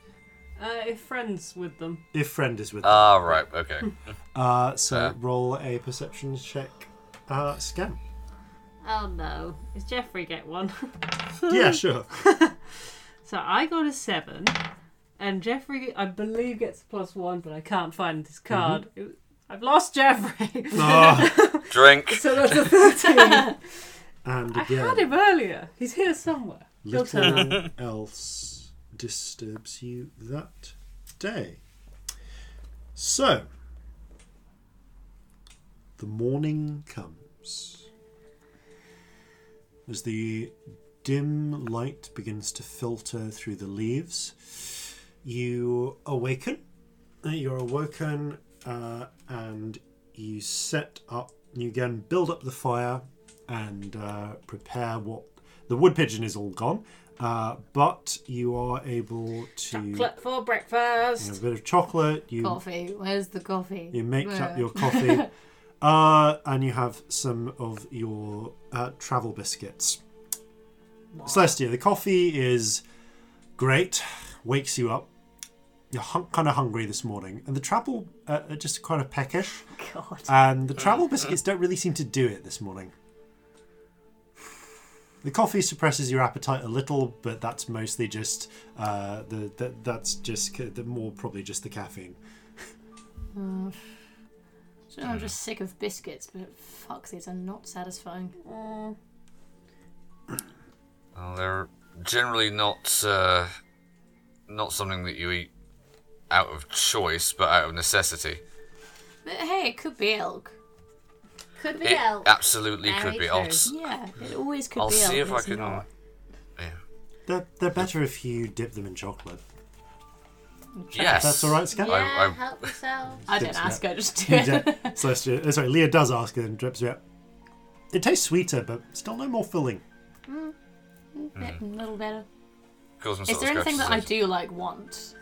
Speaker 4: Uh, if friends with them.
Speaker 1: If friend is with
Speaker 2: Ah, right. Okay.
Speaker 1: them. Uh, so
Speaker 2: fair.
Speaker 1: roll a perception check. Uh, Scamp.
Speaker 6: Oh no. Does Jeffrey get one?
Speaker 1: yeah, sure.
Speaker 6: so I got a seven, and Jeffrey, I believe, gets plus one, but I can't find this
Speaker 2: Mm-hmm.
Speaker 1: Mm-hmm.
Speaker 6: card. It- I've lost Jeffrey.
Speaker 1: Ah,
Speaker 2: Drink.
Speaker 6: so that's a 13.
Speaker 1: and
Speaker 6: I
Speaker 1: again.
Speaker 6: had him earlier. He's here somewhere. He'll turn up.
Speaker 1: Little else disturbs you that day. So, the morning comes. As the dim light begins to filter through the leaves, you awaken. uh, You're awoken uh, and you set up, you again build up the fire and uh, prepare what the wood pigeon is all gone, uh, but you are able to
Speaker 6: Chocolate for
Speaker 1: you know, a
Speaker 6: breakfast.
Speaker 1: bit of chocolate. You
Speaker 3: Coffee. Where's the coffee?
Speaker 1: you make up
Speaker 3: Where?
Speaker 1: your coffee, uh, and you have some of your uh, travel biscuits. Celestia, the coffee is great, wakes you up. You're hun- kind of hungry this morning, and the travel uh, are just kind of peckish.
Speaker 3: God.
Speaker 1: And the travel biscuits don't really seem to do it this morning. The coffee suppresses your appetite a little, but that's mostly just uh, the, the that's just ca- the more probably just the caffeine.
Speaker 3: So I'm just sick of biscuits, but fuck, these are not satisfying.
Speaker 6: Mm,
Speaker 2: Well, they're generally not uh, not something that you eat out of choice, but out of necessity.
Speaker 3: But hey, it could be elk.
Speaker 6: Could be
Speaker 2: It
Speaker 6: elk.
Speaker 2: absolutely could
Speaker 6: Very
Speaker 2: be. I'll,
Speaker 6: true.
Speaker 2: s-
Speaker 3: Yeah, it always could
Speaker 2: I'll
Speaker 3: be elk.
Speaker 2: see if
Speaker 3: but
Speaker 2: I
Speaker 3: it's
Speaker 2: can.
Speaker 3: not.
Speaker 2: Yeah.
Speaker 1: They're, they're better if you dip them in chocolate.
Speaker 2: Yes.
Speaker 1: That's all right, Scan.
Speaker 2: I-
Speaker 6: Yeah,
Speaker 2: I-
Speaker 6: help yourself.
Speaker 3: I don't
Speaker 1: Dips it
Speaker 3: ask, I just do
Speaker 1: You
Speaker 3: it.
Speaker 1: don't- Celestia, uh, sorry, Leah does ask and drips it. It tastes sweeter, but still no more filling.
Speaker 2: Mm.
Speaker 3: Bit- little better.
Speaker 2: Cause them
Speaker 3: Is
Speaker 2: sort of
Speaker 3: there anything that I
Speaker 2: scratches.
Speaker 3: do like want?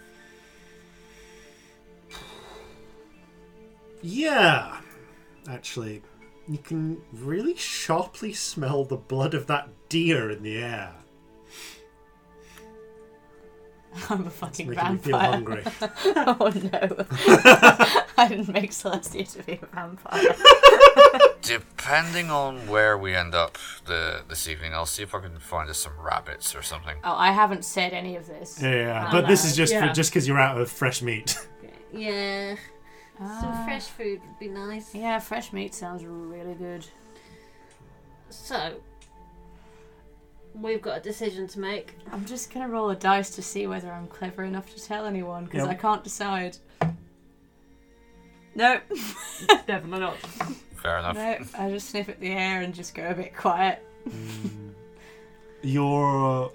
Speaker 1: Yeah, actually, you can really sharply smell the blood of that deer in the air.
Speaker 3: I'm a fucking
Speaker 1: Making me feel
Speaker 3: vampire.
Speaker 1: hungry.
Speaker 3: oh no. I didn't make Celestia to be a vampire.
Speaker 2: Depending on where we end up the this evening, I'll see if I can find us some rabbits or something.
Speaker 3: Oh, I haven't said any of this.
Speaker 1: Yeah,
Speaker 3: I
Speaker 1: but this
Speaker 3: know,
Speaker 1: is just for
Speaker 6: Oh, yeah.
Speaker 1: just because you're out of fresh meat.
Speaker 6: Yeah.
Speaker 3: Ah.
Speaker 6: Some fresh food would be nice.
Speaker 3: Yeah, fresh meat sounds really good.
Speaker 6: So, we've got a decision to make.
Speaker 3: I'm just gonna roll a dice to see whether I'm clever enough to tell anyone because
Speaker 1: Yep.
Speaker 3: I can't decide. No,
Speaker 6: Definitely not.
Speaker 2: Fair enough.
Speaker 3: no, I just sniff at the air and just go a bit quiet.
Speaker 1: You're,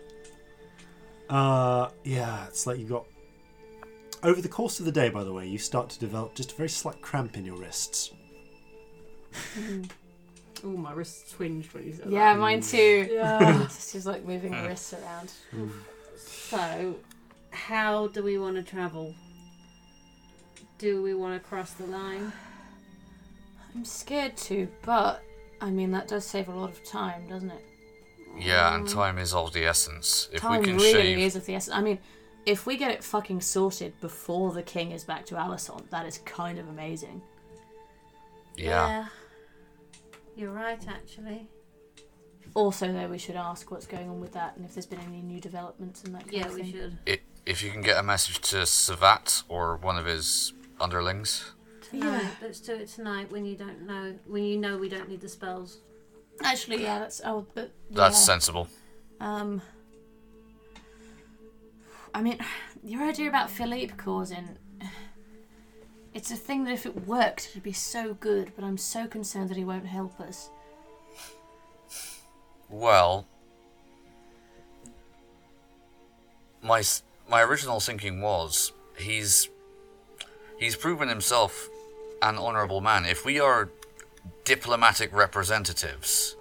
Speaker 1: uh, yeah, it's like you got. Over the course of the day, by the way, you start to develop just a very slight cramp in your wrists.
Speaker 4: Oh, my wrists twinged when you said
Speaker 3: Yeah, mine too.
Speaker 4: Yeah.
Speaker 3: She's like moving her wrists around.
Speaker 6: So, how do we want to travel? Do we want to cross the line?
Speaker 3: I'm scared to, but I mean that does save a lot of time, doesn't it?
Speaker 2: Yeah, and time is of the essence. If
Speaker 3: time
Speaker 2: we can
Speaker 3: really
Speaker 2: shave,
Speaker 3: is of the essence. I mean, if we get it fucking sorted before the king is back to Alison, that is kind of amazing.
Speaker 2: yeah.
Speaker 6: You're right, actually.
Speaker 3: Also, though, we should ask what's going on with that and if there's been any new developments in that. Kind
Speaker 6: Yeah,
Speaker 3: of
Speaker 6: we
Speaker 3: thing.
Speaker 6: should.
Speaker 2: It, if you can get a message to Savat or one of his underlings,
Speaker 6: Tonight. Let's do it tonight when you don't know. When you know we don't need the spells.
Speaker 3: Actually, yeah, that's oh, but
Speaker 2: That's
Speaker 3: yeah.
Speaker 2: sensible.
Speaker 3: um. I mean, your idea about Philippe causing. It's a thing that if it worked, it'd be so good, but I'm so concerned that he won't help us.
Speaker 2: Well, my s- my original thinking was he's he's proven himself an honourable man. If we are diplomatic representatives,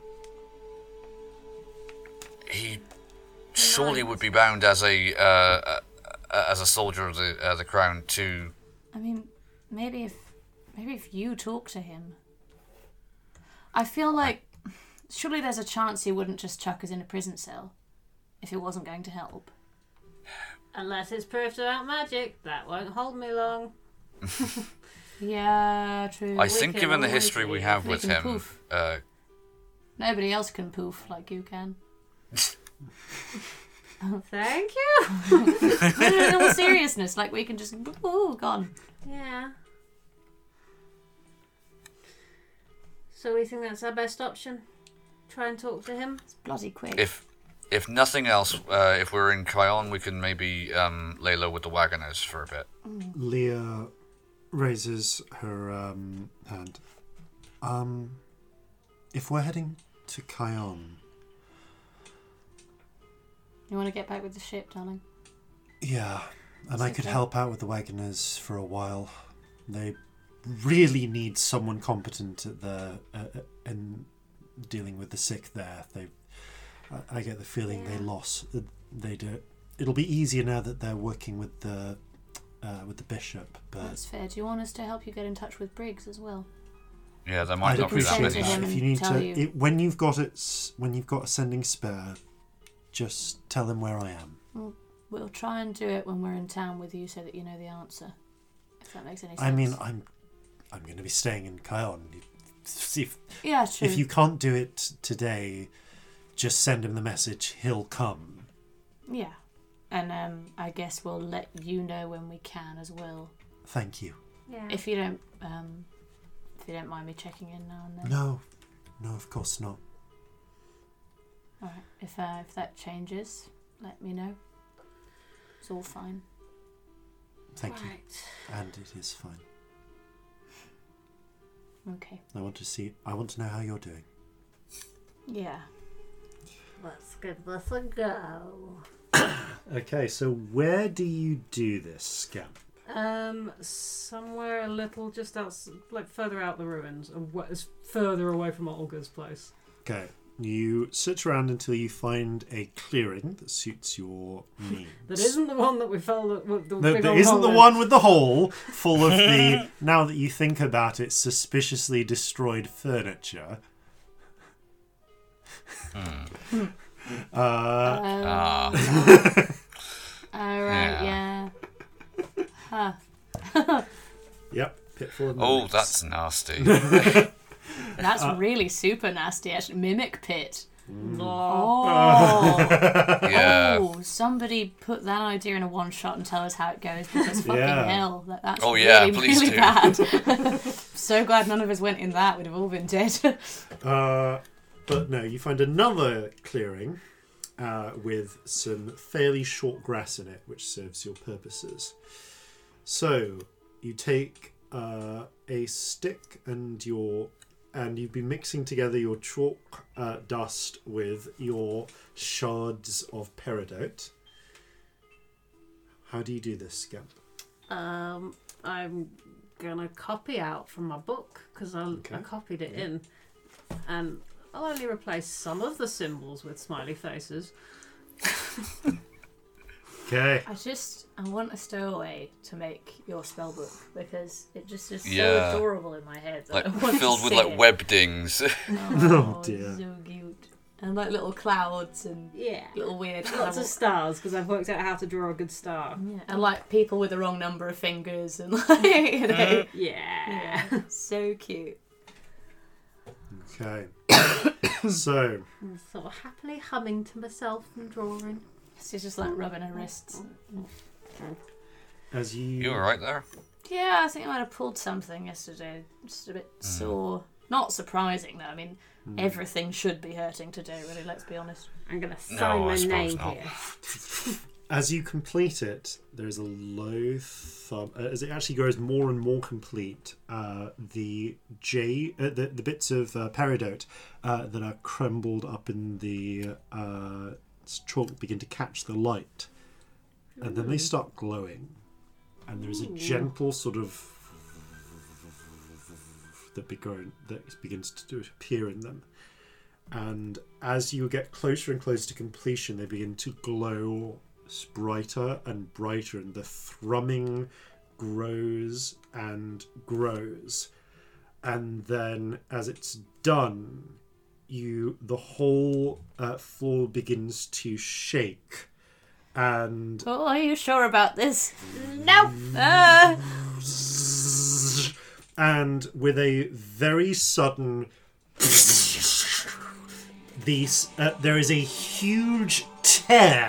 Speaker 2: he surely would be bound as a uh, uh, uh, as a soldier of the uh, the crown to.
Speaker 3: I mean, maybe if maybe if you talk to him. I feel like surely there's a chance he wouldn't just chuck us in a prison cell if it wasn't going to help.
Speaker 6: Unless it's proof about magic, that won't hold me long.
Speaker 3: Yeah, true.
Speaker 2: I think,
Speaker 6: can
Speaker 2: given the
Speaker 6: always
Speaker 2: history we
Speaker 6: be-
Speaker 2: have
Speaker 3: we
Speaker 2: with
Speaker 3: can
Speaker 2: him,
Speaker 3: poof.
Speaker 2: uh,
Speaker 3: Nobody else can poof like you can.
Speaker 6: Thank you.
Speaker 3: No, no, in all seriousness, like we can just ooh gone.
Speaker 6: Yeah. So we think that's our best option. Try and talk to him.
Speaker 3: It's bloody quick.
Speaker 2: if if nothing else, uh, if we're in Kion, we can maybe um, lay low with the wagoners for a bit.
Speaker 1: Leah raises her um, hand. Um, if we're heading to Kion,
Speaker 3: you want to get back with the ship, darling?
Speaker 1: yeah, and I could
Speaker 3: okay.
Speaker 1: help out with the Wagoners for a while. They really need someone competent at the uh, uh, in dealing with the sick there. They, I, I get the feeling they lost. uh, They do. It'll be easier now that they're working with the uh, with the bishop, but
Speaker 3: That's fair. Do you want us to help you get in touch with Briggs as well?
Speaker 2: Yeah, there might
Speaker 1: I'd
Speaker 2: not be that
Speaker 1: appreciate
Speaker 2: many.
Speaker 3: to him
Speaker 1: that. If you
Speaker 3: and
Speaker 1: need
Speaker 3: tell
Speaker 1: to,
Speaker 3: you.
Speaker 1: It, when you've got it, s- when you've got a sending spare, just tell him where I am.
Speaker 3: We'll try and do it when we're in town with you, so that you know the answer. If that makes any sense.
Speaker 1: I mean, I'm, I'm going to be staying in Kion. If, if,
Speaker 3: yeah, true.
Speaker 1: if you can't do it today, just send him the message. He'll come.
Speaker 3: Yeah. And um, I guess we'll let you know when we can as well.
Speaker 1: Thank you.
Speaker 6: Yeah.
Speaker 3: If you don't, um, if you don't mind me checking in now and then.
Speaker 1: No, no, of course not.
Speaker 3: All right. If uh, if that changes, let me know. It's all fine.
Speaker 1: Thank you.
Speaker 6: right.
Speaker 1: And it is fine.
Speaker 3: Okay.
Speaker 1: I want to see. I want to know how you're doing.
Speaker 3: Yeah.
Speaker 6: Let's give this a go.
Speaker 1: Okay, so where do you do this, Scamp?
Speaker 4: Um, somewhere a little just outside, like further out the ruins, aw- as further away from Olga's place.
Speaker 1: Okay. You search around until you find a clearing that suits your needs.
Speaker 4: That isn't the one that we fell. The, the
Speaker 1: No,
Speaker 4: big
Speaker 1: that
Speaker 4: old
Speaker 1: isn't
Speaker 4: hole
Speaker 1: the
Speaker 4: in.
Speaker 1: one with the hole full of the, now that you think about it, suspiciously destroyed furniture. uh,
Speaker 3: Uh,
Speaker 2: Ah,
Speaker 3: all right.
Speaker 2: yeah.
Speaker 3: Yeah. Huh.
Speaker 1: yep, pitfall of
Speaker 2: oh,
Speaker 1: memories.
Speaker 2: that's nasty.
Speaker 3: That's
Speaker 2: Uh,
Speaker 3: really super nasty. Actually, mimic pit.
Speaker 2: Mm.
Speaker 4: No.
Speaker 3: Oh.
Speaker 2: Yeah.
Speaker 3: oh, somebody put that idea in a one shot and tell us how it goes because fucking
Speaker 1: Yeah.
Speaker 3: hell, that, that's
Speaker 2: Oh, yeah,
Speaker 3: really,
Speaker 2: please
Speaker 3: really
Speaker 2: do.
Speaker 3: bad. so glad none of us went in that. We'd have all been dead.
Speaker 1: Uh, but no, you find another clearing uh, with some fairly short grass in it, which serves your purposes. So you take uh, a stick and your and you've been mixing together your chalk uh, dust with your shards of peridot. How do you do this, Scamp?
Speaker 6: Um, I'm gonna copy out from my book because I, I
Speaker 1: Okay.
Speaker 6: copied it in, and I'll only replace some of the symbols with smiley faces.
Speaker 1: Okay.
Speaker 3: I just I want a stowaway to make your spell book because it just is so
Speaker 2: Yeah.
Speaker 3: adorable in my head. That
Speaker 2: Like
Speaker 3: I want
Speaker 2: filled
Speaker 3: to
Speaker 2: with
Speaker 3: see
Speaker 2: like
Speaker 3: it.
Speaker 2: web dings.
Speaker 3: Oh,
Speaker 1: Oh, dear.
Speaker 3: So cute. And like little clouds and
Speaker 6: Yeah.
Speaker 3: little weird
Speaker 6: Lots of
Speaker 3: animals.
Speaker 6: stars because I've worked out how to draw a good star.
Speaker 3: Yeah, and like people with the wrong number of fingers and like you know.
Speaker 6: Yeah.
Speaker 3: Yeah, so cute.
Speaker 1: Okay. so.
Speaker 6: Sort of happily humming to myself and drawing.
Speaker 3: She's just like rubbing her wrists.
Speaker 1: As you,
Speaker 2: You were right there. Mm.
Speaker 3: Yeah, I think I might have pulled something yesterday. Just a bit sore. Not surprising though. I mean,
Speaker 2: Hmm.
Speaker 3: everything should be hurting today, really. Let's be honest.
Speaker 6: I'm gonna sign
Speaker 2: I
Speaker 6: my
Speaker 2: suppose
Speaker 6: name
Speaker 2: not.
Speaker 6: here.
Speaker 1: As you complete it, there is a low thump. uh, As it actually grows more and more complete, uh, the J, uh, the, the bits of uh, peridote uh, that are crumbled up in the uh, chalk begin to catch the light, and then they start glowing. And there is a gentle sort of that begin that begins to do- appear in them and as you get closer and closer to completion, they begin to glow s- brighter and brighter, and the thrumming grows and grows. And then, as it's done, you the whole uh, floor begins to shake, and
Speaker 3: Oh, are you sure about this?
Speaker 6: No.
Speaker 3: Ah!
Speaker 1: and with a very sudden these uh, there is a huge tear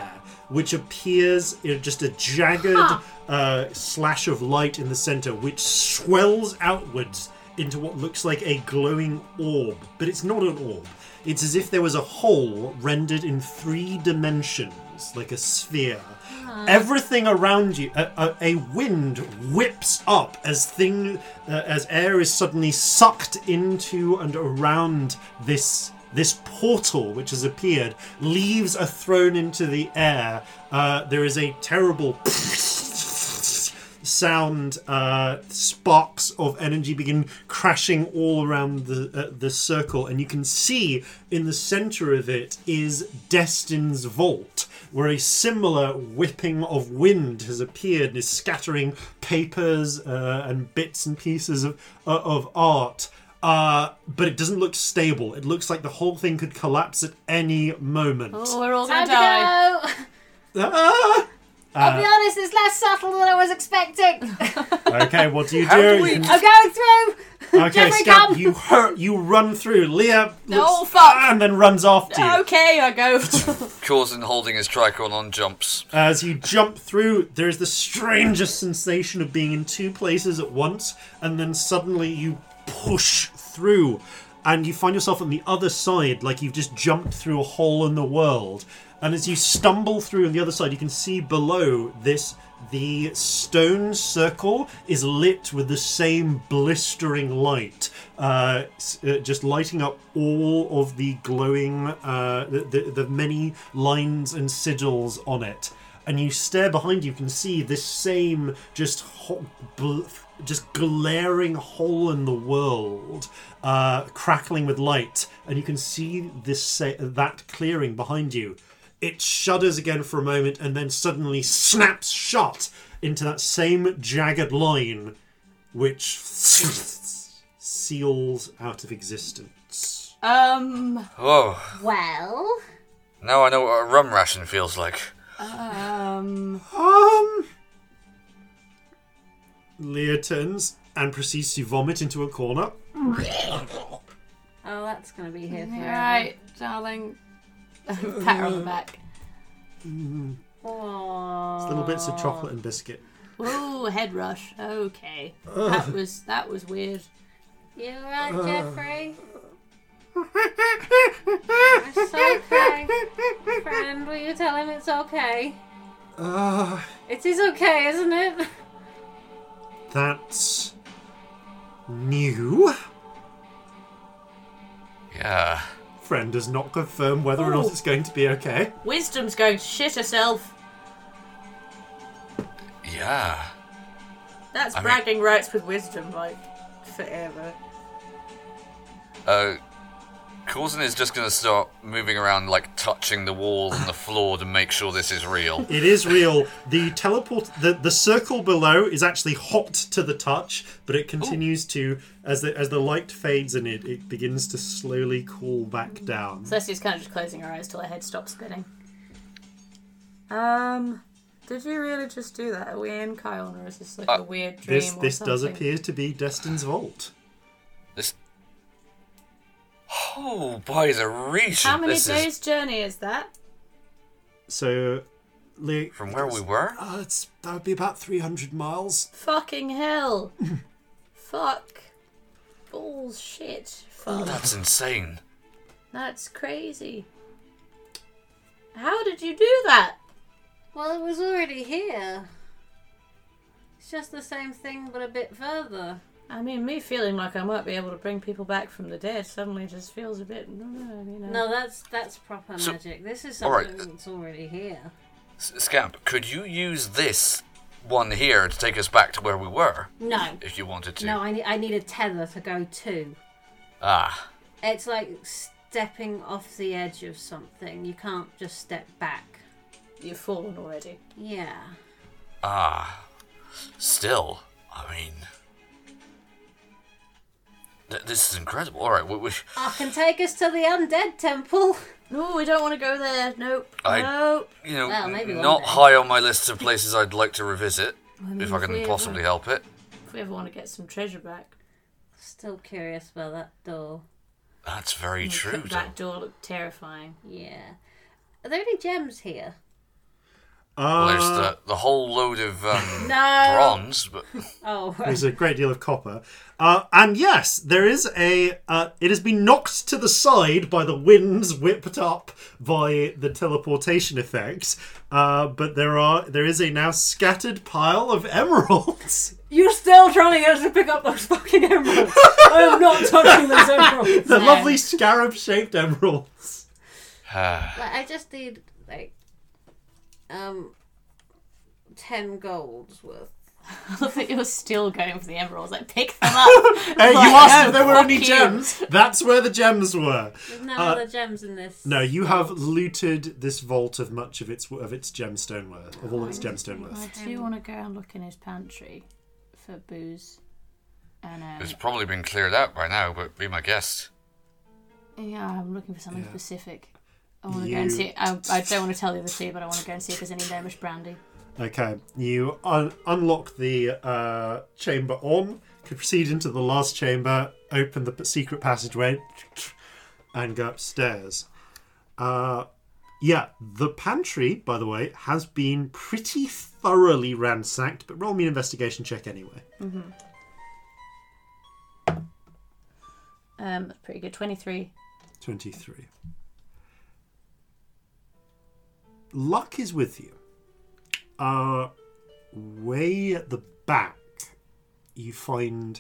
Speaker 1: which appears in just a jagged uh, slash of light in the center which swells outwards into what looks like a glowing orb but it's not an orb it's as if there was a hole rendered in three dimensions like a sphere everything around you a, a, a wind whips up as thing uh, as air is suddenly sucked into and around this this portal which has appeared leaves are thrown into the air. Uh, there is a terrible sound. Uh, sparks of energy begin crashing all around the uh, the circle, and you can see in the center of it is Destin's vault, where a similar whipping of wind has appeared and is scattering papers uh, and bits and pieces of uh, of art. Uh, but it doesn't look stable. It looks like the whole thing could collapse at any moment.
Speaker 3: Oh, we're all
Speaker 6: Time
Speaker 3: gonna
Speaker 6: to
Speaker 3: die. Uh,
Speaker 6: go.
Speaker 1: Ah!
Speaker 6: I'll be honest, it's less subtle than I was expecting.
Speaker 1: Okay, what do you
Speaker 2: How do
Speaker 1: do?
Speaker 2: we-
Speaker 6: I'm going through.
Speaker 1: Okay,
Speaker 6: Jeffrey,
Speaker 1: Scamp,
Speaker 6: come.
Speaker 1: you hurt. You run through. Leah
Speaker 3: No,
Speaker 1: looks-
Speaker 3: fuck.
Speaker 1: ah, and then runs after you.
Speaker 3: Okay, I go.
Speaker 2: Causing holding his tricorn on jumps.
Speaker 1: As you jump through, there is the strangest sensation of being in two places at once, and then suddenly you push through, and you find yourself on the other side, like you've just jumped through a hole in the world. And as you stumble through on the other side, you can see below this the stone circle is lit with the same blistering light, uh, s- uh, just lighting up all of the glowing, uh, the, the, the many lines and sigils on it. And you stare behind you, you can see this same just ho- bl- just glaring hole in the world, uh, crackling with light, and you can see this sa- that clearing behind you. It shudders again for a moment and then suddenly snaps shut into that same jagged line, which seals out of existence.
Speaker 3: Um.
Speaker 2: Oh,
Speaker 6: Well,
Speaker 2: now I know what a rum ration feels like.
Speaker 3: Um.
Speaker 1: Um. Leah turns and proceeds to vomit into a corner.
Speaker 6: oh, that's gonna be here forever.
Speaker 3: Right, darling. Pat her on the back.
Speaker 6: Aww.
Speaker 1: Little bits of chocolate and biscuit.
Speaker 3: Ooh, head rush. Okay, that was that was weird.
Speaker 6: You right, Jeffrey? it's okay. Friend, will you tell him it's okay?
Speaker 1: Uh,
Speaker 6: It is okay, isn't it?
Speaker 1: that's new.
Speaker 2: Yeah.
Speaker 1: Friend does not confirm whether or not
Speaker 3: Oh.
Speaker 1: it's going to be okay.
Speaker 3: Wisdom's going to shit herself.
Speaker 2: Yeah.
Speaker 3: That's
Speaker 2: I mean-
Speaker 3: bragging rights with wisdom, like forever.
Speaker 2: Uh, Coulson is just going to start moving around, like touching the walls and the floor to make sure this is real.
Speaker 1: It is real. The teleport, the, the circle below is actually hot to the touch, but
Speaker 3: Oh.
Speaker 1: it continues to as the as the light fades and it it begins to slowly cool
Speaker 3: Hmm.
Speaker 1: back down.
Speaker 3: Celestia's kind of just closing her eyes till her head stops spinning. Um, did you really just do that? Are we in Kion, or is this like
Speaker 2: Uh,
Speaker 3: a weird dream
Speaker 1: This
Speaker 3: or
Speaker 1: this
Speaker 3: something?
Speaker 1: does appear to be Destin's vault.
Speaker 2: This. Oh, by the region.
Speaker 3: How many
Speaker 2: this
Speaker 3: days'
Speaker 2: Is
Speaker 3: journey is that?
Speaker 1: So, Leah,
Speaker 2: from where we were?
Speaker 1: uh, it's, that would be about three hundred miles.
Speaker 3: Fucking hell! Fuck. Bullshit. Fuck.
Speaker 2: Oh, That's insane.
Speaker 3: That's crazy. How did you do that?
Speaker 6: Well, it was already here. It's just the same thing, but a bit further.
Speaker 3: I mean, me feeling like I might be able to bring people back from the dead suddenly just feels a bit, mm, you know.
Speaker 6: No, that's that's proper
Speaker 2: So-
Speaker 6: magic. This is
Speaker 2: all right.
Speaker 6: something that's already here.
Speaker 2: S- Scamp, could you use this one here to take us back to where we were
Speaker 6: No,
Speaker 2: if you wanted to?
Speaker 6: no, I need I need a tether to go to.
Speaker 2: Ah,
Speaker 6: It's like stepping off the edge of something. You can't just step back.
Speaker 3: You've fallen already.
Speaker 6: Yeah.
Speaker 2: ah. Still, I mean. Th- this is incredible. Alright, we, we,
Speaker 6: I can take us to the undead temple.
Speaker 3: No, we don't want to go there. Nope.
Speaker 2: I-
Speaker 3: Nope.
Speaker 2: you know,
Speaker 6: Well, maybe one
Speaker 2: not
Speaker 6: day.
Speaker 2: high on my list of places I'd like to revisit
Speaker 3: mean,
Speaker 2: if I
Speaker 3: if we
Speaker 2: can
Speaker 3: ever-
Speaker 2: possibly help it.
Speaker 3: If we ever want to get some treasure back,
Speaker 6: Still curious about that door.
Speaker 2: That's very true,
Speaker 3: that
Speaker 2: though.
Speaker 3: door looked terrifying.
Speaker 6: Yeah. Are there any gems here?
Speaker 2: Well,
Speaker 1: Uh,
Speaker 2: there's the, the whole load of um,
Speaker 6: No.
Speaker 2: bronze, but
Speaker 6: Oh, right.
Speaker 1: there's a great deal of copper. Uh, and yes, there is a. Uh, it has been knocked to the side by the winds whipped up by the teleportation effect. Uh, but there are there is a now scattered pile of emeralds.
Speaker 4: You're still trying to get us to pick up those fucking emeralds. I am not touching those emeralds.
Speaker 1: the lovely scarab shaped emeralds.
Speaker 2: uh,
Speaker 6: Like, I just need like um ten golds worth.
Speaker 3: I love that you're still going for the emeralds. Like, pick them up.
Speaker 1: Hey, you
Speaker 3: Like,
Speaker 1: asked
Speaker 3: no,
Speaker 1: if there were
Speaker 3: fuck
Speaker 1: any
Speaker 3: you.
Speaker 1: gems. That's where the gems were.
Speaker 6: There's no
Speaker 1: Uh,
Speaker 6: other gems in this.
Speaker 1: No, you have looted this vault of much of its of its gemstone worth, of all its gemstone worth.
Speaker 3: I do want to go and look in his pantry for booze. And um,
Speaker 2: it's probably been cleared out by now, but be my guest.
Speaker 3: yeah, I'm looking for something specific. I want to go
Speaker 1: You-
Speaker 3: and see. I, I don't want to tell the other two, but I want to go and see if there's any Gnomish brandy.
Speaker 1: Okay, you un- unlock the uh, chamber on, can proceed into the last chamber, open the p- secret passageway, and go upstairs. Uh, yeah, the pantry, by the way, has been pretty thoroughly ransacked, but roll me an investigation check anyway.
Speaker 3: Um, that's pretty good. Twenty-three.
Speaker 1: 23. Luck is with you. Uh, way at the back, you find.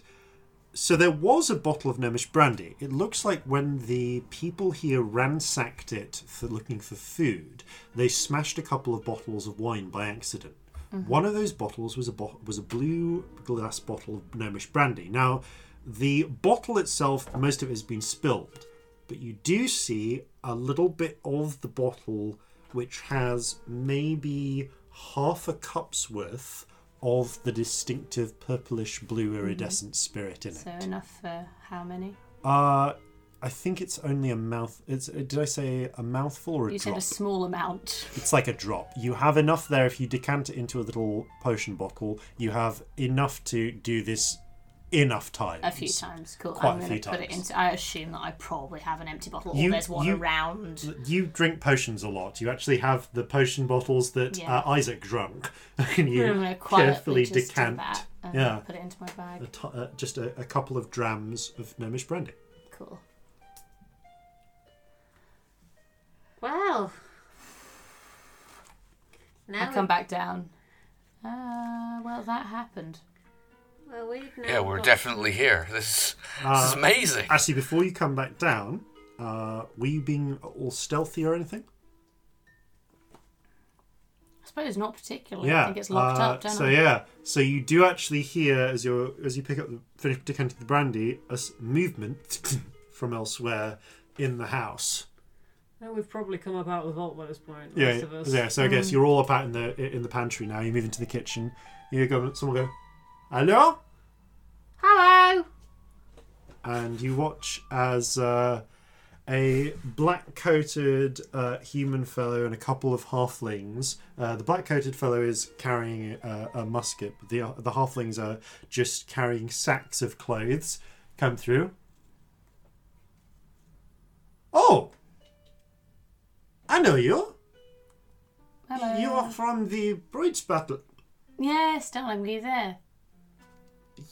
Speaker 1: So there was a bottle of Nemish brandy. It looks like when the people here ransacked it for looking for food, they smashed a couple of bottles of wine by accident. One of those bottles was a bo- was a blue glass bottle of Gnomish brandy. Now, the bottle itself, most of it has been spilled, but you do see a little bit of the bottle which has maybe half a cup's worth of the distinctive purplish blue iridescent spirit in it.
Speaker 3: So enough for how many?
Speaker 1: Uh, I think it's only a mouth. It's uh, did I say a mouthful or a
Speaker 3: You said
Speaker 1: drop?
Speaker 3: a small amount.
Speaker 1: It's like a drop. You have enough there if you decant it into a little potion bottle. You have enough to do this enough times.
Speaker 3: A few times, cool.
Speaker 1: Quite a
Speaker 3: I'm gonna
Speaker 1: few
Speaker 3: put it
Speaker 1: times.
Speaker 3: into. I assume that I probably have an empty bottle, or
Speaker 1: You-
Speaker 3: there's one
Speaker 1: you-
Speaker 3: around.
Speaker 1: You drink potions a lot. You actually have the potion bottles that
Speaker 3: Yeah.
Speaker 1: uh, Isaac drunk, and you
Speaker 3: I'm gonna quietly
Speaker 1: carefully
Speaker 3: just do
Speaker 1: decant.
Speaker 3: that and
Speaker 1: Yeah,
Speaker 3: put it into my
Speaker 1: a
Speaker 3: bag.
Speaker 1: t- uh, just a, a couple of drams of Gnomish brandy.
Speaker 3: Cool.
Speaker 6: Well. Now
Speaker 3: I come back down. Uh, well, that happened.
Speaker 6: we- Well, we've now
Speaker 2: Yeah, we're
Speaker 6: got-
Speaker 2: definitely here. This,
Speaker 1: Uh,
Speaker 2: this is amazing.
Speaker 1: Actually, before you come back down, uh, were you being all stealthy or anything?
Speaker 3: I suppose not particularly.
Speaker 1: yeah,
Speaker 3: I think it's locked
Speaker 1: uh,
Speaker 3: up, don't
Speaker 1: so
Speaker 3: I?
Speaker 1: yeah, so you do actually hear as you as you pick up the finish decanting the brandy a s- movement from elsewhere in the house.
Speaker 4: No, we've probably come up out of the vault by this point. the
Speaker 1: Yeah,
Speaker 4: rest of us.
Speaker 1: yeah. So I
Speaker 3: Mm.
Speaker 1: guess you're all up out in the in the pantry now. You move into the kitchen. You go. Someone go. Hello.
Speaker 6: Hello.
Speaker 1: and you watch as uh, a black coated uh, human fellow and a couple of halflings. Uh, the black coated fellow is carrying a, a musket, but the, the halflings are just carrying sacks of clothes. Come through. Oh! I know you.
Speaker 3: Hello.
Speaker 1: You are from the Bridge Battle.
Speaker 3: Yes, darling, were you there?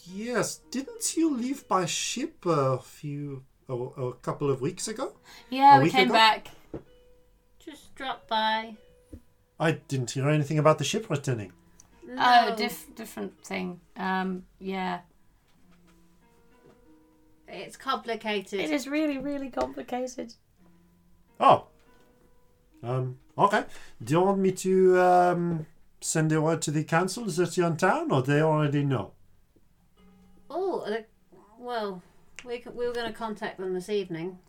Speaker 1: Yes, didn't you leave by ship a few, a, a couple of weeks ago?
Speaker 3: Yeah,
Speaker 1: A
Speaker 3: we
Speaker 1: week
Speaker 3: came
Speaker 1: ago?
Speaker 3: back.
Speaker 6: Just drop by.
Speaker 1: I didn't hear anything about the ship returning.
Speaker 3: Oh,
Speaker 6: No.
Speaker 3: diff- different thing. Um, yeah.
Speaker 6: it's complicated.
Speaker 3: It is really, really complicated.
Speaker 1: Oh. Um, okay. Do you want me to um, send a word to the council that you're in town, or they already know?
Speaker 6: Oh, the- well, we, c- we were going to contact them this evening.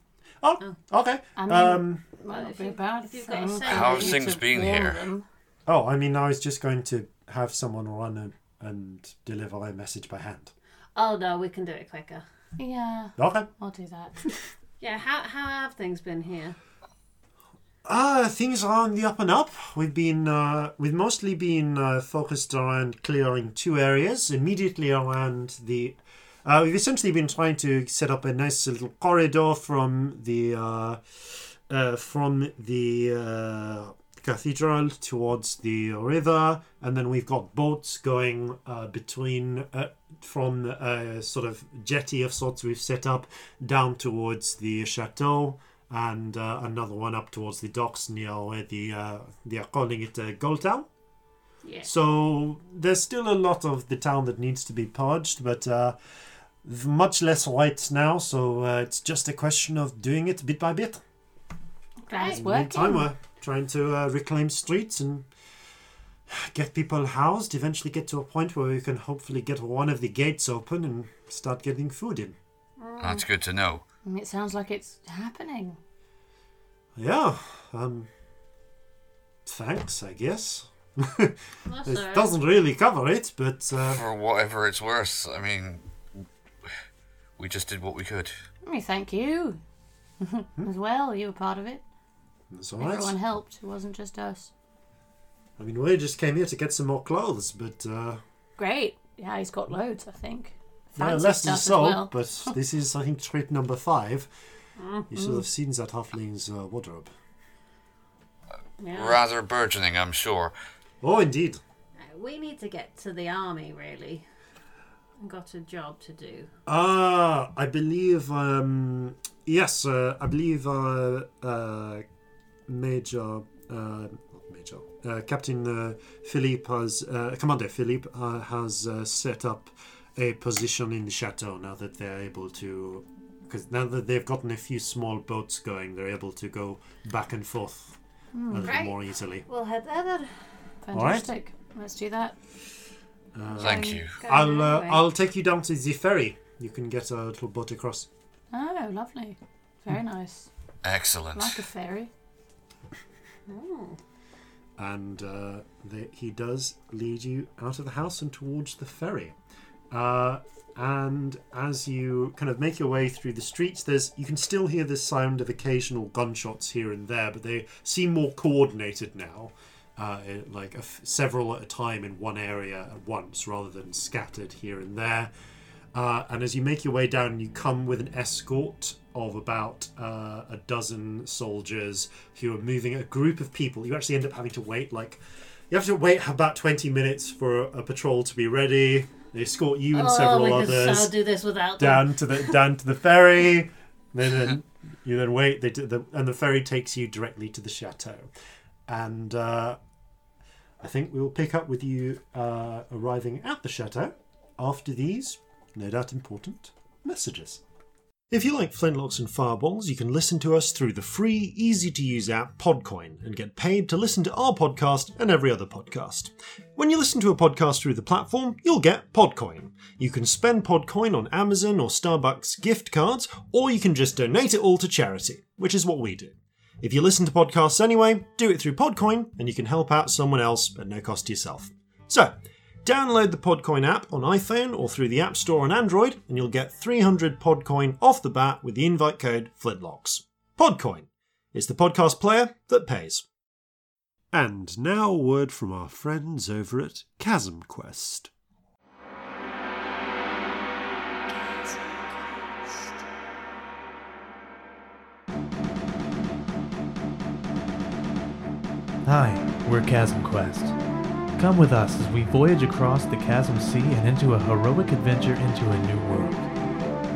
Speaker 1: Oh, okay.
Speaker 3: I mean,
Speaker 1: um,
Speaker 3: Might not
Speaker 6: if
Speaker 3: be a
Speaker 6: you-
Speaker 3: bad
Speaker 6: if you've got
Speaker 3: thing.
Speaker 6: a
Speaker 3: for
Speaker 6: saying- How's
Speaker 3: you
Speaker 2: things
Speaker 3: to
Speaker 2: been
Speaker 3: warn
Speaker 2: here?
Speaker 3: them.
Speaker 1: oh, I mean, I was just going to have someone run a, and deliver a message by hand.
Speaker 6: Oh no, we can do it quicker.
Speaker 3: Yeah,
Speaker 1: Okay.
Speaker 3: I'll do that.
Speaker 6: Yeah, how, how have things been here?
Speaker 1: Uh, things are on the up and up. We've been, uh, we've mostly been uh, focused around clearing two areas immediately around the. Uh, we've essentially been trying to set up a nice little corridor from the uh, uh, from the uh, cathedral towards the river, and then we've got boats going uh, between uh, from a sort of jetty of sorts we've set up down towards the chateau, and uh, another one up towards the docks near where the uh, they are calling it uh, Gold Town.
Speaker 6: Yeah.
Speaker 1: So there's still a lot of the town that needs to be purged, but uh, v- much less white now. So uh, it's just a question of doing it bit by bit.
Speaker 3: Glad it's
Speaker 6: In
Speaker 3: working.
Speaker 1: Meantime, we're trying to uh, reclaim streets and get people housed. Eventually, get to a point where we can hopefully get one of the gates open and start getting food in.
Speaker 2: That's good to know.
Speaker 3: Mm, It sounds like it's happening.
Speaker 1: Yeah. Um. Thanks, I guess.
Speaker 6: That's
Speaker 1: It
Speaker 6: all right.
Speaker 1: doesn't really cover it, but uh,
Speaker 2: For whatever it's worth, I mean, we just did what we could.
Speaker 3: We thank you as well. You were part of it.
Speaker 1: it's alright.
Speaker 3: Everyone helped. It wasn't just us.
Speaker 1: I mean, we just came here to get some more clothes, but uh,
Speaker 3: Great. Yeah, he's got loads. I think.
Speaker 1: yeah,
Speaker 3: Fancy
Speaker 1: less
Speaker 3: stuff
Speaker 1: than
Speaker 3: as
Speaker 1: so.
Speaker 3: well.
Speaker 1: But this is, I think, trait number five. You
Speaker 3: Mm-hmm.
Speaker 1: should have seen that halfling's uh, wardrobe.
Speaker 6: Yeah.
Speaker 2: Rather burgeoning, I'm sure.
Speaker 1: Oh, indeed.
Speaker 6: Uh, We need to get to the army, really. I've got a job to do.
Speaker 1: Ah, I believe. Um, yes, uh, I believe uh, uh, Major, uh, not Major, uh, Captain uh, Philippe has, uh, Commander Philippe uh, has uh, set up a position in the chateau now that they're able to. Because now that they've gotten a few small boats going, they're able to go back and forth a little
Speaker 6: Right.
Speaker 1: more easily.
Speaker 6: We'll head there.
Speaker 1: right.
Speaker 3: Fantastic. Let's do that.
Speaker 1: Uh.
Speaker 2: Thank you.
Speaker 1: I'll uh, I'll take you down to the ferry. You can get a little boat across.
Speaker 3: Oh, lovely.
Speaker 1: Hmm.
Speaker 3: Very nice.
Speaker 2: Excellent.
Speaker 3: Like a fairy.
Speaker 1: and uh, the, he does lead you out of the house and towards the ferry. Uh, and as you kind of make your way through the streets, there's you can still hear the sound of occasional gunshots here and there, but they seem more coordinated now, uh, in- like a f- several at a time in one area at once, rather than scattered here and there. Uh, and as you make your way down, you come with an escort of about uh, a dozen soldiers who are moving a group of people. You actually end up having to wait like you have to wait about twenty minutes for a patrol to be ready. They escort you and
Speaker 6: oh, we
Speaker 1: several
Speaker 6: could
Speaker 1: others
Speaker 6: so do this without them.
Speaker 1: down to the down to the ferry. Then, then you then wait. They do the, and the ferry takes you directly to the chateau, and uh, I think we will pick up with you uh, arriving at the chateau after these, no doubt important messages.
Speaker 7: If you like flintlocks and fireballs, you can listen to us through the free, easy to use app Podcoin and get paid to listen to our podcast and every other podcast. When you listen to a podcast through the platform, you'll get Podcoin. You can spend Podcoin on Amazon or Starbucks gift cards, or you can just donate it all to charity, which is what we do. If you listen to podcasts anyway, do it through Podcoin and you can help out someone else at no cost to yourself. So, Download the Podcoin app on iPhone or through the App Store on Android, and you'll get 300 Podcoin off the bat with the invite code FLINTLOCKS. Podcoin. It's the podcast player that pays.
Speaker 1: And now, a word from our friends over at Chasm Quest.
Speaker 8: Hi, we're Chasm Quest. Come with us as we voyage across the chasm sea and into a heroic adventure into a new world.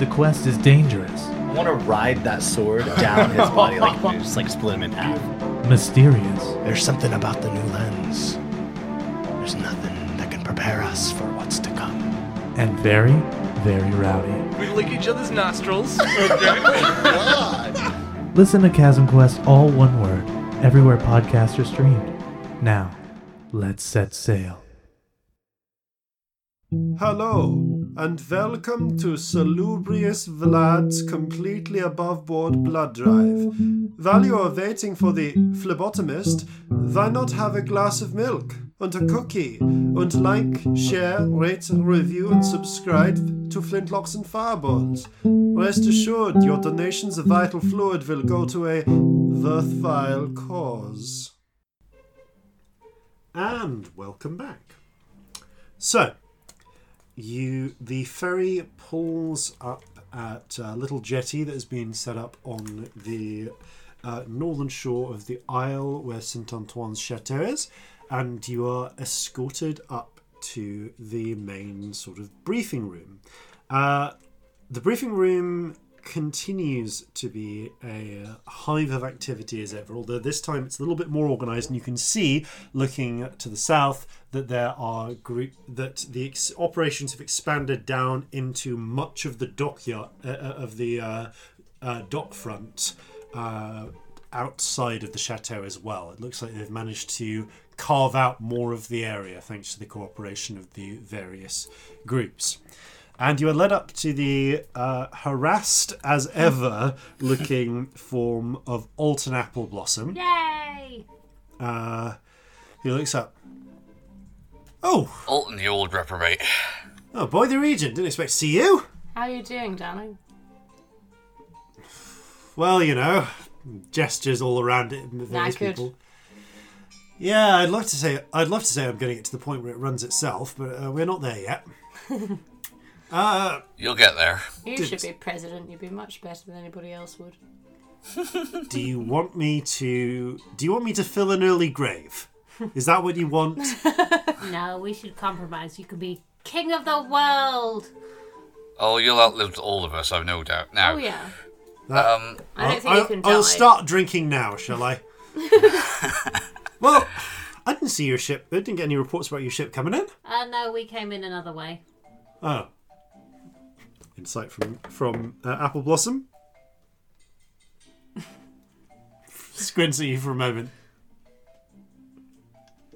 Speaker 8: The quest is dangerous,
Speaker 9: I want to ride that sword down his body, like just like split him in half.
Speaker 8: mysterious,
Speaker 9: There's something about the new lens. There's nothing that can prepare us for what's to come.
Speaker 8: and very, very rowdy.
Speaker 10: We lick each other's nostrils.
Speaker 8: Listen to Chasm Quest, all one word, everywhere podcasts are streamed. Now, let's set sail.
Speaker 1: Hello, and welcome to Salubrious Vlad's completely above board blood drive. While you are waiting for the phlebotomist, why not have a glass of milk and a cookie? And like, share, rate, review, and subscribe to Flintlocks and Fireballs. Rest assured, your donations of vital fluid will go to a worthwhile cause. And welcome back. So, you the ferry pulls up at a little jetty that has been set up on the uh, northern shore of the isle where Saint Antoine's chateau is, and you are escorted up to the main sort of briefing room. Uh, the briefing room continues to be a hive of activity as ever, although this time it's a little bit more organized, and you can see, looking to the south, that there are group that the ex- operations have expanded down into much of the dockyard uh, uh, of the uh, uh, dock front. Uh, outside of the chateau as well. It looks like they've managed to carve out more of the area thanks to the cooperation of the various groups. And you are led up to the uh, harassed as ever looking form of Alton Apple Blossom.
Speaker 3: Yay!
Speaker 1: Uh, he looks up. Oh,
Speaker 2: Alton, the old reprobate.
Speaker 1: oh boy, the region. Didn't expect to see you.
Speaker 3: How are you doing, darling?
Speaker 1: Well, you know, gestures all around it. Various
Speaker 3: Knackered.
Speaker 1: people. Yeah, I'd like to say I'd love to say I'm getting it to the point where it runs itself, but uh, we're not there yet. uh,
Speaker 2: You'll get there.
Speaker 3: You
Speaker 1: Didn't-
Speaker 3: should be president. You'd be much better than anybody else would.
Speaker 1: do you want me to? Do you want me to fill an early grave? Is that what you want?
Speaker 6: No, we should compromise. You could be king of the world.
Speaker 2: Oh, you'll outlive all of us, I've no doubt. Now,
Speaker 3: Oh yeah.
Speaker 2: um,
Speaker 3: I don't think you can die.
Speaker 1: I'll start drinking now, shall I? well, I didn't see your ship. I didn't get any reports about your ship coming in.
Speaker 6: Uh, no, we came in another way.
Speaker 1: Oh. Insight from from uh, Apple Blossom. Squints at you for a moment.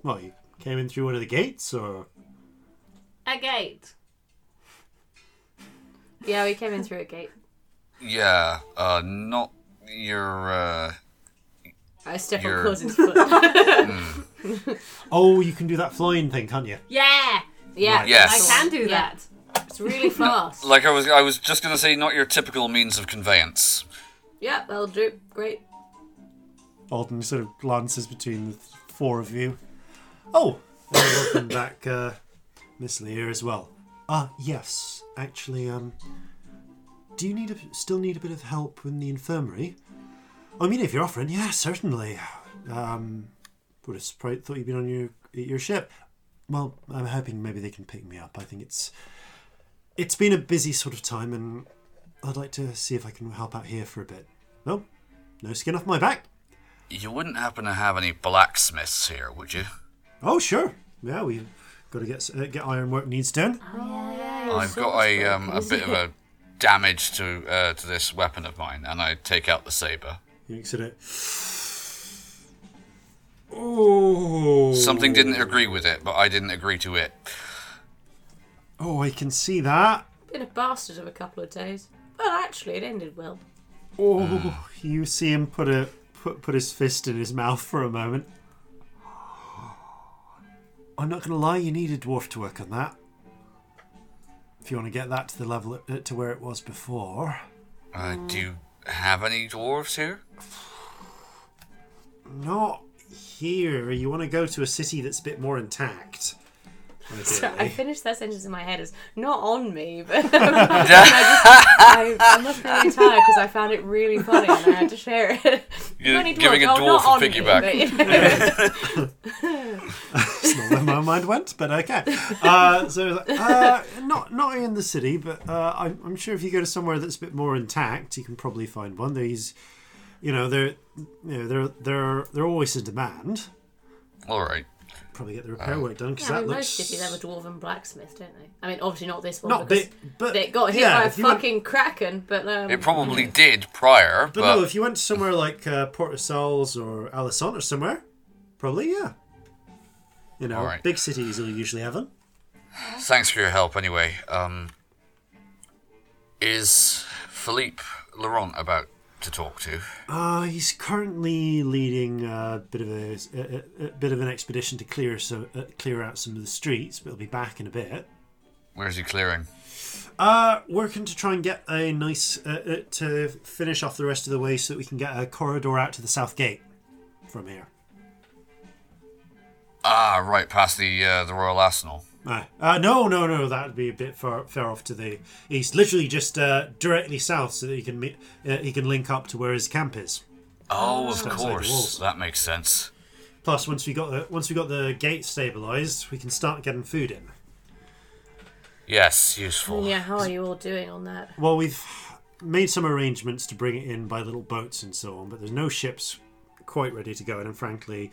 Speaker 1: Well, you came in through one of the gates, or
Speaker 6: A gate.
Speaker 3: Yeah, we came in through a gate.
Speaker 2: yeah, uh, not your, uh,
Speaker 3: I step
Speaker 2: You're-
Speaker 3: on Claus's foot.
Speaker 1: oh, you can do that flying thing, can't you?
Speaker 6: Yeah,
Speaker 3: Yeah.
Speaker 1: Right.
Speaker 2: Yes.
Speaker 6: I can do
Speaker 3: Yeah.
Speaker 6: that.
Speaker 3: It's really fast.
Speaker 2: like I was, I was just gonna say, not your typical means of conveyance.
Speaker 3: yeah, that'll do. Great.
Speaker 1: Alden sort of glances between the th- four of you. Oh, well, welcome back, uh, Miss Lear as well. Uh, yes, actually, um, do you need a, still need a bit of help in the infirmary? I mean, if you're offering, yeah, certainly. Um, would have surprised, thought you'd been on your your ship. Well, I'm hoping maybe they can pick me up. I think it's it's been a busy sort of time, and I'd like to see if I can help out here for a bit. No, no skin off my back.
Speaker 2: You wouldn't happen to have any blacksmiths here, would you?
Speaker 1: Oh sure, yeah, we've got to get uh, get ironwork needs done.
Speaker 3: Oh,
Speaker 2: I've got a um, a bit of a damage to uh, to this weapon of mine, and I take out the saber.
Speaker 1: You exit it. Oh,
Speaker 2: Something didn't agree with it, but I didn't agree to it.
Speaker 1: Oh, I can see that.
Speaker 3: Been a bastard of a couple of days. Well, actually, it ended well.
Speaker 1: Oh,
Speaker 2: Ah.
Speaker 1: you see him put a put put his fist in his mouth for a moment. I'm not gonna lie, you need a dwarf to work on that. If you want to get that to the level it, uh, to where it was before,
Speaker 2: Uh,
Speaker 3: Oh.
Speaker 2: do you have any dwarves here?
Speaker 1: not here. You want to go to a city that's a bit more intact.
Speaker 3: So I
Speaker 1: ideally.
Speaker 3: finished that sentence in my head as not on me, but I, just, I, I must be really tired because I found it really funny and I had to share it.
Speaker 2: You're
Speaker 3: Funny to
Speaker 2: giving
Speaker 3: watch,
Speaker 2: a
Speaker 3: oh, not
Speaker 2: dwarf
Speaker 3: on
Speaker 2: a
Speaker 3: me,
Speaker 2: piggyback.
Speaker 3: but, you know.
Speaker 1: It's not where my mind went, but okay. Uh, so, it's like, uh, not not in the city, but uh, I'm, I'm sure if you go to somewhere that's a bit more intact, you can probably find one. These, you know, they're you know they're they're they're always in demand.
Speaker 2: All right.
Speaker 1: Probably get the repair work done because
Speaker 3: Yeah, I
Speaker 1: that
Speaker 3: mean,
Speaker 1: looks
Speaker 3: most cities have a dwarven blacksmith, don't they? I mean, obviously not this one.
Speaker 1: Not
Speaker 3: because
Speaker 1: big, but-
Speaker 3: they got hit
Speaker 1: yeah,
Speaker 3: by a
Speaker 1: if you went-
Speaker 3: fucking kraken. But um,
Speaker 2: It probably did prior,
Speaker 1: But,
Speaker 2: but,
Speaker 1: no, if you went to somewhere like uh, Port of Sales or Alisson or somewhere, probably yeah. You know,
Speaker 2: Alright.
Speaker 1: big cities will usually have them.
Speaker 2: thanks for your help anyway. Um, is Philippe Laurent about to talk to?
Speaker 1: Uh, he's currently leading a bit of a, a, a- a bit of an expedition to clear so uh, clear out some of the streets, but he'll be back in a bit.
Speaker 2: Where is he clearing?
Speaker 1: Uh, working to try and get a nice uh, uh, to finish off the rest of the way so that we can get a corridor out to the south gate from here.
Speaker 2: Ah, right past the uh, the Royal Arsenal.
Speaker 1: Uh, uh, no, no, no. That would be a bit far, far off to the east. Literally, just uh, directly south, so that he can meet, uh, he can link up to where his camp is.
Speaker 2: Oh, of
Speaker 1: outside the
Speaker 2: course,
Speaker 1: walls.
Speaker 2: that makes sense.
Speaker 1: Plus, once we got the once we got the gate stabilized, we can start getting food in.
Speaker 2: Yes, useful.
Speaker 3: yeah, how are you all doing on that?
Speaker 1: Well, we've made some arrangements to bring it in by little boats and so on, but there's no ships quite ready to go in. And frankly,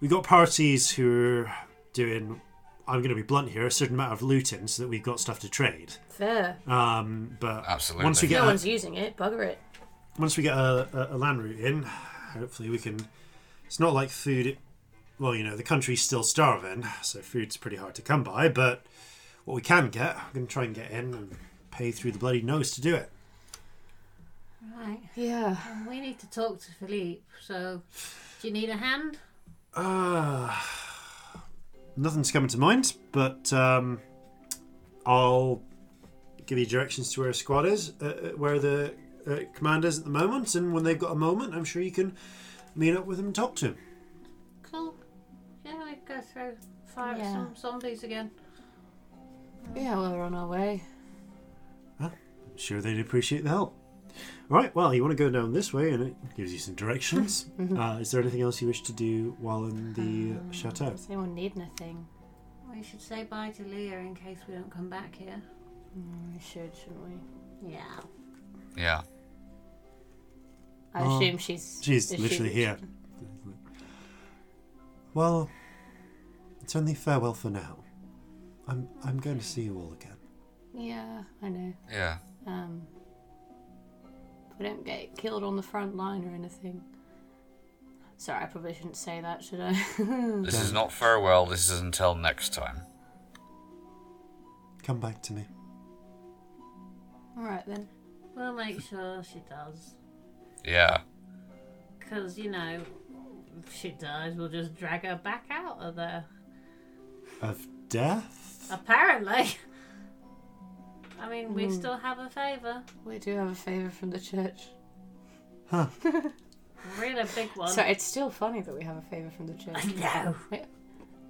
Speaker 1: we've got parties who are doing. I'm going to be blunt here. A certain amount of looting, so that we've got stuff to trade.
Speaker 3: Fair.
Speaker 1: Um, but
Speaker 2: Absolutely.
Speaker 1: once we get
Speaker 3: No
Speaker 1: a-
Speaker 3: one's using it. Bugger it.
Speaker 1: once we get a, a, a land route in, hopefully we can. It's not like food. Well, you know, the country's still starving, so food's pretty hard to come by. But what we can get, we're going to try and get in and pay through the bloody nose to do it.
Speaker 6: Right.
Speaker 3: Yeah.
Speaker 6: We need to talk to Philippe, so do you need a hand?
Speaker 1: Uh, nothing's coming to mind, but um, I'll give you directions to where a squad is, uh, uh, where the uh, commander is at the moment, and when they've got a moment, I'm sure you can meet up with them and talk to them.
Speaker 6: Cool. Yeah, we go through fire
Speaker 3: Yeah.
Speaker 6: some zombies again.
Speaker 3: Yeah, well, we're on our way.
Speaker 1: Sure, they'd appreciate the help. All right, well, you want to go down this way, and it gives you some directions. uh, is there anything else you wish to do while in the chateau?
Speaker 3: Does anyone need anything?
Speaker 6: We should say bye to Leah in case we don't come back here.
Speaker 3: We should, shouldn't we?
Speaker 6: Yeah.
Speaker 2: Yeah.
Speaker 3: I
Speaker 1: Oh,
Speaker 3: assume she's.
Speaker 1: She's
Speaker 3: is she-
Speaker 1: literally here. Well, it's only farewell for now. I'm I'm going to see you all again.
Speaker 3: Yeah, I know.
Speaker 2: Yeah.
Speaker 3: Um, we don't get killed on the front line or anything. Sorry, I probably shouldn't say that, should I?
Speaker 2: This is not farewell. This is until next time.
Speaker 1: Come back to me.
Speaker 3: All right then.
Speaker 6: We'll make sure she does.
Speaker 2: Yeah.
Speaker 6: Because, you know, if she dies, we'll just drag her back out of there.
Speaker 1: Of death?
Speaker 6: Apparently. I mean, we still have a favour.
Speaker 3: We do have a favour from the church.
Speaker 6: Really big one.
Speaker 3: So it's still funny that we have a favour from the church.
Speaker 6: No.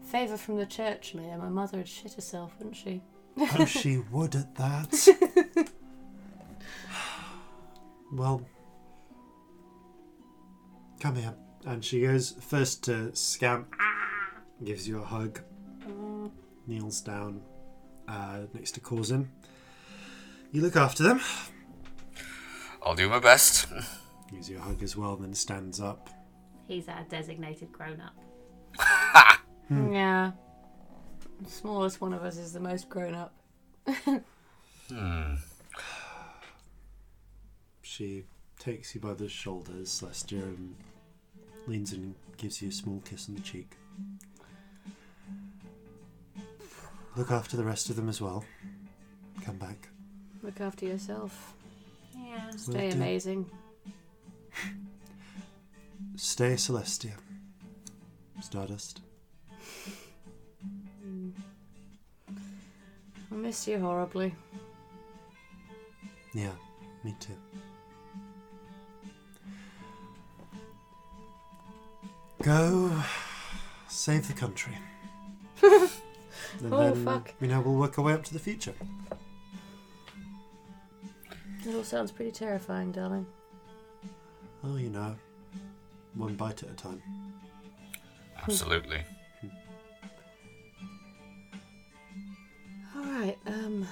Speaker 3: Favour from the church, Mia. My mother would shit herself, wouldn't she?
Speaker 1: oh, she would at that. well, come here. And she goes first to Scamp, gives you a hug, kneels down uh, next to Corzin. You look after them,
Speaker 2: I'll do my best.
Speaker 1: gives you a hug as well, and then stands up.
Speaker 6: He's our designated grown up.
Speaker 1: Hmm.
Speaker 3: Yeah. The smallest one of us is the most grown up.
Speaker 1: She takes you by the shoulders, Celestia, and leans in and gives you a small kiss on the cheek. Look after the rest of them as well. Come back.
Speaker 3: Look after yourself.
Speaker 6: Yeah.
Speaker 1: Will
Speaker 3: Stay
Speaker 1: do.
Speaker 3: amazing.
Speaker 1: Stay Celestia. Stardust.
Speaker 3: I miss you horribly.
Speaker 1: Yeah, me too. Go save the country. And
Speaker 3: Oh,
Speaker 1: then
Speaker 3: fuck.
Speaker 1: we know we'll work our way up to the future.
Speaker 3: It all sounds pretty terrifying, darling.
Speaker 1: Oh, you know, one bite at a time.
Speaker 2: Absolutely.
Speaker 3: All right. Um,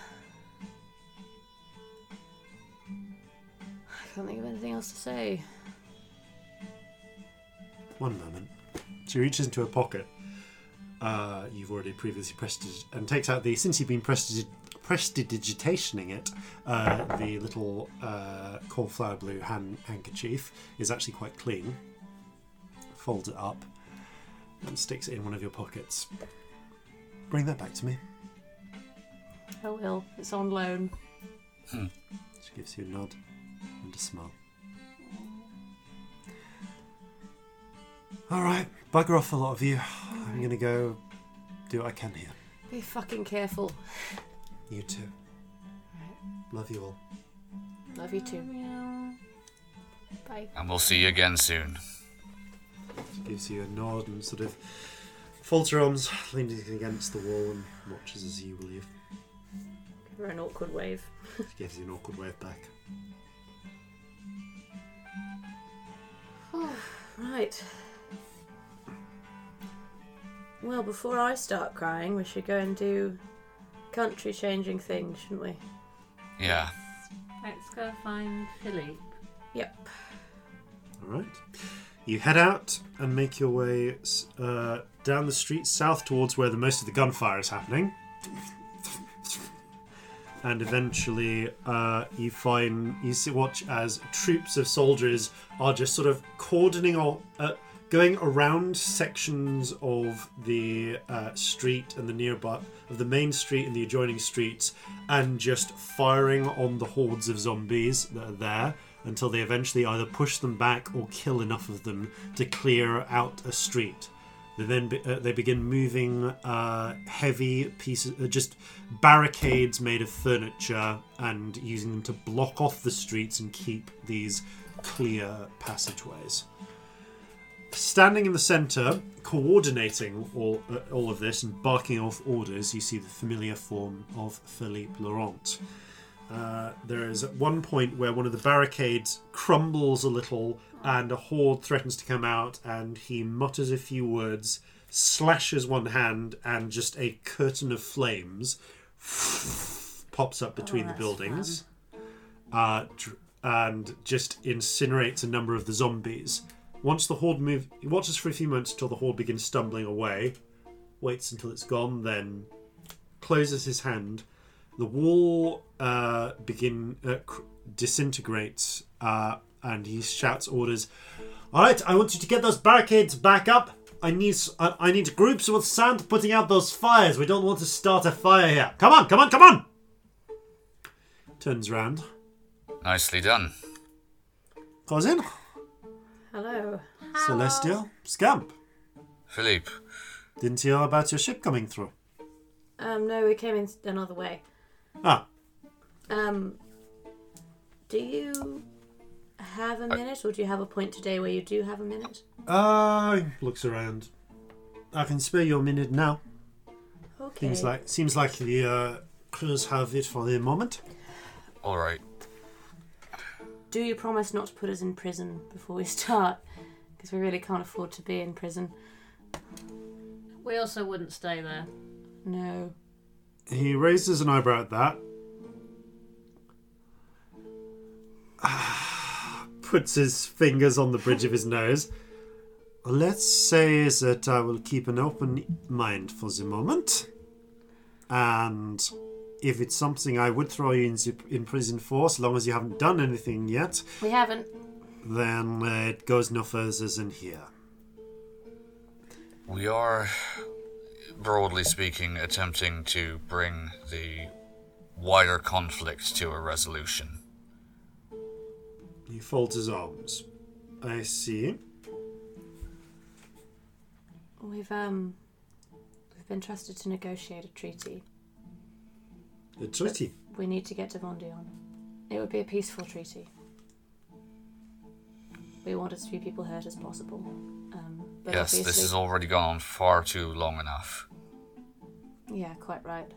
Speaker 3: I can't think of anything else to say.
Speaker 1: One moment. She reaches into her pocket. Uh, you've already previously prestidig- and takes out the since you've been prestig- prestidigitationing it, uh, the little uh, cauliflower blue hand handkerchief is actually quite clean. Folds it up and sticks it in one of your pockets. Bring that back to me.
Speaker 3: Oh well, it's on loan.
Speaker 1: She gives you a nod and a smile. All right, bugger off, a lot of you. I'm gonna go do what I can here.
Speaker 3: Be fucking careful.
Speaker 1: You too. Love you all.
Speaker 3: Love you too.
Speaker 2: And we'll see you again soon.
Speaker 1: She gives you a nod and sort of folds her arms, leans against the wall, and watches as you leave.
Speaker 3: Give her an awkward wave.
Speaker 1: She gives you an awkward wave back.
Speaker 3: Right. Well, before I start crying, we should go and do country changing things, shouldn't we?
Speaker 2: Yeah.
Speaker 6: Let's go find Philippe.
Speaker 3: Yep.
Speaker 1: All right. You head out and make your way s- uh, down the street south towards where the most of the gunfire is happening. And eventually, uh, you find you see, watch as troops of soldiers are just sort of cordoning or uh, going around sections of the uh, street and the nearby of the main street and the adjoining streets, and just firing on the hordes of zombies that are there until they eventually either push them back or kill enough of them to clear out a street. They then be, uh, they begin moving uh, heavy pieces, uh, just barricades made of furniture, and using them to block off the streets and keep these clear passageways. Standing in the centre, coordinating all uh, all of this and barking off orders, you see the familiar form of Philippe Laurent. Uh, there is at one point where one of the barricades crumbles a little and a horde threatens to come out and he mutters a few words slashes one hand and just a curtain of flames pops up between the
Speaker 3: that's
Speaker 1: buildings uh, dr- and just incinerates a number of the zombies once the horde move he watches for a few moments until the horde begins stumbling away waits until it's gone then closes his hand the wall uh, begin uh, cr- disintegrates, uh, and he shouts orders. All right, I want you to get those barricades back up. I need s- I I need groups with sand putting out those fires. We don't want to start a fire here. Come on, come on, come on! Turns round,
Speaker 2: Nicely done.
Speaker 1: goes in.
Speaker 3: Hello.
Speaker 1: Celestial scamp.
Speaker 2: Philippe.
Speaker 1: Didn't hear about your ship coming through.
Speaker 3: Um, no, we came in another way.
Speaker 1: Ah,
Speaker 3: Um, do you have a minute, or do you have a point today where you do have a minute?
Speaker 1: uh, looks around. I can spare you a minute now.
Speaker 3: Okay.
Speaker 1: Seems like seems like the uh, crews have it for the moment.
Speaker 2: All right.
Speaker 3: Do you promise not to put us in prison before we start? Because we really can't afford to be in prison.
Speaker 6: We also wouldn't stay there.
Speaker 3: No.
Speaker 1: He raises an eyebrow at that. Puts his fingers on the bridge of his nose. Let's say that I will keep an open mind for the moment. And if it's something I would throw you in, the, in prison for, as long as you haven't done anything yet,
Speaker 3: We haven't.
Speaker 1: then uh, it goes no further than here.
Speaker 2: We are, broadly speaking, attempting to bring the wider conflict to a resolution.
Speaker 1: He folds his arms. I see.
Speaker 3: We've, um, we've been trusted to negotiate a treaty.
Speaker 1: A treaty.
Speaker 3: We need to get to Vondion. It would be a peaceful treaty. We want as few people hurt as possible. Um, but
Speaker 2: yes,
Speaker 3: obviously,
Speaker 2: this has already gone on far too long enough.
Speaker 3: Yeah, quite right.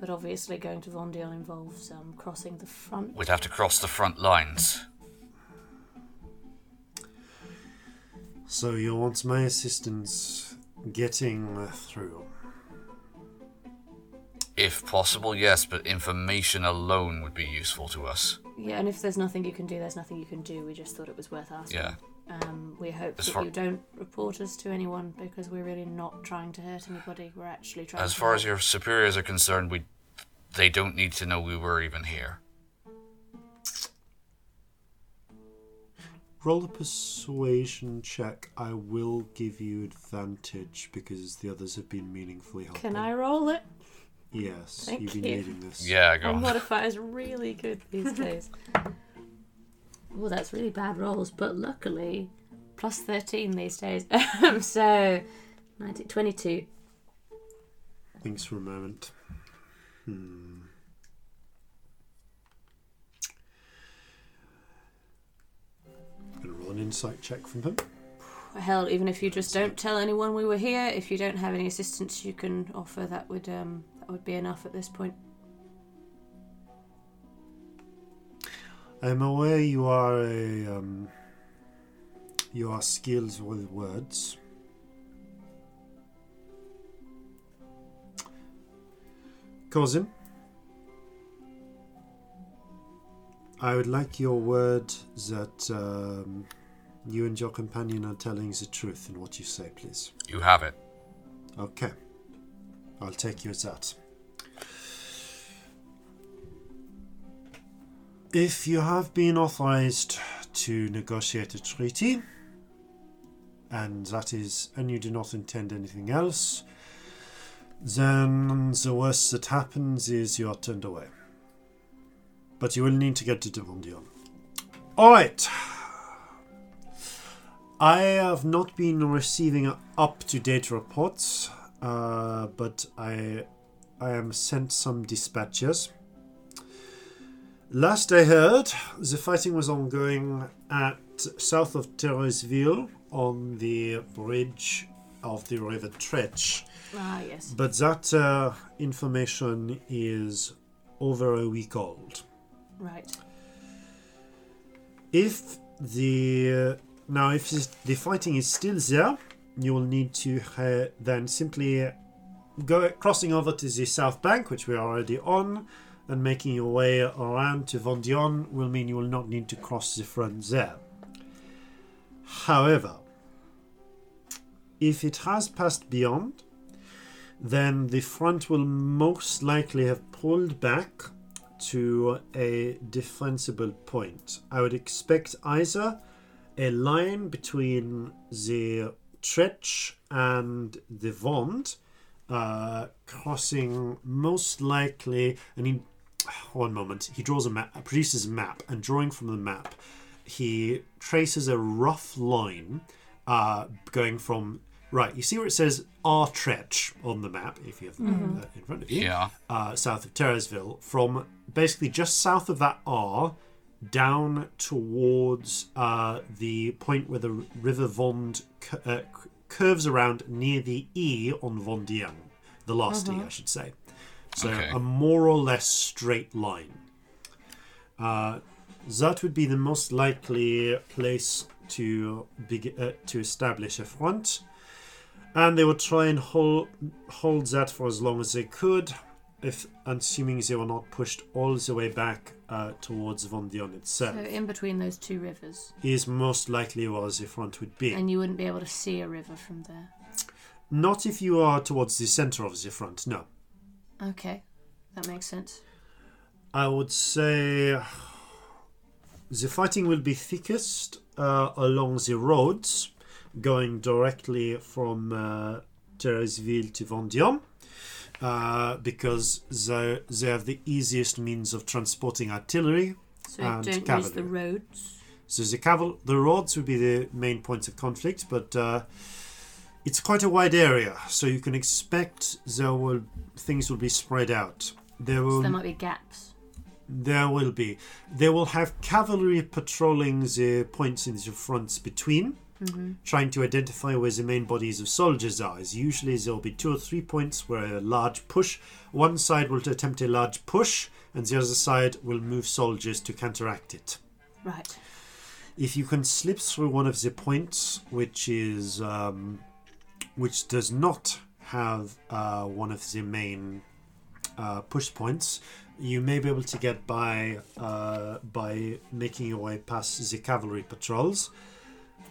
Speaker 3: But obviously, going to Vondeal involves um, crossing the front.
Speaker 2: We'd have to cross the front lines.
Speaker 1: So you want my assistance getting through?
Speaker 2: If possible, yes, but information alone would be useful to us.
Speaker 3: Yeah, and if there's nothing you can do, there's nothing you can do. We just thought it was worth asking.
Speaker 2: Yeah.
Speaker 3: Um, we hope
Speaker 2: As
Speaker 3: that
Speaker 2: far-
Speaker 3: you don't report us to anyone because we're really not trying to hurt anybody. We're actually trying.
Speaker 2: As
Speaker 3: to
Speaker 2: far
Speaker 3: help.
Speaker 2: as your superiors are concerned, we they don't need to know we were even here.
Speaker 1: Roll a persuasion check. I will give you advantage because the others have been meaningfully helpful.
Speaker 3: Can I roll it?
Speaker 1: Yes,
Speaker 3: Thank
Speaker 1: you've been
Speaker 3: you.
Speaker 1: needing this.
Speaker 2: Yeah, go
Speaker 3: My
Speaker 2: on.
Speaker 3: modifier is really good these days. well, that's really bad rolls, but luckily, plus 13 these days. Um, so, 19, 22.
Speaker 1: Thanks for a moment. Hmm. Gonna roll an insight check from him.
Speaker 3: Hell, even if you just don't tell anyone we were here, if you don't have any assistance you can offer, that would um, that would be enough at this point.
Speaker 1: I'm aware you are a um, you are skilled with words. Cousin, I would like your word that um, you and your companion are telling the truth in what you say, please.
Speaker 2: You have it.
Speaker 1: Okay. I'll take you as that. If you have been authorized to negotiate a treaty, and that is, and you do not intend anything else, then the worst that happens is you are turned away. But you will need to get to Devondion. Alright. I have not been receiving up-to-date reports, uh, but I I am sent some dispatches. Last I heard, the fighting was ongoing at south of Terrorsville on the bridge of the River Tretch,
Speaker 3: Ah, yes.
Speaker 1: but that uh, information is over a week old
Speaker 3: Right.
Speaker 1: if the now if this- the fighting is still there you will need to uh, then simply go crossing over to the south bank which we are already on and making your way around to Vendion will mean you will not need to cross the front there however if it has passed beyond then the front will most likely have pulled back to a defensible point. I would expect either a line between the Tretch and the Vond, uh, crossing most likely. And he, one moment, he draws a map, uh, produces a map, and drawing from the map, he traces a rough line uh, going from. Right, you see where it says R Tretch on the map, if you have that uh, in front of you
Speaker 2: Yeah.
Speaker 1: uh, south of Terrorsville, from basically just south of that R down towards uh, the point where the River Vond cu- uh, c- curves around near the E on Vondian, the last E, I should say. So
Speaker 2: Okay.
Speaker 1: a more or less straight line. Uh, that would be the most likely place to beg- uh, to establish a front. And they would try and hold, hold that for as long as they could, if assuming they were not pushed all the way back uh, towards Vondion itself.
Speaker 3: So, in between those two rivers,
Speaker 1: is most likely where the front would be.
Speaker 3: and you wouldn't be able to see a river from there.
Speaker 1: Not if you are towards the center of the front, no.
Speaker 3: Okay, that makes sense.
Speaker 1: I would say the fighting will be thickest uh, along the roads going directly from uh, Thérèseville to Vendium uh, because they, they have the easiest means of transporting artillery.
Speaker 3: So,
Speaker 1: And
Speaker 3: don't use
Speaker 1: cavalry.
Speaker 3: the roads.
Speaker 1: So the caval- the roads would be the main points of conflict, but uh, it's quite a wide area, so you can expect there will things will be spread out. There
Speaker 3: So
Speaker 1: will
Speaker 3: there might be gaps.
Speaker 1: there will be. They will have cavalry patrolling the points in the fronts between, mm-hmm. trying to identify where the main bodies of soldiers are. As usually, there will be two or three points where a large push. One side will attempt a large push, and the other side will move soldiers to counteract it.
Speaker 6: Right.
Speaker 1: If you can slip through one of the points, which is um, which does not have uh, one of the main uh, push points, you may be able to get by uh, by making your way past the cavalry patrols.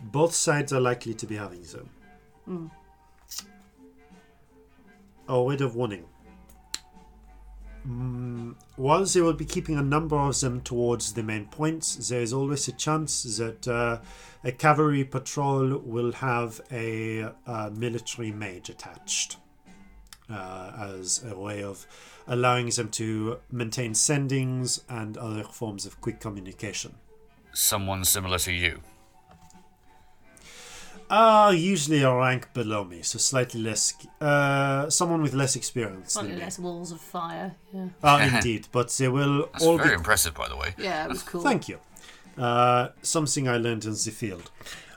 Speaker 1: Both sides are likely to be having them. A word of warning. Mm, while they will be keeping a number of them towards the main points, there is always a chance that uh, a cavalry patrol will have a, uh military mage attached uh, as a way of allowing them to maintain sendings and other forms of quick communication.
Speaker 2: Someone similar to you.
Speaker 1: Ah, usually a rank below me, so slightly less. Uh, someone with less experience
Speaker 3: Slightly
Speaker 1: than me.
Speaker 3: less walls of fire. Yeah.
Speaker 1: Ah, indeed, but they will
Speaker 2: That's
Speaker 1: all
Speaker 2: very
Speaker 1: be
Speaker 2: impressive, by the way.
Speaker 3: Yeah, it was cool.
Speaker 1: Thank you. Uh, something I learned in the field.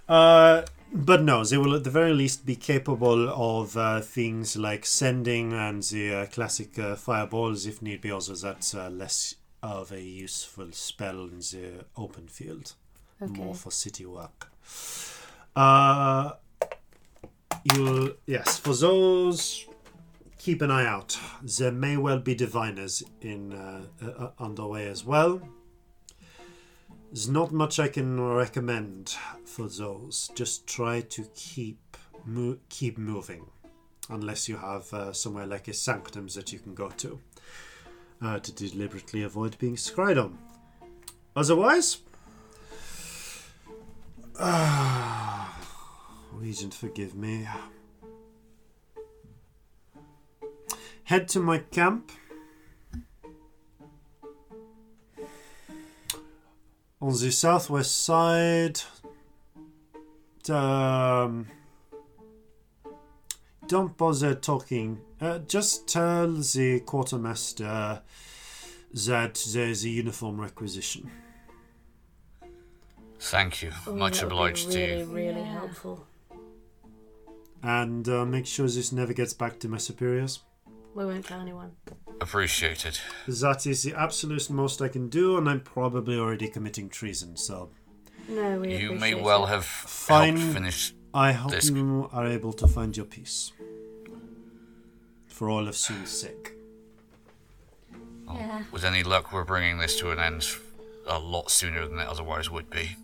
Speaker 1: Uh, but no, they will at the very least be capable of uh, things like sending and the uh, classic uh, fireballs if need be, also that's uh, less of a useful spell in the open field, more for city work. Uh, you'll, yes, for those, keep an eye out. There may well be diviners in uh, uh, uh, underway as well. There's not much I can recommend for those. Just try to keep mo- keep moving, unless you have uh, somewhere like a sanctum that you can go to uh, to deliberately avoid being scried on. Otherwise, ah, Regent, forgive me. Head to my camp. on the southwest side. Um, don't bother talking. Uh, just tell the quartermaster that there's a uniform requisition.
Speaker 2: Thank you.
Speaker 3: Oh,
Speaker 2: Much
Speaker 3: that would be
Speaker 2: obliged to
Speaker 3: really,
Speaker 2: you.
Speaker 3: Really
Speaker 6: Yeah.
Speaker 3: helpful.
Speaker 1: And uh, make sure this never gets back to my superiors.
Speaker 3: We won't tell anyone.
Speaker 2: Appreciated.
Speaker 1: That is the absolute most I can do, and I'm probably already committing treason, so
Speaker 3: No, we.
Speaker 2: You may
Speaker 3: appreciate
Speaker 2: well
Speaker 3: it.
Speaker 2: have
Speaker 1: Fine.
Speaker 2: helped finish.
Speaker 1: I hope
Speaker 2: This-
Speaker 1: you are able to find your peace. For all of Soon's sake.
Speaker 2: well,
Speaker 6: Yeah.
Speaker 2: oh, With any luck, we're bringing this to an end a lot sooner than it otherwise would be.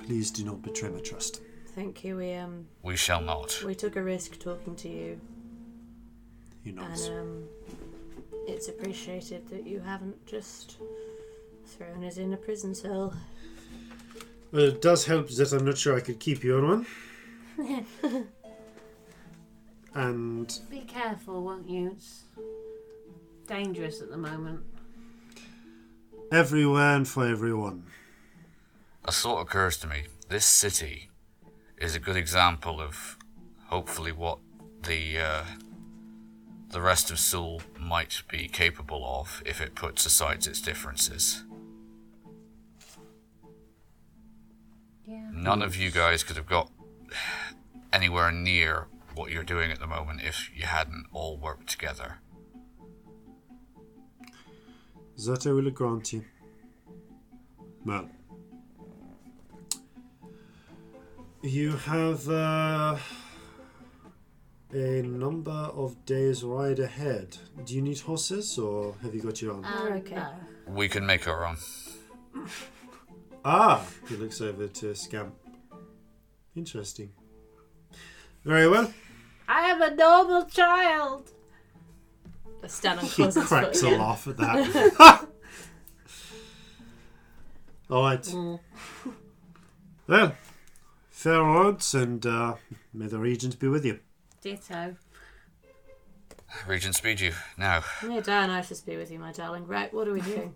Speaker 1: Please do not betray my trust.
Speaker 3: Thank you. We um
Speaker 2: We shall not.
Speaker 3: we took a risk talking to you,
Speaker 1: You know.
Speaker 3: and um, it's appreciated that you haven't just thrown us in a prison cell.
Speaker 1: Well, it does help that I'm not sure I could keep you on one.
Speaker 3: Um,
Speaker 1: and
Speaker 6: Be careful, won't you? It's dangerous at the moment.
Speaker 1: everywhere and for everyone.
Speaker 2: A thought occurs to me. This city is a good example of hopefully what the uh, the rest of Seoul might be capable of if it puts aside its differences.
Speaker 6: Yeah.
Speaker 2: None of you guys could have got anywhere near what you're doing at the moment if you hadn't all worked together.
Speaker 1: That I will grant you. Well. You have uh, a number of days' ride ahead. Do you need horses or have you got your own?
Speaker 6: Um,
Speaker 3: We're okay.
Speaker 2: We can make our own.
Speaker 1: Ah, he looks over to Scamp. Interesting. Very well.
Speaker 6: I am a normal child.
Speaker 3: I stand on
Speaker 1: He
Speaker 3: Claus's foot
Speaker 1: cracks a
Speaker 3: again.
Speaker 1: laugh at that. All right.
Speaker 3: Mm.
Speaker 1: Well, fair roads, and uh, may the regent be with you.
Speaker 6: Ditto.
Speaker 2: Regent speed you. Now,
Speaker 3: May Diane Isis be with you, my darling. Right, what are we doing?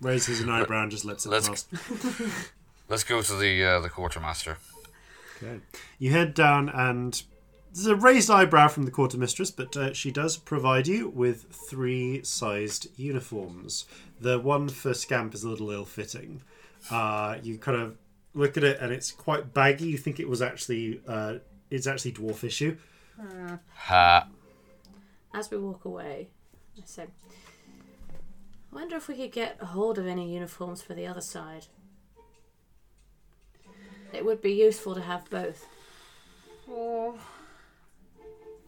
Speaker 1: Raises an eyebrow and just lets it
Speaker 2: Let's-
Speaker 1: pass.
Speaker 2: let's go to the uh, the quartermaster.
Speaker 1: Okay. You head down, and there's a raised eyebrow from the quartermistress, but uh, she does provide you with three sized uniforms. The one for Scamp is a little ill fitting. Uh, you kind of look at it and it's quite baggy. You think it was actually uh, it's actually dwarf issue.
Speaker 2: Ha.
Speaker 3: As we walk away, I say, I wonder if we could get a hold of any uniforms for the other side. It would be useful to have both.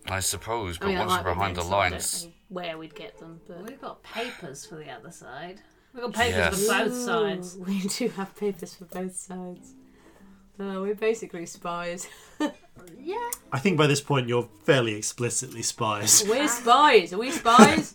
Speaker 2: I suppose,
Speaker 3: I
Speaker 2: but
Speaker 3: mean, I
Speaker 2: once
Speaker 3: might
Speaker 2: we're
Speaker 3: be
Speaker 2: behind the
Speaker 3: mental, I don't
Speaker 2: lines,
Speaker 3: know where we'd get them, but
Speaker 6: We've got papers for the other side. We've got papers
Speaker 2: Yes.
Speaker 6: for both sides.
Speaker 3: Ooh, we do have papers for both sides. Uh, we're basically spies.
Speaker 1: I think by this point you're fairly explicitly spies.
Speaker 3: We're spies. Are we spies?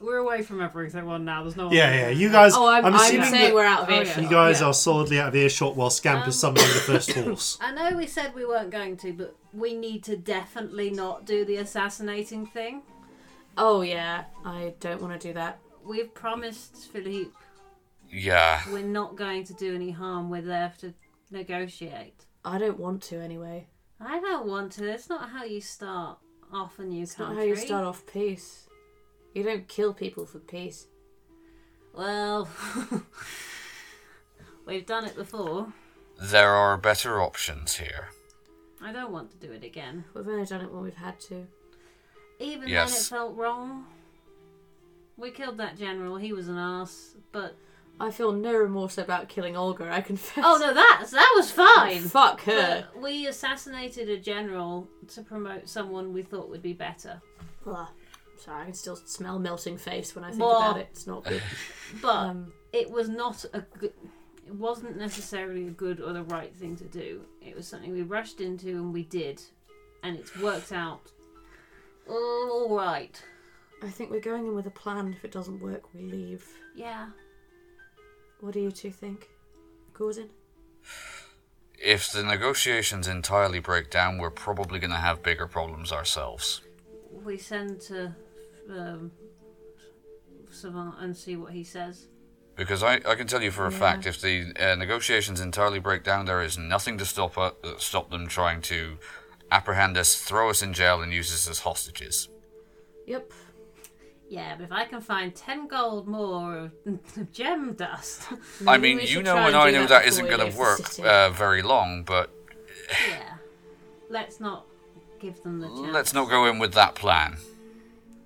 Speaker 6: We're away from everyone now. There's no.
Speaker 1: Yeah, yeah. You guys.
Speaker 3: Oh, I'm, I'm,
Speaker 1: assuming
Speaker 3: saying
Speaker 1: that
Speaker 3: we're out of
Speaker 6: Oh,
Speaker 3: earshot.
Speaker 1: you guys
Speaker 6: yeah.
Speaker 1: are solidly out of earshot while Scamp is summoning the first horse.
Speaker 6: I know we said we weren't going to, but we need to definitely not do the assassinating thing.
Speaker 3: Oh yeah, I don't want to do that.
Speaker 6: We've promised Philippe
Speaker 2: yeah.
Speaker 6: we're not going to do any harm. We're there to negotiate.
Speaker 3: I don't want to anyway.
Speaker 6: I don't want to. It's not how you start off a new
Speaker 3: It's
Speaker 6: country.
Speaker 3: not how you start off peace. You don't kill people for peace.
Speaker 6: Well, we've done it before.
Speaker 2: There are better options here.
Speaker 6: I don't want to do it again.
Speaker 3: We've only done it when we've had to.
Speaker 6: Even then, it
Speaker 2: Yes.
Speaker 6: felt wrong. We killed that general. He was an ass. But
Speaker 3: I feel no remorse about killing Olga. I confess.
Speaker 6: oh no, that that was fine.
Speaker 3: Fuck her.
Speaker 6: But we assassinated a general to promote someone we thought would be better.
Speaker 3: Blah. Sorry, I can still smell melting face when I think
Speaker 6: Blah.
Speaker 3: about it. It's not good.
Speaker 6: But
Speaker 3: Um,
Speaker 6: it was not a good. It wasn't necessarily a good or the right thing to do. It was something we rushed into and we did, and it's worked out all right.
Speaker 3: I think we're going in with a plan. If it doesn't work, we leave.
Speaker 6: Yeah.
Speaker 3: What do you two think? Gordon?
Speaker 2: If the negotiations entirely break down, we're probably going to have bigger problems ourselves.
Speaker 6: We send to um, Savant and see what he says.
Speaker 2: Because I, I can tell you for a fact, if the uh, negotiations entirely break down, there is nothing to stop uh, stop them trying to apprehend us, throw us in jail, and use us as hostages.
Speaker 3: Yep.
Speaker 6: Yeah, but if I can find ten gold more of, of gem dust,
Speaker 2: I
Speaker 3: Maybe
Speaker 2: mean,
Speaker 3: we
Speaker 2: you
Speaker 3: should
Speaker 2: know
Speaker 3: try
Speaker 2: and
Speaker 3: and
Speaker 2: I
Speaker 3: do
Speaker 2: know
Speaker 3: that
Speaker 2: that
Speaker 3: before
Speaker 2: isn't
Speaker 3: we
Speaker 2: going
Speaker 3: leave
Speaker 2: to
Speaker 3: the
Speaker 2: work
Speaker 3: city.
Speaker 2: uh, very long, but
Speaker 6: yeah, let's not give them the chance.
Speaker 2: let's not go in with that plan.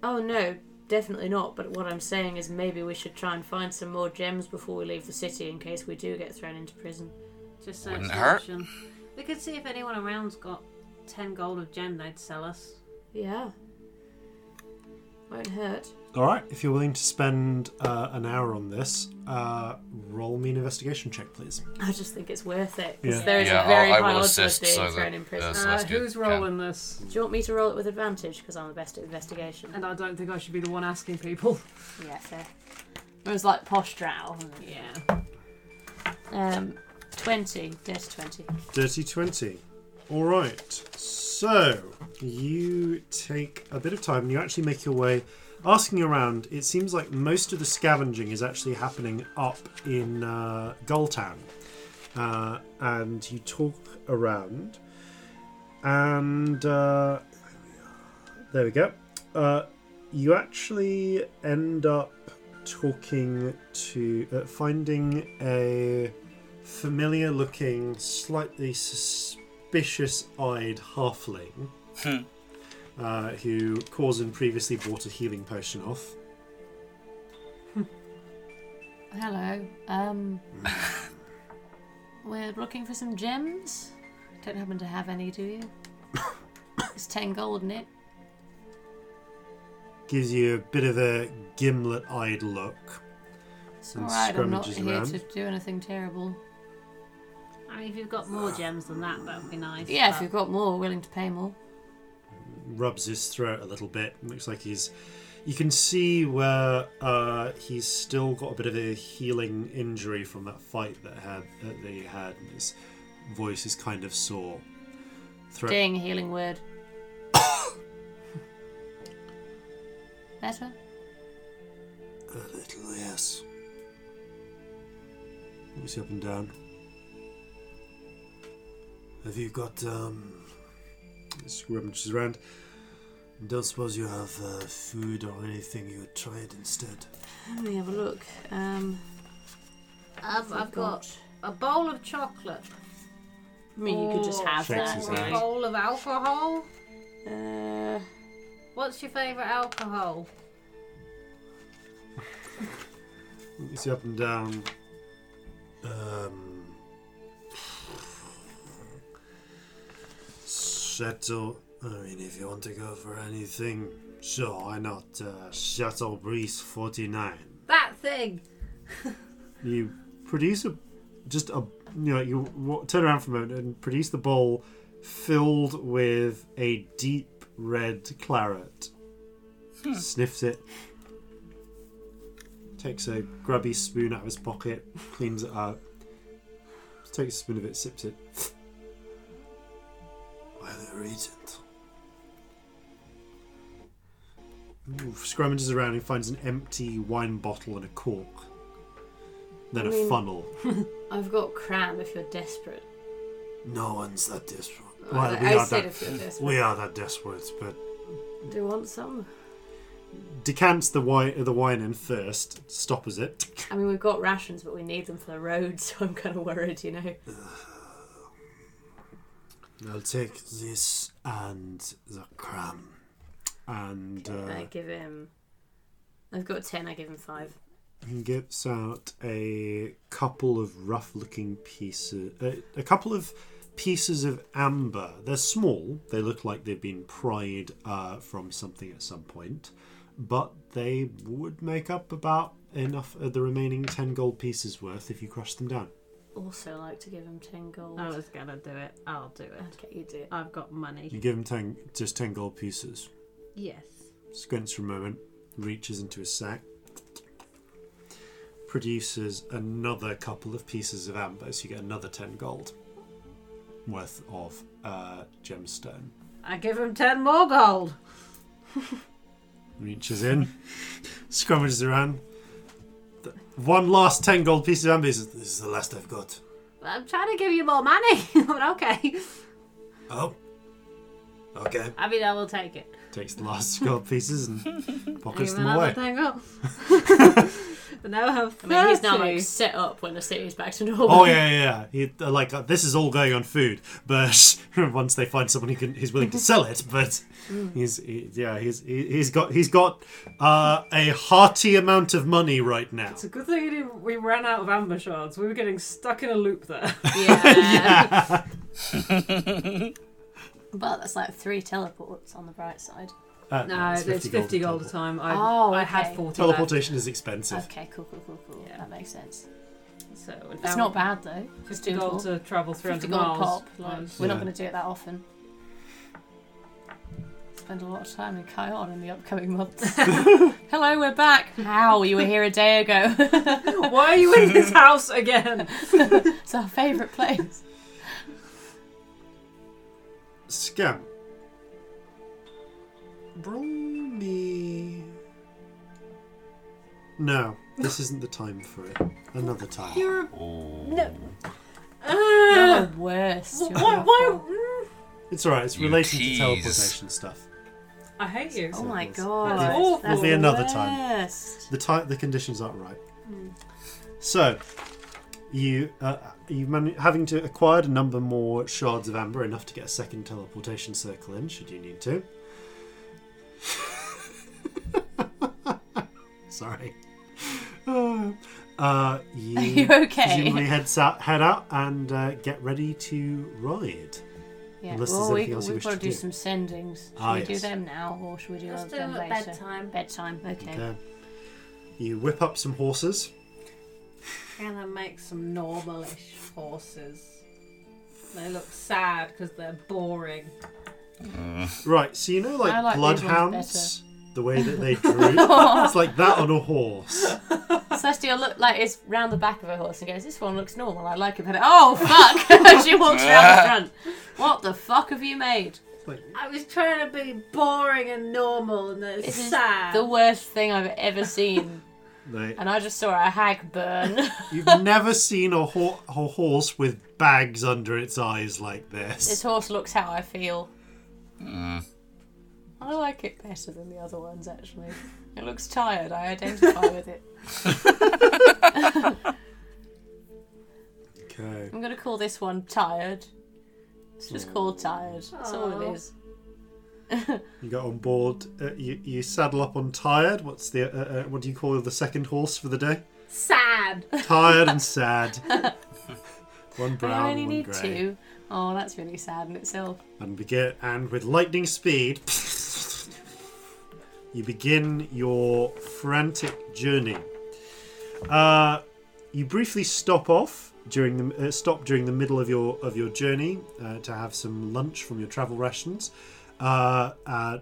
Speaker 3: Oh no, definitely not. But what I'm saying is maybe we should try and find some more gems before we leave the city in case we do get thrown into prison.
Speaker 6: Just so
Speaker 2: Wouldn't
Speaker 6: it's an
Speaker 2: hurt.
Speaker 6: option. We could see if anyone around's got ten gold of gem they'd sell us.
Speaker 3: Yeah. Won't hurt.
Speaker 1: All right. If you're willing to spend uh, an hour on this, uh, roll me an investigation check, please.
Speaker 3: I just think it's worth it. 'cause
Speaker 1: Yeah.
Speaker 3: There is
Speaker 2: Yeah,
Speaker 3: a very
Speaker 2: I, I
Speaker 3: high
Speaker 2: will
Speaker 3: odds of
Speaker 2: assist
Speaker 3: being
Speaker 2: so
Speaker 3: thrown
Speaker 2: that
Speaker 3: in
Speaker 2: uh,
Speaker 3: prison.
Speaker 4: Uh,
Speaker 2: Celestia
Speaker 4: who's
Speaker 2: can.
Speaker 4: rolling this?
Speaker 3: Do you want me to roll it with advantage because I'm the best at investigation?
Speaker 4: And I don't think I should be the one asking people.
Speaker 3: Yeah, fair. It was like posh drow.
Speaker 4: Yeah.
Speaker 3: Um, twenty, dirty twenty.
Speaker 1: Dirty 20. All right. So, you take a bit of time and you actually make your way. Asking around, it seems like most of the scavenging is actually happening up in uh, Gulltown. Uh, and you talk around. And uh, there we go. Uh, you actually end up talking to. Uh, finding a familiar looking, slightly suspicious eyed halfling uh, who Corzin previously bought a healing potion off.
Speaker 3: Hello. Um, we're looking for some gems. Don't happen to have any, do you? it's ten gold in it.
Speaker 1: Gives you a bit of a gimlet eyed look.
Speaker 3: It's
Speaker 1: And
Speaker 3: alright, I'm not
Speaker 1: scrummages
Speaker 3: here
Speaker 1: around.
Speaker 3: to do anything terrible.
Speaker 6: I mean, if you've got more gems than that, that would be nice.
Speaker 3: Yeah, if
Speaker 6: but
Speaker 3: you've got more, willing to pay more.
Speaker 1: rubs his throat a little bit. Looks like he's. You can see where uh, he's still got a bit of a healing injury from that fight that had that they had, and his voice is kind of sore. Throat.
Speaker 3: Ding, healing word. Better?
Speaker 1: A little, yes. Looks you up and down. Have you got, um. Scrummages around. Don't suppose you have uh, food or anything you tried instead?
Speaker 3: Let me have a look. Um,
Speaker 6: I've, I've got a bowl of chocolate.
Speaker 3: I mean, you could just have
Speaker 1: Shakes
Speaker 3: that.
Speaker 1: his
Speaker 6: Or a
Speaker 1: head.
Speaker 3: Right?
Speaker 6: bowl of alcohol.
Speaker 3: Uh,
Speaker 6: What's your favourite alcohol?
Speaker 1: It's up and down. Um, Chateau. I mean, if you want to go for anything, sure, why not? Uh, Chateau Breeze 49.
Speaker 6: That thing.
Speaker 1: You produce a, just a, you know, you w- turn around for a moment and produce the bowl filled with a deep red claret. Sniffs it. Takes a grubby spoon out of his pocket, cleans it out. Takes a spoon of it, sips it. Why the regent? Ooh, scrummages around and finds an empty wine bottle and a cork. Then a funnel.
Speaker 3: I've got cram if you're desperate.
Speaker 1: No one's that desperate.
Speaker 3: Well,
Speaker 1: we
Speaker 3: I
Speaker 1: are
Speaker 3: said
Speaker 1: that,
Speaker 3: if you're desperate.
Speaker 1: we are that desperate, but
Speaker 3: Do you want some?
Speaker 1: decants the wine, the wine in first, stoppers it.
Speaker 3: I mean, we've got rations, but we need them for the road, so I'm kind of worried, you know.
Speaker 1: I'll take this and the cram, and
Speaker 3: I
Speaker 1: uh,
Speaker 3: give him. I've got ten. I give him five.
Speaker 1: he gets out a couple of rough-looking pieces, a, a couple of pieces of amber. They're small. They look like they've been pried uh, from something at some point, but they would make up about enough of the remaining ten gold pieces worth if you crush them down.
Speaker 3: Also, like to give him ten gold.
Speaker 6: I was gonna do it. I'll do it.
Speaker 3: Okay, you do. it.
Speaker 6: I've got
Speaker 1: You
Speaker 6: money.
Speaker 1: give him ten, just ten gold pieces.
Speaker 6: Yes.
Speaker 1: Squints for a moment, reaches into his sack, produces another couple of pieces of amber, so you get another ten gold worth of uh, gemstone.
Speaker 6: I give him ten more gold.
Speaker 1: Reaches in, scrummages around. Th- One last ten gold piece of amber. He says, This is the last I've got.
Speaker 6: I'm trying to give you more money. but okay.
Speaker 1: Oh. Okay.
Speaker 6: I mean, I will take it.
Speaker 1: Takes the last gold pieces and pockets
Speaker 6: Give
Speaker 1: them
Speaker 6: another
Speaker 1: away.
Speaker 6: thing up. but now I have
Speaker 3: I
Speaker 6: thirty.
Speaker 3: mean, he's now like set up when the city's back to normal.
Speaker 1: Oh yeah, yeah, yeah. He, uh, like uh, this is all going on food, but once they find someone who can, who's willing to sell it, but
Speaker 4: Mm.
Speaker 1: he's, he, yeah, he's he, he's got he's got uh, a hearty amount of money right now.
Speaker 4: It's a good thing we didn't- we ran out of amber shards. We were getting stuck in a loop there.
Speaker 3: yeah. but that's like three teleports on the bright side.
Speaker 1: Uh,
Speaker 4: No, it's 50, gold, a
Speaker 1: total.
Speaker 4: time. I,
Speaker 3: Oh,
Speaker 4: I had
Speaker 3: okay.
Speaker 4: 40 left.
Speaker 1: Teleportation is expensive.
Speaker 3: Okay, cool, cool, cool, cool. That makes sense.
Speaker 4: So an
Speaker 3: It's
Speaker 4: hour-
Speaker 3: not bad though. It's
Speaker 4: 50 gold
Speaker 3: doable.
Speaker 4: to travel
Speaker 3: 50
Speaker 4: 300
Speaker 3: gold
Speaker 4: miles.
Speaker 3: pop. Like,
Speaker 4: was-
Speaker 3: We're not
Speaker 1: Yeah.
Speaker 3: going to do it that often. Spend a lot of time in Kion in the upcoming months. Hello, we're back. How you were here a day ago?
Speaker 4: Why are you in this house again?
Speaker 3: it's our favourite place.
Speaker 1: Scam. Roll me. No, this isn't the time for it. Another time.
Speaker 3: You're the worst. Oh You're
Speaker 4: Why? why mm,
Speaker 1: It's alright. It's
Speaker 2: You
Speaker 1: related to
Speaker 2: tease.
Speaker 1: teleportation stuff.
Speaker 4: I hate you.
Speaker 3: Oh my
Speaker 1: That's
Speaker 3: god.
Speaker 4: awful.
Speaker 3: That's
Speaker 1: Will be another
Speaker 3: the
Speaker 1: time.
Speaker 3: worst.
Speaker 1: the type the conditions aren't right.
Speaker 3: Hmm.
Speaker 1: So you uh, you man- having to acquired a number more shards of amber enough to get a second teleportation circle in should you need to. Sorry. Uh, uh, you,
Speaker 3: Are you okay?
Speaker 1: Presumably head out, head out and uh, get ready to ride.
Speaker 3: Yeah.
Speaker 1: Unless there's
Speaker 3: well, we,
Speaker 1: anything else you wish
Speaker 3: we've got to
Speaker 1: to
Speaker 3: do
Speaker 1: do.
Speaker 3: some sendings. Should
Speaker 1: Ah,
Speaker 3: we do
Speaker 1: yes.
Speaker 3: them now or should we do
Speaker 6: Let's
Speaker 3: other
Speaker 6: do
Speaker 3: them
Speaker 6: them at
Speaker 3: later?
Speaker 6: bedtime.
Speaker 3: Bedtime. Okay.
Speaker 1: Okay. uh, You whip up some horses.
Speaker 6: Gonna make some normalish horses. They look sad because they're boring.
Speaker 1: Right, so you know, like,
Speaker 3: I like these ones
Speaker 1: bloodhounds, the way that they droop, it's like that on a horse.
Speaker 3: Celestia looked like is round the back of her horse and goes, "This one looks normal. I like it better." Oh fuck! she walks round the front. What the fuck have you made?
Speaker 6: I was trying to be boring and normal, and they're
Speaker 3: This is
Speaker 6: sad.
Speaker 3: the worst thing I've ever seen,
Speaker 1: Like,
Speaker 3: and I just saw a hag burn.
Speaker 1: you've never seen a, ho- a horse with bags under its eyes like
Speaker 3: this
Speaker 1: this.
Speaker 3: horse looks how I feel.
Speaker 1: Mm.
Speaker 3: I like it better than the other ones actually. It looks tired. I identify with it.
Speaker 1: Okay.
Speaker 3: I'm gonna call this one tired. It's just called tired. That's all it is.
Speaker 1: You get on board. Uh, you, you saddle up on tired. What's the uh, uh, what do you call the second horse for the day?
Speaker 6: Sad.
Speaker 1: Tired and sad. one brown,
Speaker 3: I only
Speaker 1: one
Speaker 3: need
Speaker 1: grey.
Speaker 3: two. Oh, that's really sad in itself.
Speaker 1: and begin and with lightning speed you begin your frantic journey uh, you briefly stop off during the uh, stop during the middle of your of your journey uh, to have some lunch from your travel rations uh, uh,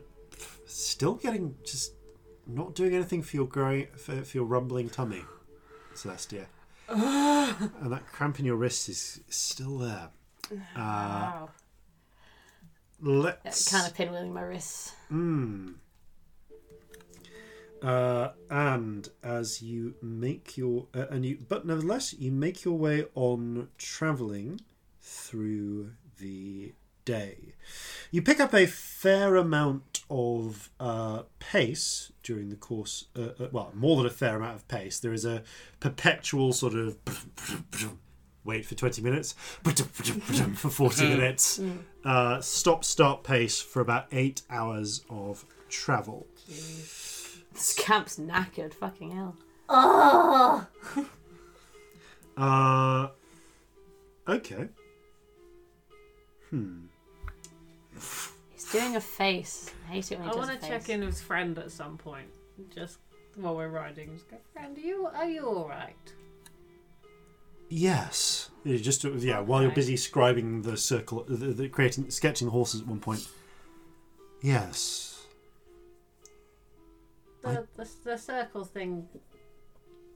Speaker 1: still getting just not doing anything for your growing for, for your rumbling tummy celestia and that cramp in your wrist is still there Uh,
Speaker 3: Wow.
Speaker 1: let's
Speaker 3: Kind of pinwheeling my wrists.
Speaker 1: Uh, and as you make your uh, and you but nevertheless you make your way on traveling through the day you pick up a fair amount of uh, pace during the course uh, uh, well more than a fair amount of pace there is a perpetual sort of wait for 20 minutes for 40 minutes uh, stop start pace for about eight hours of travel
Speaker 3: This camp's knackered. Fucking hell.
Speaker 1: Uh, okay.
Speaker 3: He's doing a face. I hate it when
Speaker 6: I
Speaker 3: he does
Speaker 6: want
Speaker 3: a
Speaker 6: to
Speaker 3: face.
Speaker 6: check in with friend at some point, just while we're riding. Just go, friend, are you are you all right?
Speaker 1: Yes. You just yeah. While you're busy scribing the circle, the, the creating, sketching the horses at one point. Yes.
Speaker 6: The, the the circle thing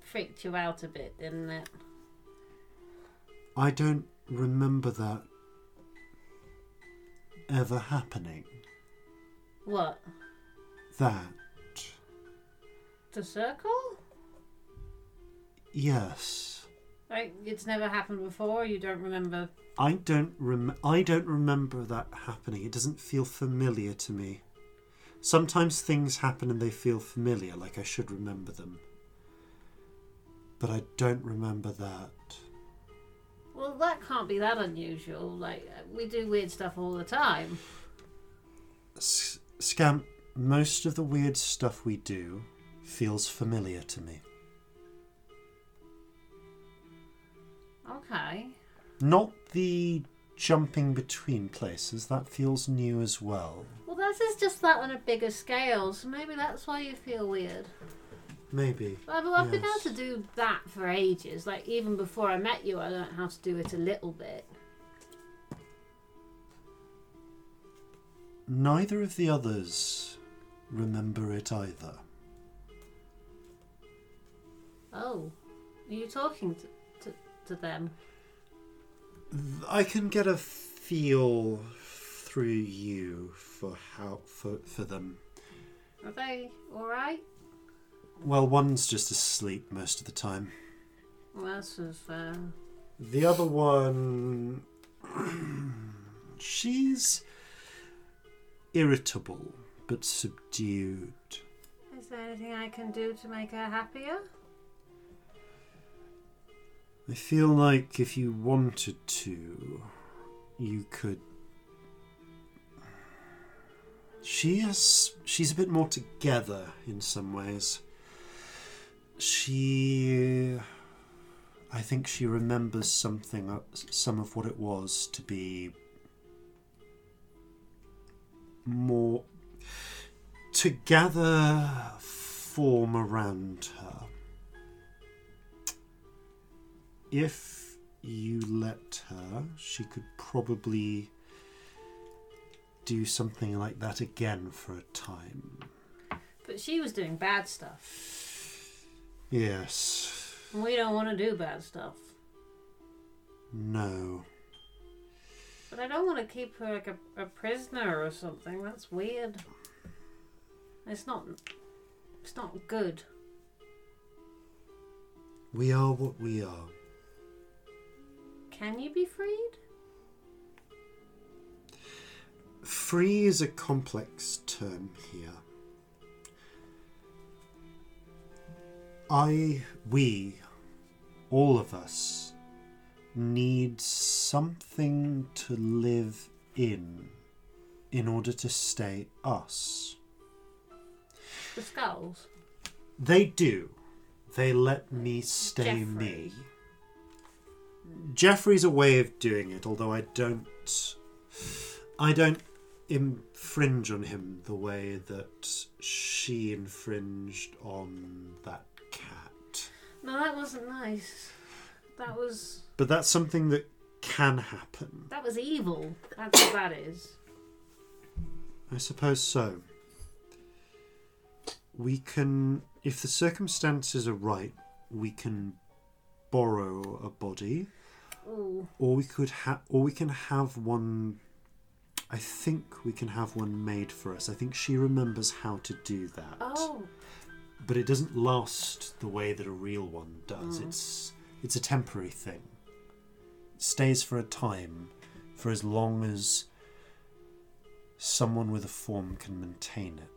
Speaker 6: freaked you out a bit, didn't it?
Speaker 1: I don't remember that ever happening.
Speaker 6: What?
Speaker 1: That.
Speaker 6: The circle?
Speaker 1: Yes.
Speaker 6: Like it's never happened before. You don't remember.
Speaker 1: I don't rem- I don't remember that happening. It doesn't feel familiar to me. Sometimes things happen and they feel familiar, like I should remember them. But I don't remember that.
Speaker 6: Well, that can't be that unusual. Like we do weird stuff all the time.
Speaker 1: S- Scamp, most of the weird stuff we do feels familiar to me.
Speaker 6: Okay.
Speaker 1: Not the jumping between places, that feels new as well.
Speaker 6: Well, this is just that on a bigger scale, so maybe that's why you feel weird.
Speaker 1: Maybe.
Speaker 6: I've, I've been
Speaker 1: Yes.
Speaker 6: able to do that for ages. Like even before I met you, I learned how to do it a little bit.
Speaker 1: Neither of the others remember it either.
Speaker 6: Oh, are you talking to, to, to them?
Speaker 1: I can get a feel through you for how for for them.
Speaker 6: Are they all right?
Speaker 1: Well, one's just asleep most of the time.
Speaker 6: Well, this is uh,
Speaker 1: The other one, she's irritable but subdued.
Speaker 6: Is there anything I can do to make her happier?
Speaker 1: I feel like if you wanted to, you could. She is. She's a bit more together in some ways. She. I think she remembers something, uh, some of what it was to be more. to gather form around her. if you let her, she could probably do something like that again for a time.
Speaker 6: But she was doing bad stuff,
Speaker 1: Yes.
Speaker 6: and we don't want to do bad stuff.
Speaker 1: No.
Speaker 6: But I don't want to keep her like a, a prisoner or something. That's weird. It's not. It's not good.
Speaker 1: We are what we are.
Speaker 6: Can you be freed?
Speaker 1: Free is a complex term here. I, we, all of us need something to live in in order to stay us.
Speaker 6: The skulls.
Speaker 1: They do. They let me stay me. Jeffrey's a way of doing it, although I don't I don't infringe on him the way that she infringed on that cat.
Speaker 6: No, that wasn't nice. That was
Speaker 1: But that's something that can happen.
Speaker 6: that was evil. That's what that is.
Speaker 1: I suppose so. We can, if the circumstances are right, we can borrow a body,
Speaker 6: Ooh.
Speaker 1: or we could ha- or we can have one. I think we can have one made for us. I think she remembers how to do that,
Speaker 6: Oh.
Speaker 1: but it doesn't last the way that a real one does. It's it's a temporary thing. It stays for a time, for as long as someone with a form can maintain it.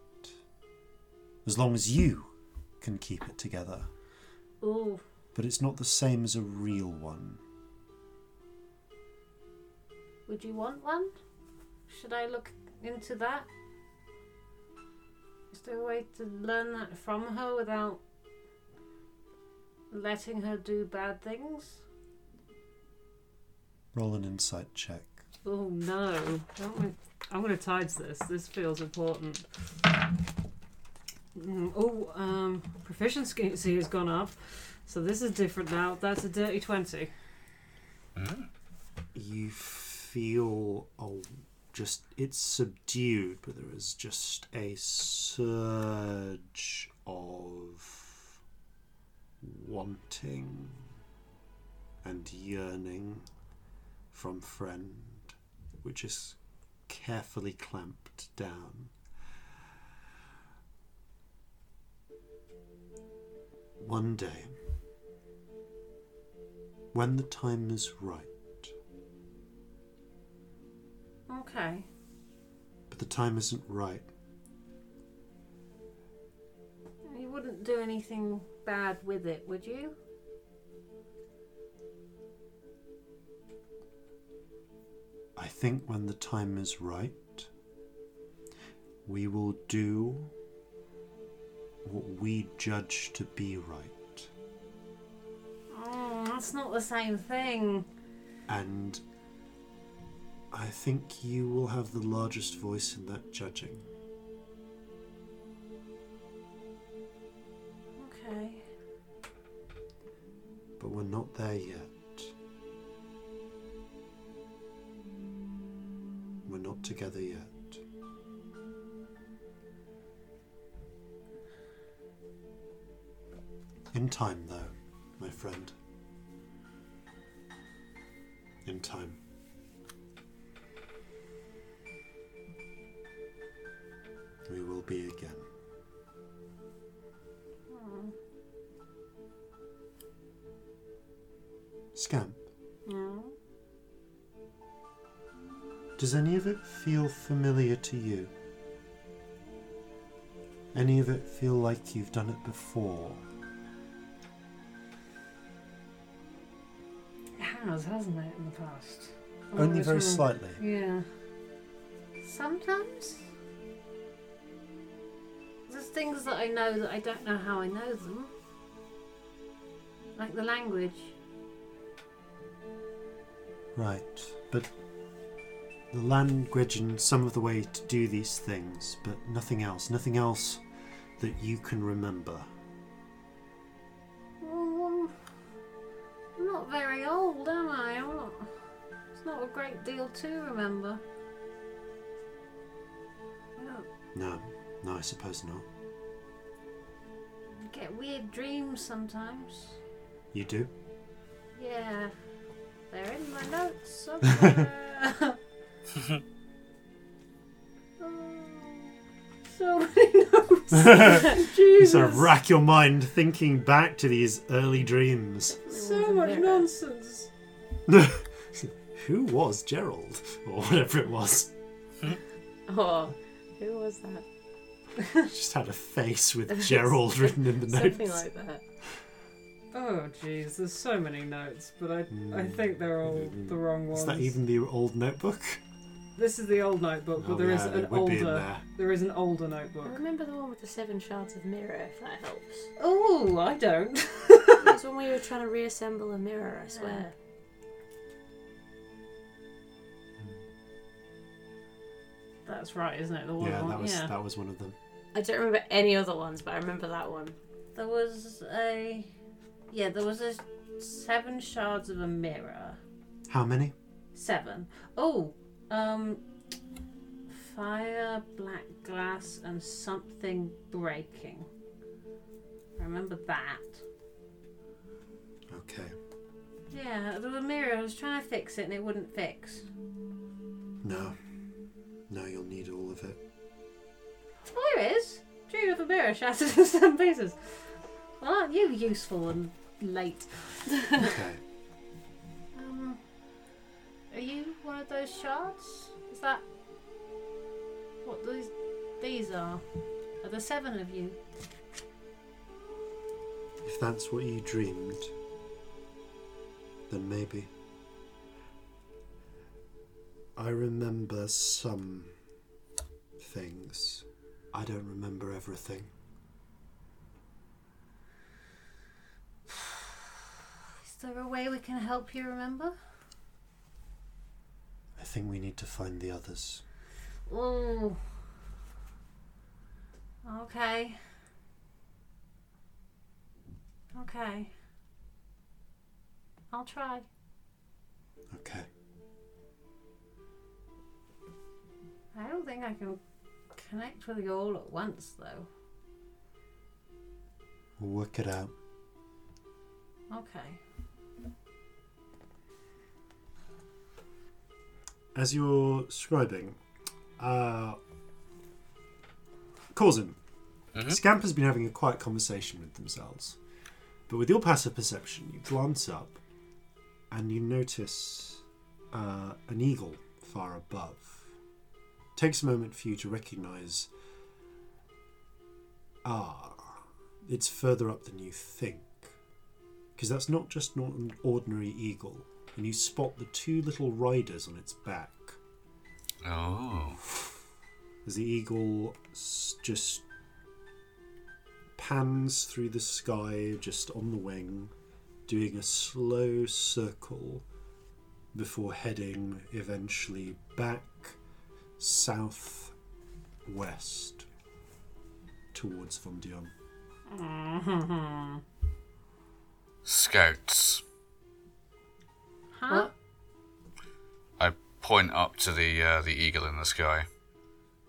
Speaker 1: As long as you can keep it together.
Speaker 6: Ooh.
Speaker 1: But it's not the same as a real one.
Speaker 6: Would you want one? Should I look into that? Is there a way to learn that from her without letting her do bad things?
Speaker 1: Roll an insight check.
Speaker 4: Oh no! Don't we... I'm going to tides this. This feels important. Mm, oh, um, proficiency has gone up, so this is different now. That's a dirty twenty.
Speaker 1: You feel oh, just it's subdued, but there is just a surge of wanting and yearning from friend, which is carefully clamped down. One day, when the time is right,
Speaker 6: Okay.
Speaker 1: but the time isn't right.
Speaker 6: You wouldn't do anything bad with it, would you?
Speaker 1: I think when the time is right, we will do what we judge to be right.
Speaker 6: Oh, that's not the same thing.
Speaker 1: And I think you will have the largest voice in that judging.
Speaker 6: Okay.
Speaker 1: But we're not there yet. We're not together yet. In time, though, my friend. In time. We will be again. Scamp. Does any of it feel familiar to you? Any of it feel like you've done it before?
Speaker 6: It has, hasn't it, in the past? I
Speaker 1: Only
Speaker 6: was
Speaker 1: very
Speaker 6: wondering-
Speaker 1: slightly.
Speaker 6: Yeah. Sometimes. There's things that I know that I don't know how I know them. Like the language.
Speaker 1: Right, but the language and some of the way to do these things, but nothing else. Nothing else that you can remember.
Speaker 6: Um, I'm not very old, am I? I'm not. It's not a great deal to remember. I don't
Speaker 1: No, no, I suppose not.
Speaker 6: get weird dreams sometimes.
Speaker 1: You do?
Speaker 6: Yeah, they're in my notes somewhere. so many notes.
Speaker 1: You
Speaker 6: Jesus.
Speaker 1: sort of rack your mind thinking back to these early dreams.
Speaker 6: So much nonsense.
Speaker 1: Who was Gerald? Or whatever it was.
Speaker 3: Oh, who was that?
Speaker 1: Just had a face with Gerald written in the notes.
Speaker 3: Something like that.
Speaker 4: Oh, jeez, there's so many notes, but I, I think they're all the wrong ones.
Speaker 1: Hmm. Is that even the old notebook?
Speaker 4: This is the old notebook,
Speaker 1: Oh,
Speaker 4: but there is
Speaker 1: yeah,
Speaker 4: an
Speaker 1: it would be in
Speaker 4: older.
Speaker 1: there.
Speaker 4: There is an older
Speaker 3: I
Speaker 4: notebook.
Speaker 3: remember the one with the seven shards of mirror, if that helps.
Speaker 4: Oh, I don't.
Speaker 3: It's when we were trying to reassemble a mirror, I swear.
Speaker 4: That's right, isn't it? The
Speaker 1: Yeah, that was
Speaker 6: yeah.
Speaker 1: that was one of them.
Speaker 3: I don't remember any other ones, but I remember that one.
Speaker 6: There was a. Yeah, there was a seven shards of a mirror.
Speaker 1: How many?
Speaker 6: Seven. Oh, um. Fire, black glass, and something breaking. I remember that.
Speaker 1: Okay.
Speaker 6: Yeah, there was a mirror. I was trying to fix it and it wouldn't fix.
Speaker 1: No. No, you'll need all of it.
Speaker 6: Oh, here is. Dream of a mirror shattered in some places. Well, aren't you useful and late?
Speaker 1: Okay.
Speaker 6: Um, are you one of those shards? Is that what these these are? Are there seven of you?
Speaker 1: if that's what you dreamed, then maybe. I remember some things. I don't remember everything.
Speaker 6: Is there a way we can help you remember?
Speaker 1: I think we need to find the others.
Speaker 6: Oh. Okay. Okay. I'll try.
Speaker 1: Okay.
Speaker 6: I don't think I can connect with you all at once, though.
Speaker 1: We'll work it out.
Speaker 6: Okay.
Speaker 1: As you're scribing, uh, Corzin, Scamp has been having a quiet conversation with themselves. But with your passive perception, you glance up and you notice uh, an eagle far above. takes a moment for you to recognize ah, it's further up than you think. Because that's not just not an ordinary eagle. And you spot the two little riders on its back
Speaker 2: Oh.
Speaker 1: as the eagle s- just pans through the sky just on the wing, doing a slow circle before heading eventually back south west towards Vondion.
Speaker 2: Scouts.
Speaker 6: Huh?
Speaker 2: I point up to the uh, the eagle in the sky.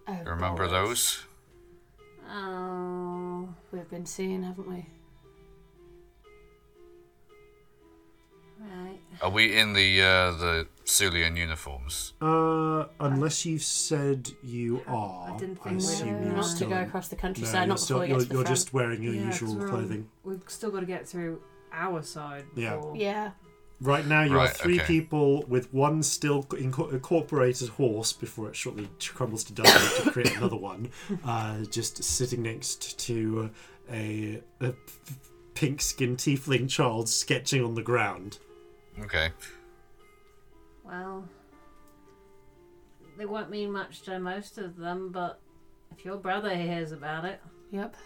Speaker 3: Oh,
Speaker 2: Remember those?
Speaker 6: Oh.
Speaker 3: We've been seeing, haven't we?
Speaker 6: Right.
Speaker 2: Are we in the uh, the Sulian uniforms?
Speaker 1: Uh, unless you've said you are,
Speaker 6: I didn't think
Speaker 1: I
Speaker 6: we
Speaker 1: assume
Speaker 6: were.
Speaker 1: you're
Speaker 3: Not to
Speaker 1: still.
Speaker 3: go across the
Speaker 1: no,
Speaker 3: countryside,
Speaker 1: you're,
Speaker 3: not
Speaker 1: still-
Speaker 3: before we
Speaker 1: you're,
Speaker 3: get to the
Speaker 1: you're
Speaker 3: front.
Speaker 1: just wearing your
Speaker 4: Yeah, 'cause
Speaker 1: usual
Speaker 4: we're on-
Speaker 1: clothing.
Speaker 4: We've still got to get through our side.
Speaker 1: Yeah.
Speaker 4: before-
Speaker 3: Yeah.
Speaker 1: Right now, you are
Speaker 2: Right,
Speaker 1: three
Speaker 2: okay.
Speaker 1: people with one still inco- incorporated horse before it shortly crumbles to dust to create another one. Uh, just sitting next to a, a pink skinned tiefling child sketching on the ground.
Speaker 2: Okay.
Speaker 6: Well, they won't mean much to most of them, but if your brother hears about it,
Speaker 3: Yep.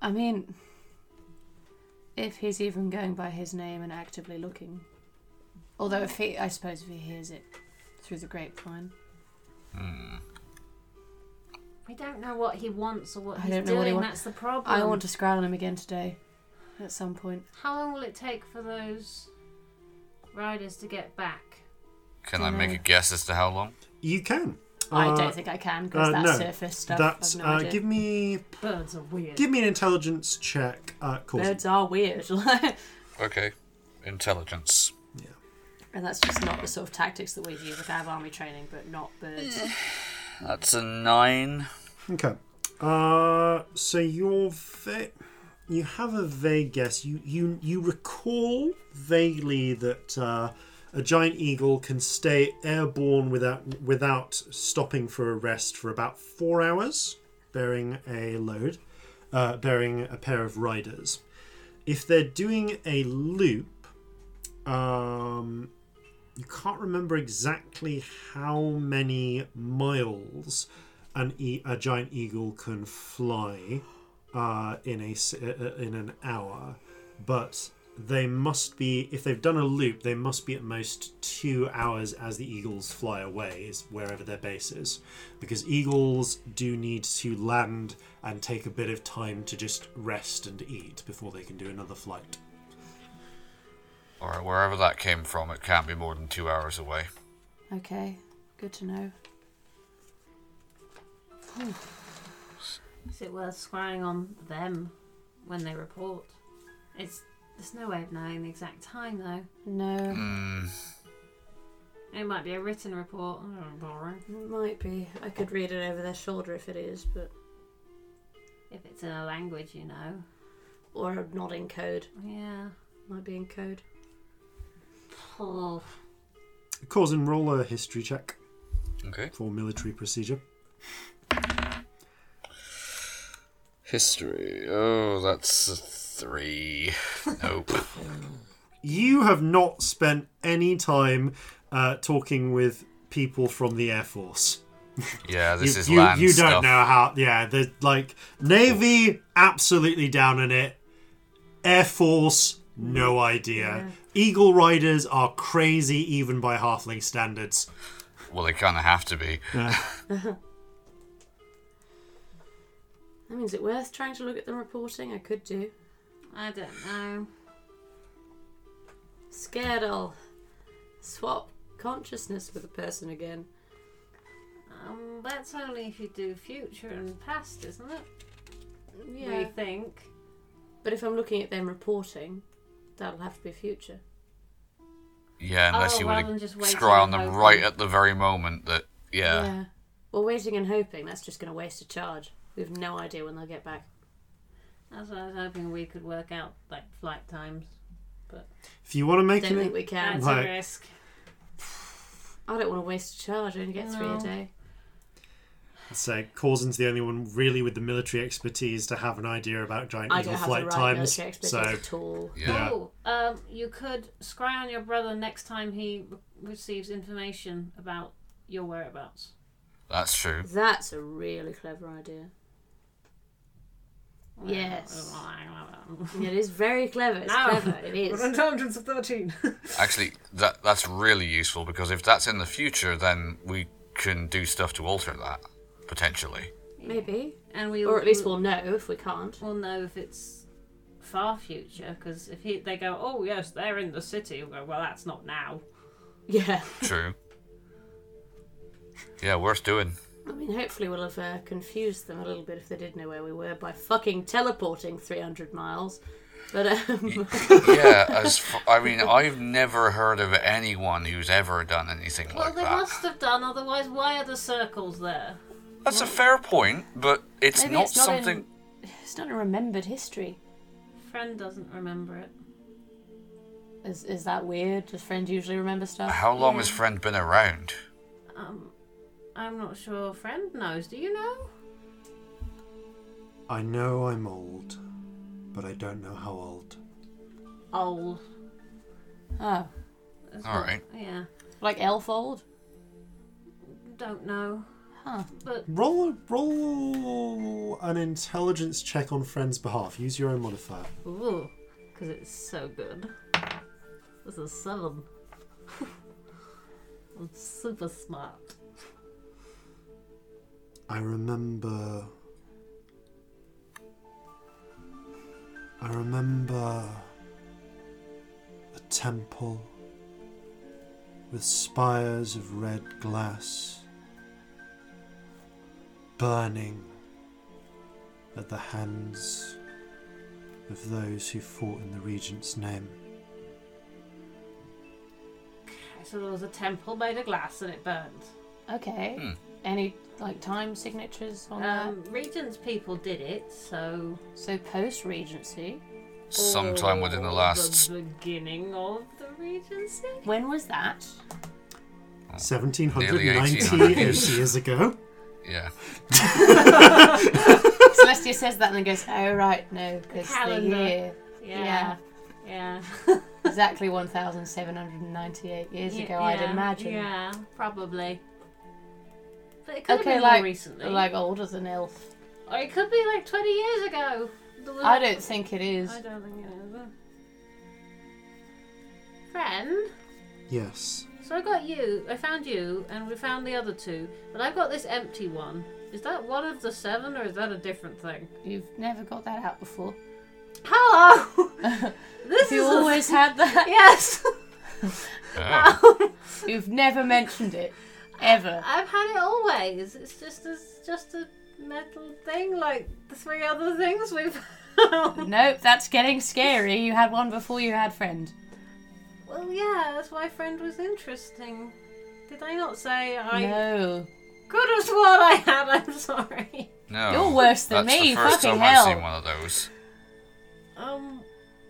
Speaker 3: I mean, if he's even going by his name and actively looking. Although, if he, I suppose if he hears it through the grapevine,
Speaker 6: we don't know what he wants or what
Speaker 3: I
Speaker 6: he's
Speaker 3: don't know
Speaker 6: doing.
Speaker 3: what he wa-
Speaker 6: That's the problem.
Speaker 3: I want to scrowl on him again today, at some point.
Speaker 6: How long will it take for those riders to get back?
Speaker 2: Can I make a guess as to how long?
Speaker 1: You can.
Speaker 3: I
Speaker 1: Uh,
Speaker 3: don't think I can because
Speaker 1: uh,
Speaker 3: that
Speaker 1: no.
Speaker 3: surface stuff.
Speaker 1: That's
Speaker 3: I've no
Speaker 1: uh,
Speaker 3: idea.
Speaker 1: give me
Speaker 4: Birds are weird.
Speaker 1: give me an intelligence check. Uh, course.
Speaker 3: Birds are weird, like-
Speaker 2: Okay. Intelligence.
Speaker 3: and that's just not the sort of tactics that we've used. Like I have army training, but not birds.
Speaker 2: That's a nine.
Speaker 1: Okay. Uh, so you're va- you have a vague guess. You you you recall vaguely that uh, a giant eagle can stay airborne without without stopping for a rest for about four hours, bearing a load, uh, bearing a pair of riders. If they're doing a loop, um, you can't remember exactly how many miles an e- a giant eagle can fly uh, in a s- uh, in an hour, but they must be if they've done a loop, they must be at most two hours as the eagles fly away, is wherever their base is, because eagles do need to land and take a bit of time to just rest and eat before they can do another flight.
Speaker 2: All right, wherever that came from, it can't be more than two hours away.
Speaker 3: Okay, good to know.
Speaker 6: Is it worth scrying on them when they report? It's there's no way of knowing the exact time though.
Speaker 3: No,
Speaker 2: Hmm.
Speaker 6: It might be a written report. Oh, boring.
Speaker 3: might be. I could read it over their shoulder if it is, but
Speaker 6: If it's in a language you know.
Speaker 3: or not in code.
Speaker 6: Yeah.
Speaker 3: Might be in code.
Speaker 6: Oh.
Speaker 1: Cause and roll a history check
Speaker 2: Okay.
Speaker 1: for military procedure.
Speaker 2: History. Oh, that's a three. Nope.
Speaker 1: you have not spent any time uh, talking with people from the air force.
Speaker 2: Yeah, this is
Speaker 1: you, you,
Speaker 2: land
Speaker 1: you don't
Speaker 2: stuff.
Speaker 1: know how. Yeah, the like navy absolutely down on it. Air force, no idea. Eagle riders are crazy even by halfling standards.
Speaker 2: Well, they kind of have to be.
Speaker 3: I mean, is it worth trying to look at the reporting? I could do.
Speaker 6: I don't know.
Speaker 3: Scared all. Swap consciousness with the person again.
Speaker 6: Um, that's only if you do future and past, isn't it?
Speaker 3: Yeah.
Speaker 6: We think.
Speaker 3: But if I'm looking at them reporting, that'll have to be future.
Speaker 2: Yeah, unless
Speaker 6: Oh,
Speaker 2: you
Speaker 6: rather
Speaker 2: want
Speaker 6: than
Speaker 2: to
Speaker 6: just waiting
Speaker 2: scry on
Speaker 6: and
Speaker 2: them
Speaker 6: hoping.
Speaker 2: right at the very moment that. Yeah.
Speaker 3: Well, waiting and hoping, that's just going to waste a charge. We have no idea when they'll get back.
Speaker 6: That's what I was hoping we could work out, like flight times.
Speaker 1: If you want to make
Speaker 3: Don't think
Speaker 1: an,
Speaker 3: we
Speaker 6: That's
Speaker 3: can.
Speaker 1: Right.
Speaker 6: a risk.
Speaker 3: I don't want to waste a charge. I only get three a
Speaker 6: No.
Speaker 3: day.
Speaker 1: say Corzin's the only one really with the military expertise to have an idea about giant
Speaker 3: I
Speaker 1: eagle
Speaker 3: don't have
Speaker 1: flight
Speaker 3: the right
Speaker 1: times.
Speaker 3: military expertise
Speaker 1: So
Speaker 3: at all.
Speaker 2: Yeah.
Speaker 6: Oh, um, you could scry on your brother next time he re- receives information about your whereabouts.
Speaker 2: That's true.
Speaker 3: That's a really clever idea. Yes. Yeah, It is very clever. It's clever. It
Speaker 11: But
Speaker 3: is.
Speaker 11: intelligence of 13.
Speaker 2: Actually, that that's really useful because if that's in the future, then we can do stuff to alter that potentially.
Speaker 3: Maybe.
Speaker 6: and we
Speaker 3: Or at least we'll know if we can't.
Speaker 6: we'll know if it's far future because if he, they go, oh yes, they're in the city, we'll go, well that's not now.
Speaker 3: Yeah.
Speaker 2: True. yeah, worth doing.
Speaker 3: I mean, hopefully we'll have uh, confused them a little bit if they did know where we were by fucking teleporting 300 miles. But um,
Speaker 2: Yeah, as f- I mean, I've never heard of anyone who's ever done anything
Speaker 6: Well,
Speaker 2: like
Speaker 6: they
Speaker 2: that.
Speaker 6: must have done, otherwise why are the circles there?
Speaker 2: That's a fair point, but it's
Speaker 3: maybe
Speaker 2: not
Speaker 3: it's not
Speaker 2: something.
Speaker 3: in, it's not in remembered history.
Speaker 6: Friend doesn't remember it.
Speaker 3: Is is that weird? Does friend usually remember stuff?
Speaker 2: How long
Speaker 6: Yeah.
Speaker 2: has friend been around?
Speaker 6: Um, I'm not sure. Friend knows. Do you know?
Speaker 1: I know I'm old, but I don't know how old.
Speaker 6: Old.
Speaker 3: Oh,
Speaker 6: That's
Speaker 2: All
Speaker 6: what-
Speaker 2: right.
Speaker 6: Yeah.
Speaker 3: like elf old?
Speaker 6: Don't know.
Speaker 3: Huh.
Speaker 6: But
Speaker 1: Roll roll an intelligence check on friend's behalf. Use your own modifier.
Speaker 6: Ooh, because it's so good. This is seven. I'm super smart.
Speaker 1: I remember. I remember a temple with spires of red glass burning at the hands of those who fought in the Regent's name.
Speaker 6: So there was a temple made of glass and it burned.
Speaker 3: Okay.
Speaker 2: Hmm.
Speaker 3: Any like time signatures on
Speaker 6: Um, Regent's people did it, so.
Speaker 3: that? So post regency,
Speaker 2: Sometime within the
Speaker 6: Or
Speaker 2: last.
Speaker 6: The beginning of the Regency?
Speaker 3: when was that?
Speaker 1: 1700,
Speaker 2: Nearly
Speaker 1: 90,
Speaker 2: 1800
Speaker 1: 80 years ago.
Speaker 2: Yeah.
Speaker 3: Celestia says that and then goes, oh, right, no, because the
Speaker 6: calendar.
Speaker 3: year.
Speaker 6: Yeah.
Speaker 3: Yeah.
Speaker 6: Yeah.
Speaker 3: Exactly 1,798 years ago, I'd
Speaker 6: Yeah,
Speaker 3: imagine.
Speaker 6: Yeah, probably. But it could have
Speaker 3: Okay,
Speaker 6: been
Speaker 3: like,
Speaker 6: more recently.
Speaker 3: like older than Elf.
Speaker 6: or it could be like 20 years ago. There was
Speaker 3: I
Speaker 6: a-
Speaker 3: don't think it is.
Speaker 6: I don't think it is. Friend,
Speaker 1: Yes.
Speaker 6: so I got you. I found you, and we found the other two. But I've got this empty one. Is that one of the seven, or is that a different thing?
Speaker 3: You've never got that out before.
Speaker 6: Hello. this
Speaker 3: You
Speaker 6: is
Speaker 3: always had that.
Speaker 6: yes.
Speaker 2: Oh,
Speaker 3: You've never mentioned it. Ever.
Speaker 6: I've had it always. It's just a, just a metal thing, like the three other things we've. found.
Speaker 3: Nope, that's getting scary. You had one before you had friend.
Speaker 6: well, yeah, that's why friend was interesting. Did I not say I
Speaker 3: No.
Speaker 6: could have sworn I had? I'm sorry.
Speaker 2: No.
Speaker 3: You're worse than
Speaker 2: That's
Speaker 3: me,
Speaker 2: the first
Speaker 3: fucking
Speaker 2: time I've seen
Speaker 3: hell.
Speaker 2: one of those.
Speaker 6: Um,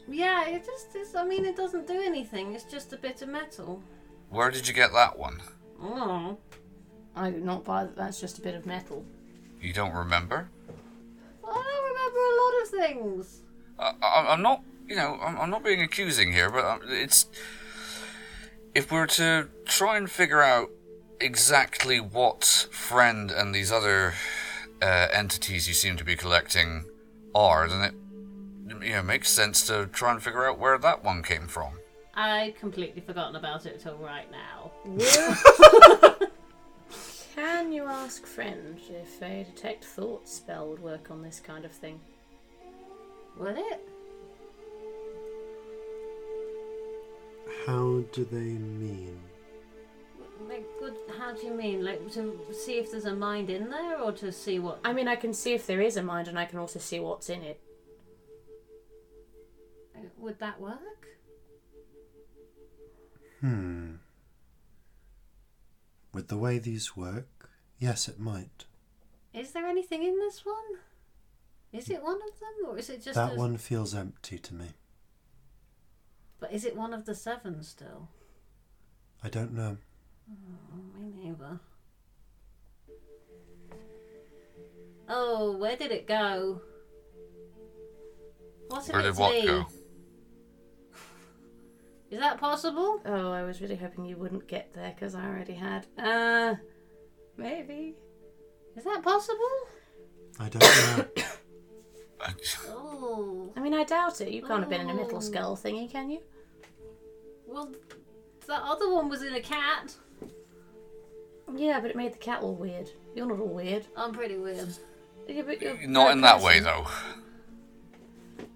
Speaker 6: yeah, it just is. I mean, it doesn't do anything. It's just a bit of metal.
Speaker 2: Where did you get that one?
Speaker 6: Oh,
Speaker 3: I did not buy that. That's just a bit of metal.
Speaker 2: You don't remember?
Speaker 6: I don't remember a lot of things.
Speaker 2: I, I, I'm not, you know, I'm, I'm not being accusing here, but um, it's if we're to try and figure out exactly what friend and these other uh, entities you seem to be collecting are, then it you know makes sense to try and figure out where that one came from.
Speaker 6: I'd completely forgotten about it till right now.
Speaker 3: Can you ask friend if a detect thought spell would work on this kind of thing?
Speaker 6: Would it?
Speaker 1: How do they mean?
Speaker 6: Like, good. How do you mean? Like to see if there's a mind in there, or to see what?
Speaker 3: I mean, I can see if there is a mind, and I can also see what's in it.
Speaker 6: Would that work?
Speaker 1: Hmm. With the way these work, yes, it might.
Speaker 6: Is there anything in this one? Is it one of them, or is it just
Speaker 1: that
Speaker 6: a-
Speaker 1: one feels empty to me.
Speaker 6: But is it one of the seven still?
Speaker 1: I don't know.
Speaker 6: Oh, me neither. Oh, where did it go? What's in
Speaker 2: Where did
Speaker 6: its
Speaker 2: what
Speaker 6: lead?
Speaker 2: go?
Speaker 6: Is that possible?
Speaker 3: Oh, I was really hoping you wouldn't get there because I already had. Uh, maybe.
Speaker 6: Is that possible?
Speaker 1: I don't know.
Speaker 6: Oh,
Speaker 3: I mean, I doubt it. You can't have been in a metal skull thingy, can you?
Speaker 6: well, that other one was in a cat.
Speaker 3: Yeah, but it made the cat all weird. You're not all weird.
Speaker 6: I'm pretty weird.
Speaker 3: Yeah, but you're
Speaker 2: Not
Speaker 3: you're
Speaker 2: in
Speaker 3: a
Speaker 2: that way
Speaker 3: person.
Speaker 2: though.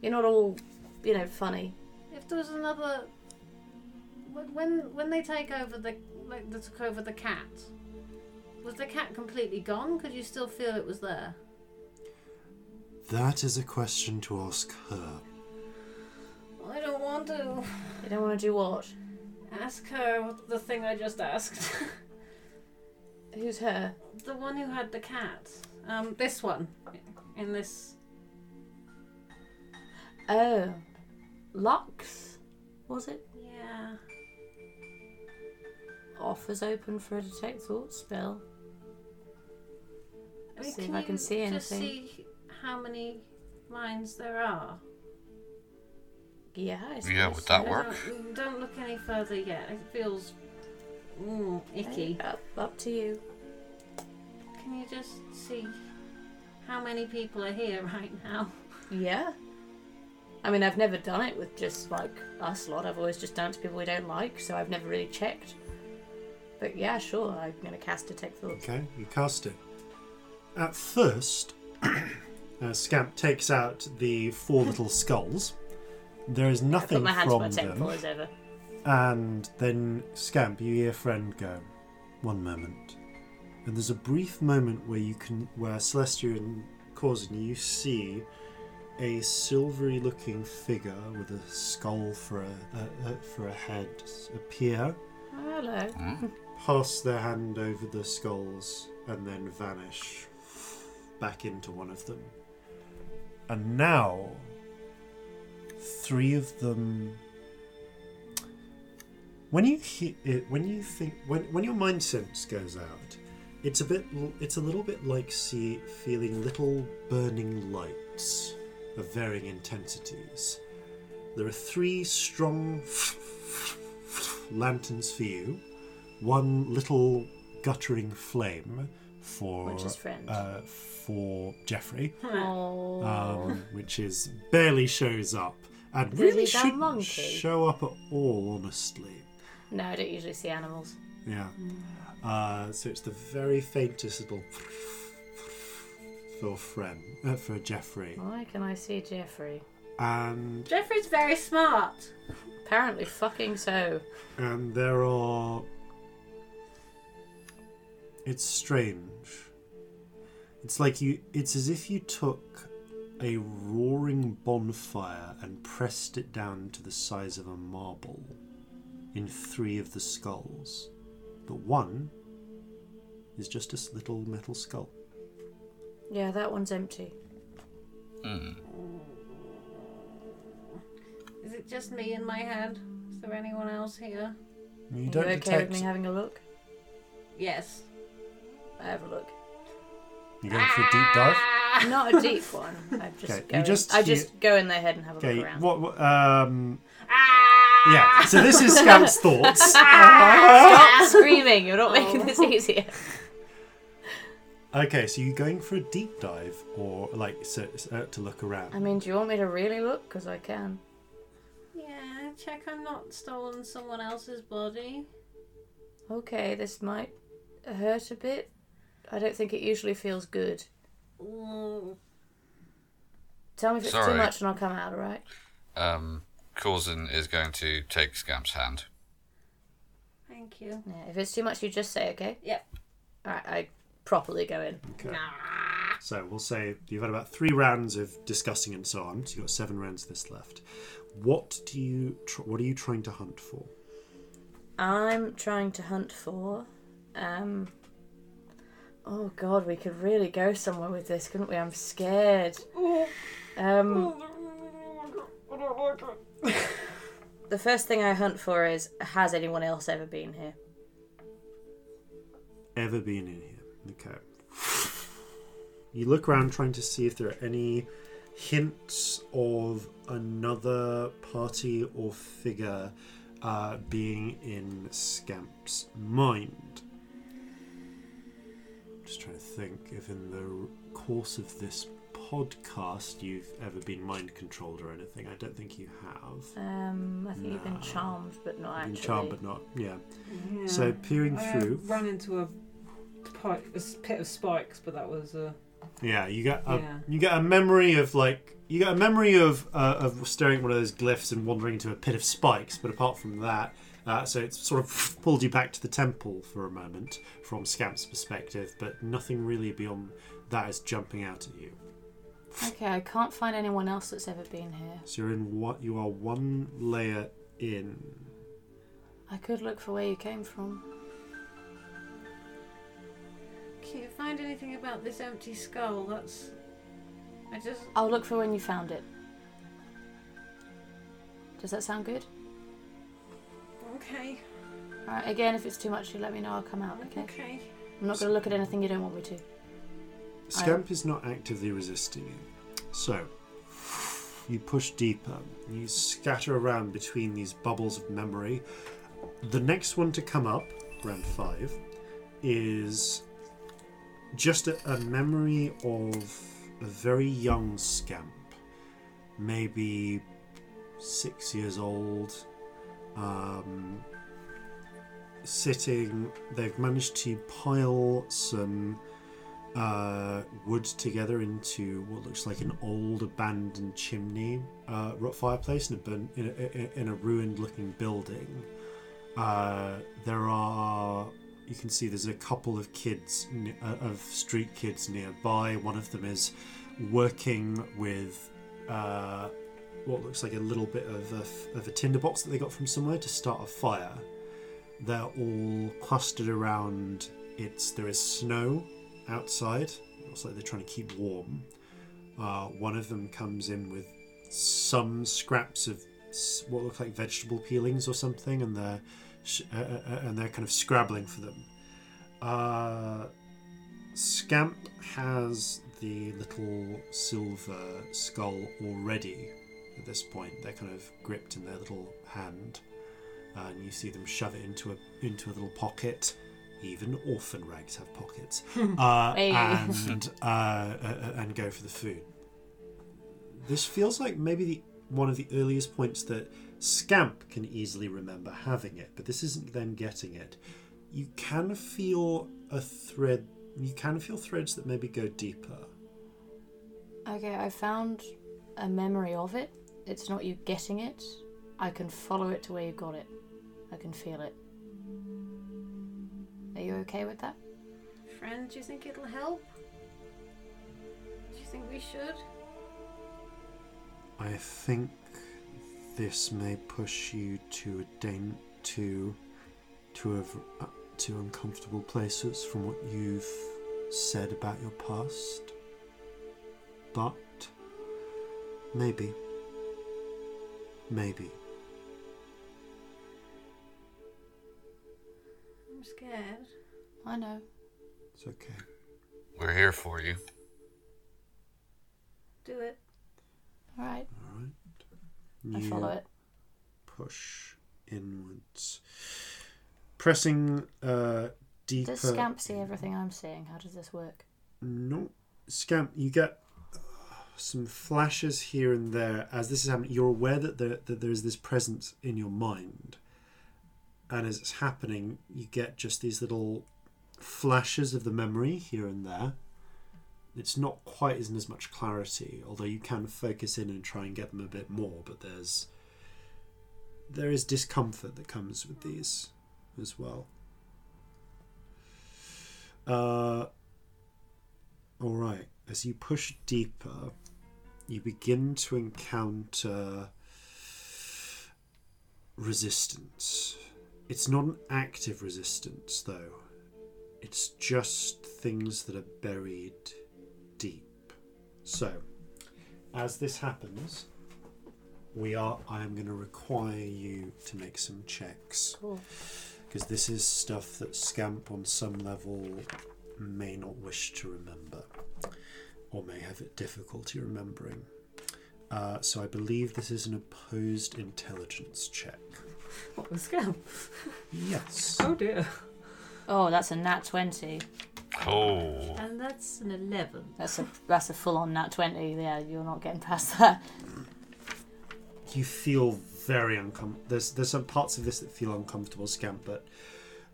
Speaker 3: You're not all, you know, funny.
Speaker 6: If there was another, when- when when they take over the like they took over the cat, was the cat completely gone? Could you still feel it was there?
Speaker 1: that is a question to ask her.
Speaker 6: I don't want to.
Speaker 3: You don't want to do what?
Speaker 6: Ask her the thing I just asked.
Speaker 3: Who's her?
Speaker 6: the one who had the cat. Um, this one. In this.
Speaker 3: Oh, Lux, was it?
Speaker 6: Yeah.
Speaker 3: Offers open for a detect thought spell.
Speaker 6: I mean,
Speaker 3: See if I can
Speaker 6: you
Speaker 3: see
Speaker 6: Just
Speaker 3: anything.
Speaker 6: see how many lines there are.
Speaker 3: Yeah, I
Speaker 2: Yeah,
Speaker 3: suppose
Speaker 2: would
Speaker 3: so.
Speaker 2: that work?
Speaker 6: Don't, don't look any further yet. It feels mm, icky.
Speaker 3: Up, up to you.
Speaker 6: Can you just see how many people are here right now?
Speaker 3: Yeah. I mean, I've never done it with just like us lot. I've always just done it to people we don't like, so I've never really checked. But yeah, sure, I'm gonna cast detect thoughts.
Speaker 1: Okay, you cast it. At first, uh, Scamp takes out the four little skulls. There is
Speaker 3: I put
Speaker 1: nothing
Speaker 3: my hand to my
Speaker 1: from
Speaker 3: temple
Speaker 1: them.
Speaker 3: as ever.
Speaker 1: And then, Scamp, you hear friend go, one moment. And there's a brief moment where you can, where Celestia and Causin, you see a silvery looking figure with a skull for a, a, a, for a head appear,
Speaker 3: Hello.
Speaker 1: pass their hand over the skulls, and then vanish back into one of them. And now, three of them. When you hear, when you think, when when your mind sense goes out, It's a bit. It's a little bit like see feeling little burning lights of varying intensities. There are three strong lanterns for you. One little guttering flame for
Speaker 3: Which is friend.
Speaker 1: uh, for Jeffrey,
Speaker 3: Oh.
Speaker 1: um, which is barely shows up and
Speaker 3: Does he
Speaker 1: really
Speaker 3: down
Speaker 1: shouldn't
Speaker 3: monkey?
Speaker 1: show up at all. Honestly,
Speaker 3: No, I don't usually see animals.
Speaker 1: yeah.
Speaker 3: Hmm.
Speaker 1: Uh, so it's the very faintest little for friend uh, for Jeffrey,
Speaker 3: Why can I see Jeffrey?
Speaker 1: and
Speaker 6: Jeffrey's very smart.
Speaker 3: Apparently, fucking so.
Speaker 1: and there are. It's strange. It's like you. It's as if you took a roaring bonfire and pressed it down to the size of a marble in three of the skulls, but one is just a s- little metal skull.
Speaker 3: Yeah, that one's empty.
Speaker 2: Hmm.
Speaker 6: Is it just me in my head? Is there anyone else here?
Speaker 1: You
Speaker 3: Are
Speaker 1: don't
Speaker 3: you okay
Speaker 1: detect.
Speaker 3: with me having a look?
Speaker 6: Yes.
Speaker 3: I have a look.
Speaker 1: You're going for a deep dive.
Speaker 3: Ah! Not a deep one. I just,
Speaker 1: Okay, you
Speaker 3: go, in-
Speaker 1: just
Speaker 3: I
Speaker 1: hear-
Speaker 3: just go in their head and have a
Speaker 1: Okay.
Speaker 3: look around.
Speaker 1: What? what um.
Speaker 6: Ah!
Speaker 1: Yeah. So this is Scout's thoughts.
Speaker 3: Stop screaming! You're not making this easier.
Speaker 1: Okay, so you're going for a deep dive, or like so, so- uh, to look around?
Speaker 3: I mean, do you want me to really look? Because I can.
Speaker 6: Yeah, check I'm not stolen someone else's body.
Speaker 3: Okay, this might hurt a bit. I don't think it usually feels good.
Speaker 6: Ooh.
Speaker 3: Tell me if it's
Speaker 2: Sorry.
Speaker 3: too much and I'll come out, alright?
Speaker 2: Um, Corzin is going to take Scamp's hand.
Speaker 6: Thank you.
Speaker 3: Yeah, if it's too much, you just say, okay?
Speaker 6: Yep.
Speaker 3: Alright, I properly go in.
Speaker 1: okay. So we'll say you've had about three rounds of discussing and so on. So you've got seven rounds of this left. What do you? Tr- what are you trying to hunt for?
Speaker 3: I'm trying to hunt for. Um. Oh god, we could really go somewhere with this, couldn't we? I'm scared. Um. The first thing I hunt for is has anyone else ever been here?
Speaker 1: Ever been in here? Okay. You look around, trying to see if there are any hints of another party or figure uh, being in Scamp's mind. Just trying to think if in the course of this podcast you've ever been mind controlled or anything. I don't think you have.
Speaker 3: Um, I think you've been charmed, but not
Speaker 1: Been
Speaker 3: actually.
Speaker 1: charmed, but not. Yeah. So peering
Speaker 4: I uh,
Speaker 1: through.
Speaker 4: ran into a, pi- a s- pit of spikes, but that was uh,
Speaker 1: Yeah, you get a
Speaker 4: Yeah.
Speaker 1: you get a memory of like you get a memory of uh, of staring at one of those glyphs and wandering into a pit of spikes. But apart from that, uh, so it's sort of pulled you back to the temple for a moment from Scamp's perspective, but nothing really beyond that is jumping out at you.
Speaker 3: Okay, I can't find anyone else that's ever been here.
Speaker 1: So you're in what you are one layer in.
Speaker 3: I could look for where you came from.
Speaker 6: Can you find anything about this empty skull? That's. I just.
Speaker 3: I'll look for when you found it. Does that sound good?
Speaker 6: Okay.
Speaker 3: Alright, again, if it's too much, you let me know. I'll come out, okay?
Speaker 6: Okay.
Speaker 3: I'm not going to look at anything you don't want me to.
Speaker 1: Scamp is not actively resisting you. So, you push deeper. You scatter around between these bubbles of memory. The next one to come up, round five, is just a, a memory of a very young scamp, maybe six years old. Um, sitting, they've managed to pile some uh, wood together into what looks like an old abandoned chimney, uh, ru- fireplace in a, burn, in a, in a ruined looking building. Uh, there are, you can see there's a couple of kids, ne- uh, of street kids nearby. One of them is working with uh, what looks like a little bit of a, f- of a tinderbox that they got from somewhere to start a fire. They're all clustered around. It's there is snow outside. Looks like they're trying to keep warm. Uh, one of them comes in with some scraps of s- what look like vegetable peelings or something, and they're sh- uh, uh, uh, and they're kind of scrabbling for them. Uh, Scamp has the little silver skull already at this point. They're kind of gripped in their little hand, uh, and you see them shove it into a into a little pocket. Even orphan rags have pockets, uh,
Speaker 3: Hey.
Speaker 1: and uh, uh, and go for the food. This feels like maybe the one of the earliest points that Scamp can easily remember having it, but this isn't them getting it. You can feel a thread. You can feel threads that maybe go deeper.
Speaker 3: Okay, I found a memory of it. It's not you getting it. I can follow it to where you got it. I can feel it. Are you okay with that?
Speaker 6: Friend, do you think it'll help? Do you think we should?
Speaker 1: I think this may push you to a dan- to to a v- uh, to uncomfortable places from what you've said about your past. But maybe, maybe
Speaker 6: I'm scared.
Speaker 3: I know.
Speaker 1: it's okay.
Speaker 2: We're here for you.
Speaker 6: Do it.
Speaker 3: All right,
Speaker 1: All right.
Speaker 3: I
Speaker 1: You-
Speaker 3: follow it.
Speaker 1: push inwards, pressing uh, deeper.
Speaker 3: Does Scamp see everything I'm seeing? How does this work?
Speaker 1: No, scamp. You get uh, some flashes here and there as this is happening. You're aware that there that there is this presence in your mind, and as it's happening, you get just these little flashes of the memory here and there. It's not quite as in as much clarity, although you can focus in and try and get them a bit more. But there's there is discomfort that comes with these as well. Uh, all right. As you push deeper, you begin to encounter resistance. It's not an active resistance, though. It's just things that are buried deep. So, as this happens, we are. I am going to require you to make some checks
Speaker 3: Cool.
Speaker 1: because this is stuff that Scamp on some level may not wish to remember or may have difficulty remembering. Uh, so I believe this is an opposed intelligence check.
Speaker 12: What was scam?
Speaker 1: Yes.
Speaker 12: Oh dear.
Speaker 3: Oh, that's a nat twenty.
Speaker 2: Oh.
Speaker 6: And that's an 11.
Speaker 3: That's a that's a full on nat twenty. Yeah, you're not getting past that.
Speaker 1: You feel very uncomfortable. There's there's some parts of this that feel uncomfortable, Scamp, but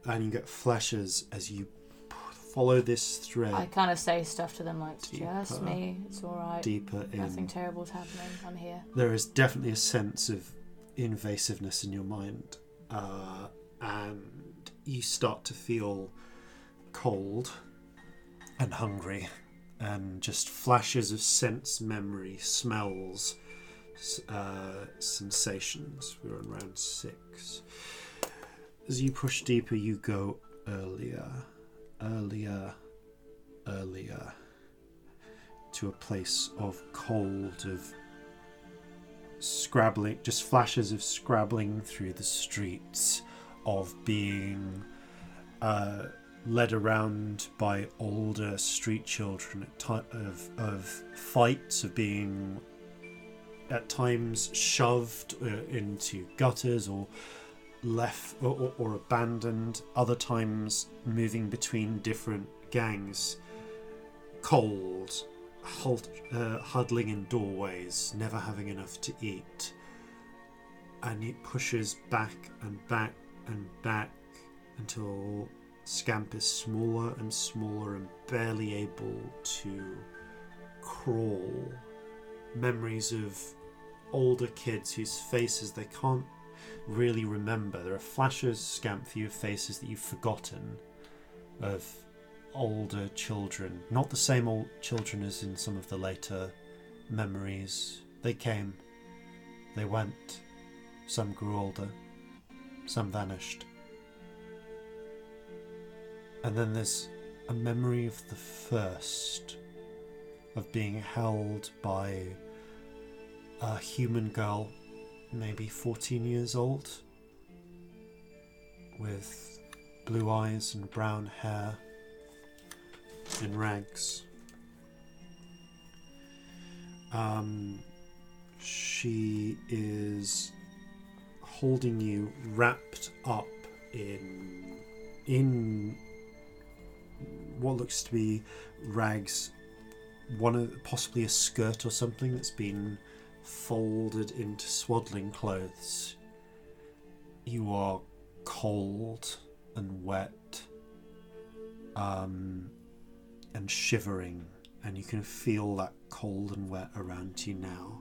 Speaker 1: and you get flashes as you p- follow this thread
Speaker 3: I kind of say stuff to them like, it's
Speaker 1: Deeper.
Speaker 3: "Just me. It's all right.
Speaker 1: deeper in.
Speaker 3: Nothing terrible's happening. I'm here."
Speaker 1: there is definitely a sense of invasiveness in your mind, uh, and you start to feel cold and hungry, and just flashes of sense, memory, smells, s- uh, sensations. We're on round six. As you push deeper, you go earlier, earlier, earlier to a place of cold, of scrabbling, just flashes of scrabbling through the streets, of being uh, led around by older street children, at ti- of, of fights, of being at times shoved uh, into gutters or left or, or, or abandoned, other times moving between different gangs, cold, halt, uh, huddling in doorways, never having enough to eat. And it pushes back and back and back until Scamp is smaller and smaller and barely able to crawl. Memories of older kids whose faces they can't really remember. There are flashes, Scamp, for you of faces that you've forgotten of older children, not the same old children as in some of the later memories. They came, they went, some grew older, some vanished. And then there's a memory of the first, of being held by a human girl, maybe 14 years old, with blue eyes and brown hair in rags. Um, she is holding you wrapped up in in what looks to be rags, one of possibly a skirt or something that's been folded into swaddling clothes. You are cold and wet um, and shivering, and you can feel that cold and wet around you now.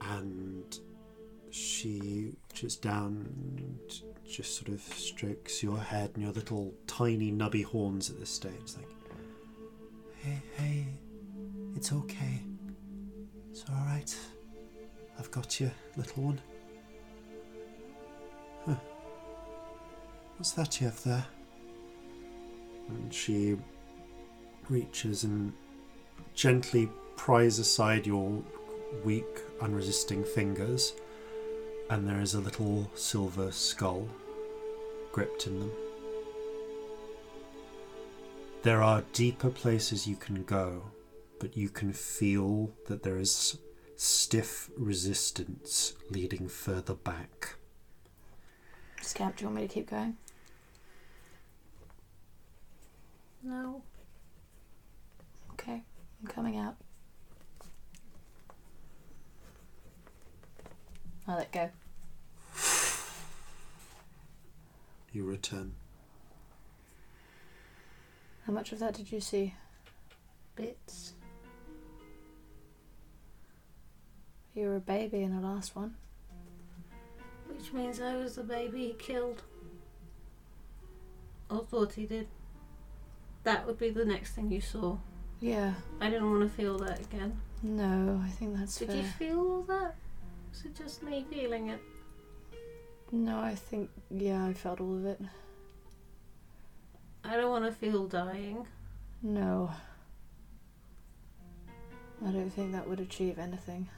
Speaker 1: And she just down and just sort of strokes your head and your little tiny nubby horns at this stage. It's like, hey, hey, it's okay. It's alright. I've got you, little one. Huh. What's that you have there? And she reaches and gently pries aside your weak, unresisting fingers, and there is a little silver skull gripped in them. There are deeper places you can go, but you can feel that there is stiff resistance leading further back.
Speaker 3: Scamp, do you want me to keep going?
Speaker 6: No.
Speaker 3: Okay, I'm coming out. I let go.
Speaker 1: You return.
Speaker 3: How much of that did you see?
Speaker 6: Bits.
Speaker 3: You were a baby in the last one.
Speaker 6: Which means I was the baby he killed. Or thought he did. That would be the next thing you saw.
Speaker 3: Yeah.
Speaker 6: I didn't want to feel that again.
Speaker 3: No, I think that's
Speaker 6: Did
Speaker 3: fair.
Speaker 6: you feel all that? Was it just me feeling it?
Speaker 3: No, I think yeah, I felt all of it.
Speaker 6: I don't want to feel dying.
Speaker 3: No. I don't think that would achieve anything.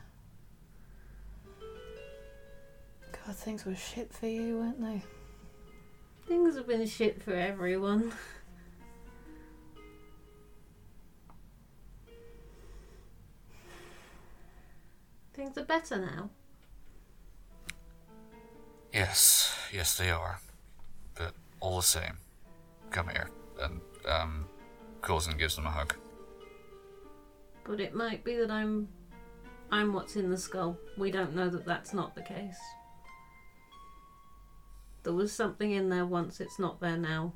Speaker 3: God, things were shit for you, weren't they?
Speaker 6: Things have been shit for everyone. Things are better now.
Speaker 2: Yes, yes, they are. But all the same, come here. And um, Coulson gives them a hug.
Speaker 6: But it might be that I'm I'm what's in the skull. We don't know that that's not the case. There was something in there once, it's not there now.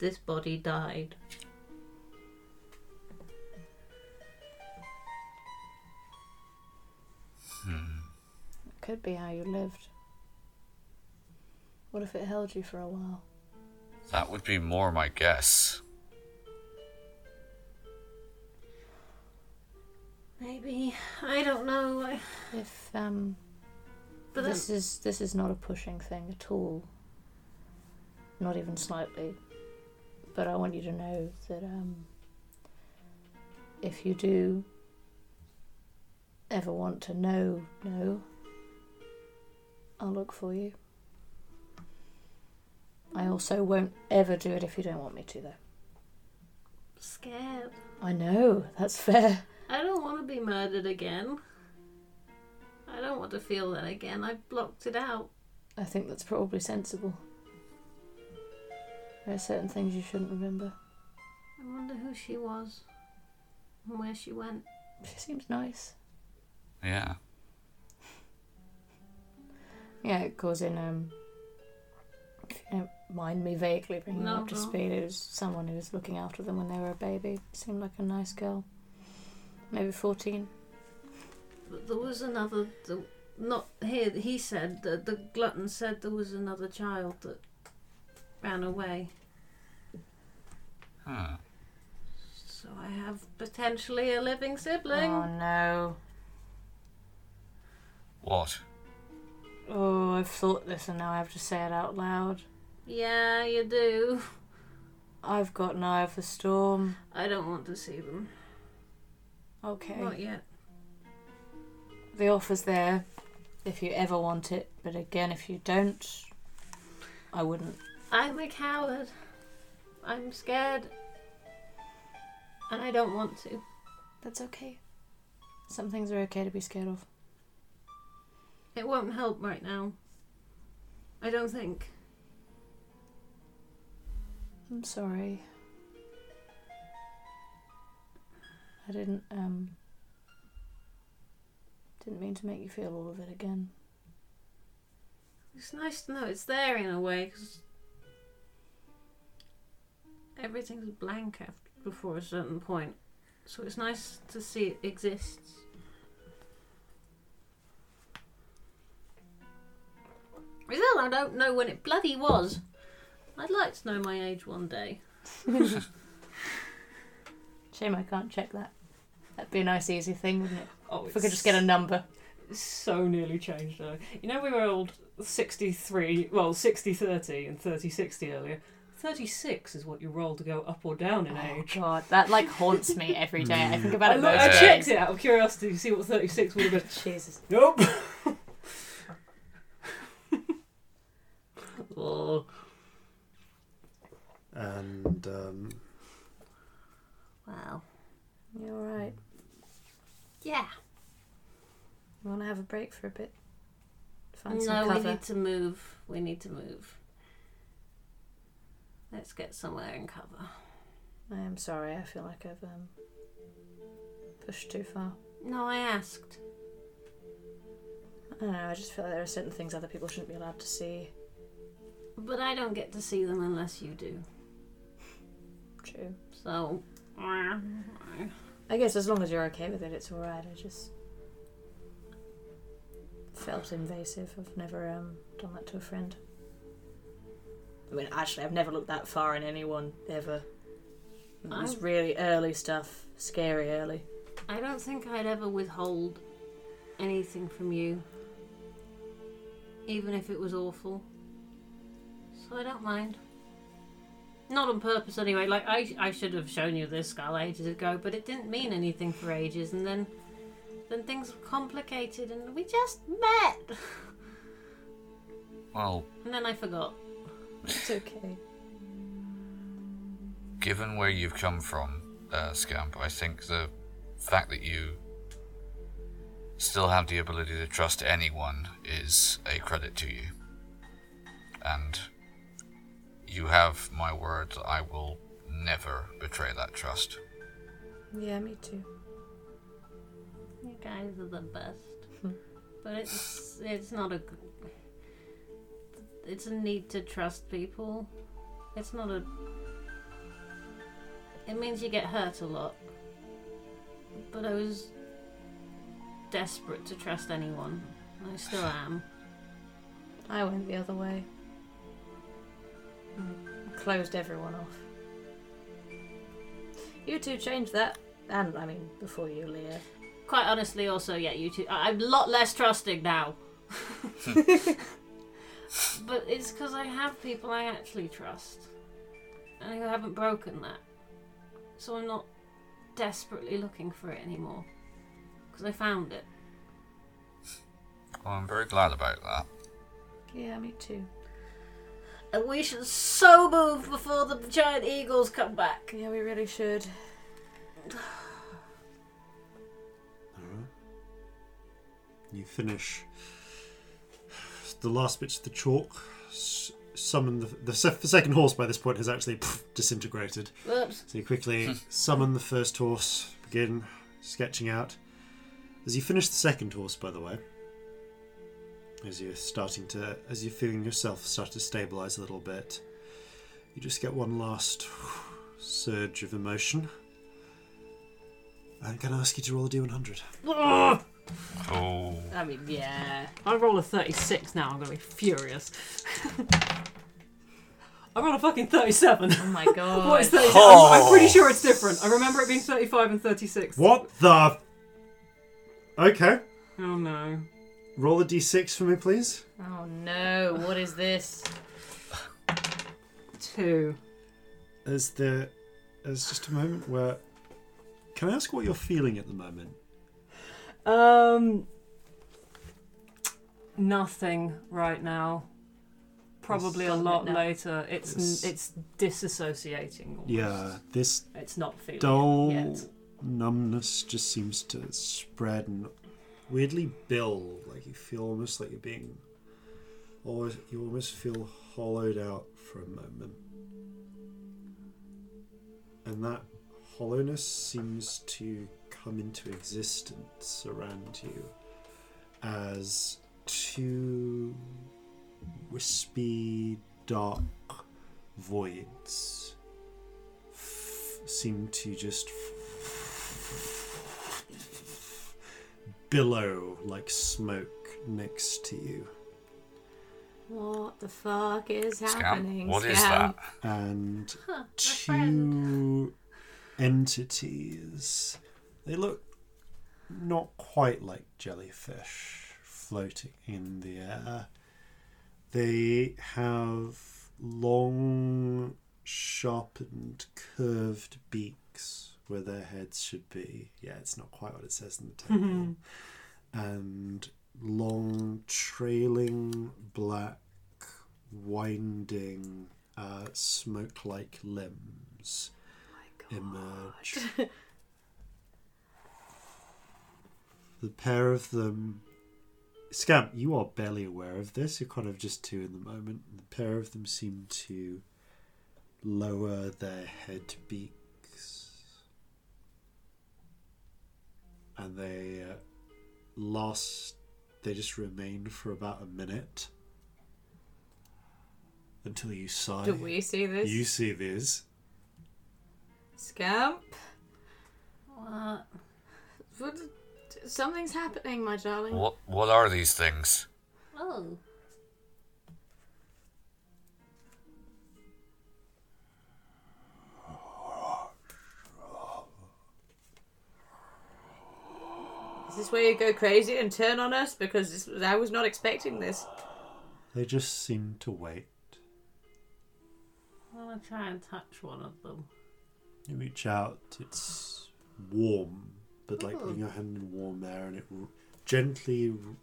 Speaker 6: This body died.
Speaker 3: It could be how you lived. What if it held you for a while?
Speaker 2: That would be more my guess.
Speaker 6: Maybe I don't know. I,
Speaker 3: If um
Speaker 6: but
Speaker 3: this
Speaker 6: that's
Speaker 3: is this is not a pushing thing at all. Not even slightly. But I want you to know that um if you do ever want to know no I'll look for you. I also won't ever do it if you don't want me to though.
Speaker 6: scared.
Speaker 3: I know, that's fair.
Speaker 6: I don't want to be murdered again. I don't want to feel that again. I blocked it out.
Speaker 3: I think that's probably sensible. There are certain things you shouldn't remember.
Speaker 6: I wonder who she was and where she went.
Speaker 3: She seems nice.
Speaker 2: Yeah.
Speaker 3: Yeah, it goes in. Um, if you don't mind me vaguely bringing
Speaker 6: No,
Speaker 3: up to
Speaker 6: no.
Speaker 3: speed, it was someone who was looking after them when they were a baby. Seemed like a nice girl. Maybe 14.
Speaker 6: But there was another. The, not here. He said that the glutton said there was another child that ran away.
Speaker 2: Huh.
Speaker 6: So I have potentially a living sibling.
Speaker 3: Oh no.
Speaker 2: What?
Speaker 3: Oh, I've thought this and now I have to say it out loud.
Speaker 6: Yeah, you do.
Speaker 3: I've got an eye of the storm.
Speaker 6: I don't want to see them.
Speaker 3: Okay.
Speaker 6: Not yet.
Speaker 3: The offer's there if you ever want it, but again, if you don't, I wouldn't.
Speaker 6: I'm a coward. I'm scared and I don't want to.
Speaker 3: That's okay. Some things are okay to be scared of.
Speaker 6: It won't help right now. I don't think.
Speaker 3: I'm sorry. I didn't um didn't mean to make you feel all of it again.
Speaker 6: It's nice to know it's there in a way, 'cause everything's blank after, before a certain point. So it's nice to see it exists. Still, I don't know when it bloody was. I'd like to know my age one day.
Speaker 3: Shame I can't check that. That'd be a nice easy thing, wouldn't it?
Speaker 4: Oh,
Speaker 3: If we could just get a number.
Speaker 4: so nearly changed though. You know, we were old 63, well, 60 30 and 30 60 earlier. 36 is what you roll to go up or down in
Speaker 3: Oh
Speaker 4: age. Mm.
Speaker 3: god, that like haunts me every day. I think about
Speaker 4: I,
Speaker 3: it
Speaker 4: look,
Speaker 3: most
Speaker 4: I
Speaker 3: days.
Speaker 4: checked it out of curiosity to see what 36 would have been.
Speaker 3: Jesus.
Speaker 4: Nope. oh,
Speaker 1: And um,
Speaker 6: Wow.
Speaker 3: You're right.
Speaker 6: Yeah.
Speaker 3: You wanna have a break for a bit? Find some
Speaker 6: No, we
Speaker 3: cover.
Speaker 6: need to move. We need to move. Let's get somewhere and cover.
Speaker 3: I am sorry, I feel like I've um pushed too far.
Speaker 6: No, I asked.
Speaker 3: I don't know, I just feel like there are certain things other people shouldn't be allowed to see.
Speaker 6: But I don't get to see them unless you do.
Speaker 3: True.
Speaker 6: So.
Speaker 3: I guess as long as you're okay with it, it's alright. I just felt invasive. I've never um, done that to a friend. I mean, actually, I've never looked that far in anyone ever. It was
Speaker 6: Oh.
Speaker 3: really early stuff, scary early.
Speaker 6: I don't think I'd ever withhold anything from you, even if it was awful. So I don't mind. Not on purpose, anyway. Like, I, I should have shown you this skull ages ago, but it didn't mean anything for ages, and then then things were complicated, and we just met!
Speaker 2: Well,
Speaker 6: And then I forgot.
Speaker 3: It's okay.
Speaker 2: given where you've come from, uh, Scamp, I think the fact that you still have the ability to trust anyone is a credit to you. And you have my word that I will never betray that trust.
Speaker 3: Yeah, me too.
Speaker 6: You guys are the best. but it's it's not a g- it's a need to trust people. It's not a it means you get hurt a lot. But I was desperate to trust anyone. and I still am.
Speaker 3: I went the other way. Mm, Closed everyone off. You two changed that, and I mean, before you, Leah.
Speaker 6: Quite honestly, also, yeah, you two. I- I'm a lot less trusting now. but it's because I have people I actually trust. And who haven't broken that. So I'm not desperately looking for it anymore. Because I found it.
Speaker 2: Well, I'm very glad about that.
Speaker 3: Yeah, me too.
Speaker 6: And we should so move before the giant eagles come back.
Speaker 3: Yeah, we really should.
Speaker 1: you finish the last bits of the chalk. s- Summon the, the se- second horse by this point has actually disintegrated.
Speaker 6: Whoops.
Speaker 1: So you quickly summon the first horse, begin sketching out. As you finish the second horse, by the way, as you're starting to, as you're feeling yourself start to stabilize a little bit, you just get one last surge of emotion. And can I ask you to roll a d100?
Speaker 2: Oh,
Speaker 4: I mean, yeah. I roll a 36 now, I'm gonna be furious. I roll a fucking 37.
Speaker 3: Oh my god.
Speaker 4: What is 36? I'm, I'm pretty sure it's different. I remember it being 35 and 36.
Speaker 1: What the? Okay.
Speaker 4: Oh no.
Speaker 1: Roll a d6 for me, please.
Speaker 3: Oh no, what is this?
Speaker 4: Two.
Speaker 1: As the, as just a moment where, can I ask what you're feeling at the moment?
Speaker 4: Um. Nothing right now. probably a
Speaker 6: Gotten it
Speaker 4: lot
Speaker 6: now.
Speaker 4: later. It's
Speaker 6: Yes.
Speaker 4: it's disassociating. Almost.
Speaker 1: Yeah, this
Speaker 4: It's not feeling it
Speaker 1: dull
Speaker 4: yet.
Speaker 1: numbness just seems to spread and
Speaker 13: weirdly build. Like you feel almost like you're being, always you almost feel hollowed out for a moment, and that hollowness seems to come into existence around you as two wispy, dark voids f- seem to just billow like smoke next to you.
Speaker 3: What the fuck is happening?
Speaker 13: What is
Speaker 3: Scam?
Speaker 1: And
Speaker 3: Huh,
Speaker 1: two entities. They look not quite like jellyfish floating in the air. They have long, sharpened, curved beaks where their heads should be. Yeah, it's not quite what it says in the table. and long, trailing, black winding uh, smoke like limbs emerge. the pair of them. Scamp, you are barely aware of this. You're kind of just two in the moment. The pair of them seem to lower their head beaks. And they uh, last. They just remain for about a minute. Until you sigh.
Speaker 3: Do we see this?
Speaker 1: You see this.
Speaker 3: Scamp?
Speaker 6: What?
Speaker 3: What? Something's happening, my darling.
Speaker 2: What what are these things?
Speaker 6: Oh.
Speaker 3: Is this where you go crazy and turn on us? Because this, was- I was not expecting this.
Speaker 1: They just seem to wait.
Speaker 6: I want to try and touch one of them.
Speaker 1: You reach out, it's warm, but like
Speaker 6: Oh.
Speaker 1: putting your hand in warm air, and it r- gently r-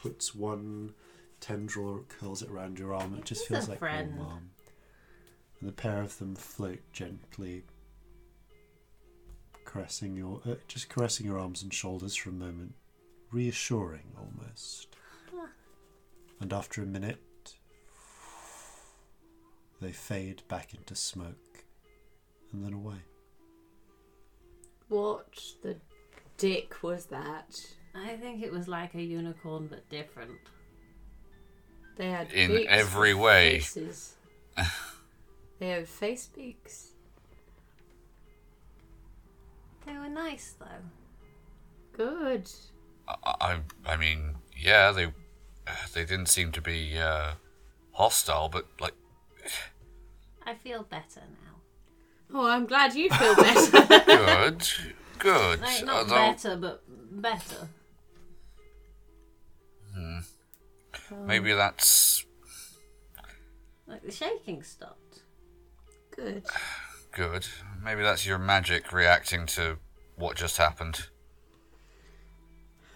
Speaker 1: puts one tendril, curls it around your arm. It just
Speaker 6: He's
Speaker 1: feels
Speaker 6: a
Speaker 1: like
Speaker 6: friend.
Speaker 1: warm arm. And the pair of them float gently, caressing your, uh, just caressing your arms and shoulders for a moment, reassuring almost.
Speaker 6: Huh.
Speaker 1: And after a minute, they fade back into smoke, and then away.
Speaker 3: What the dick was that?
Speaker 6: I think it was like a unicorn but different.
Speaker 3: They had
Speaker 2: In
Speaker 3: beaks
Speaker 2: every
Speaker 3: and
Speaker 2: way.
Speaker 3: faces. they had face beaks.
Speaker 6: They were nice though.
Speaker 3: Good.
Speaker 2: I I, I mean, yeah, they they didn't seem to be uh, hostile, but like
Speaker 6: I feel better now.
Speaker 3: Oh, I'm glad you feel better.
Speaker 2: good, good.
Speaker 6: Like, not
Speaker 2: although-
Speaker 6: better, but better.
Speaker 2: Hmm. Maybe that's
Speaker 6: Like the shaking stopped.
Speaker 3: Good.
Speaker 2: good. Maybe that's your magic reacting to what just happened.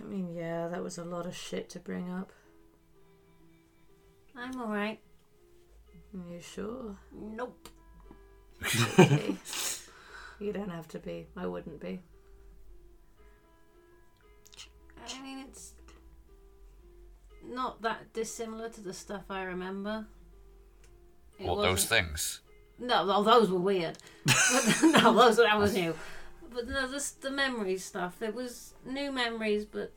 Speaker 3: I mean, yeah, that was a lot of shit to bring up.
Speaker 6: I'm alright.
Speaker 3: Are you sure?
Speaker 6: Nope.
Speaker 3: Okay. you don't have to be. I wouldn't be.
Speaker 6: I mean, it's not that dissimilar to the stuff I remember. It
Speaker 2: what those
Speaker 6: wasn't-
Speaker 2: things?
Speaker 6: No, well, those were weird. But- no, those that was new. But no, this the memory stuff. It was new memories, but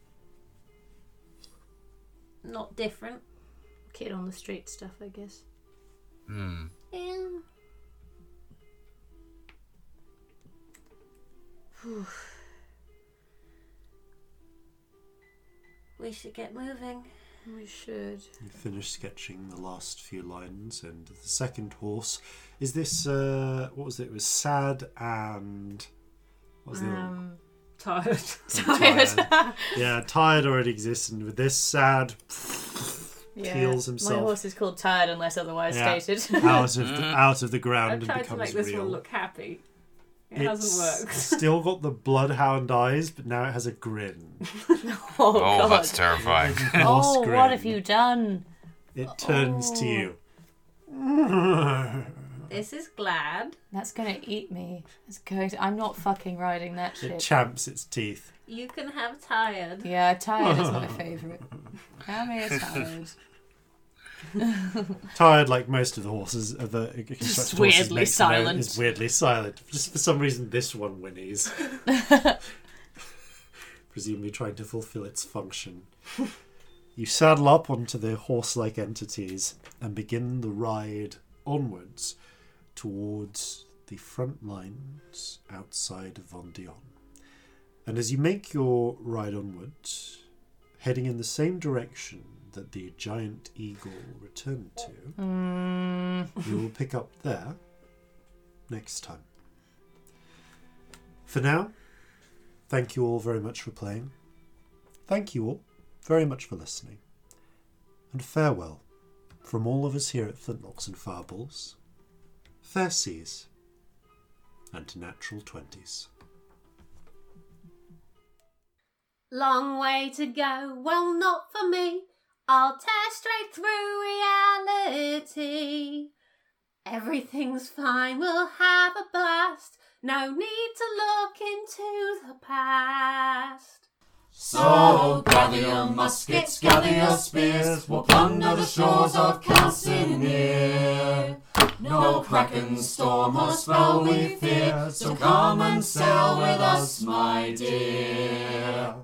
Speaker 6: not different.
Speaker 3: Kid on the street stuff, I guess.
Speaker 2: Hmm.
Speaker 6: Yeah.
Speaker 3: Whew.
Speaker 6: We should get moving.
Speaker 3: We should.
Speaker 1: You finish sketching the last few lines, and the second horse is this. Uh, what was it? It was sad and what was the other
Speaker 3: Um,
Speaker 4: Tired.
Speaker 1: one?
Speaker 3: tired.
Speaker 1: yeah, tired already exists, and with this sad
Speaker 3: yeah.
Speaker 1: peels
Speaker 3: My
Speaker 1: himself
Speaker 3: horse is called Tired unless otherwise
Speaker 1: Yeah.
Speaker 3: stated.
Speaker 1: out of the, out of the ground
Speaker 4: I've
Speaker 1: and
Speaker 4: tried to
Speaker 1: becomes
Speaker 4: make this
Speaker 1: real.
Speaker 4: one look happy. It
Speaker 1: it's
Speaker 4: hasn't worked.
Speaker 1: still got the bloodhound eyes, but now it has a grin.
Speaker 3: oh,
Speaker 2: Oh,
Speaker 3: God.
Speaker 2: that's terrifying.
Speaker 1: Horse
Speaker 3: oh,
Speaker 1: grin.
Speaker 3: what have you done?
Speaker 4: Oh.
Speaker 1: It turns to you.
Speaker 14: This is glad.
Speaker 3: That's gonna eat me. It's going. To, I'm not fucking riding that
Speaker 1: It
Speaker 3: shit.
Speaker 1: champs its teeth.
Speaker 14: You can have tired.
Speaker 3: yeah, tired is my favourite. How many is tired?
Speaker 1: Tired like most of the horses, of the constructed horses
Speaker 3: weirdly
Speaker 1: next to mine,
Speaker 3: silent.
Speaker 1: Is weirdly silent. Just for some reason, this one whinnies. Presumably trying to fulfill its function. You saddle up onto the horse like entities and begin the ride onwards towards the front lines outside of Vendion. And as you make your ride onwards, heading in the same direction that the giant eagle returned to,
Speaker 3: Mm.
Speaker 1: you will pick up there next time. For now, thank you all very much for playing. Thank you all very much for listening. And farewell from all of us here at Flintlocks and Fireballs. Fair seas and natural 20s.
Speaker 6: Long way to go, well, not for me. I'll tear straight through reality. Everything's fine, we'll have a blast. No need to look into the past.
Speaker 5: So gather your muskets, gather your spears, we'll plunder the shores of Calcinere. No kraken, storm, or spell we fear, so come and sail with us, my dear.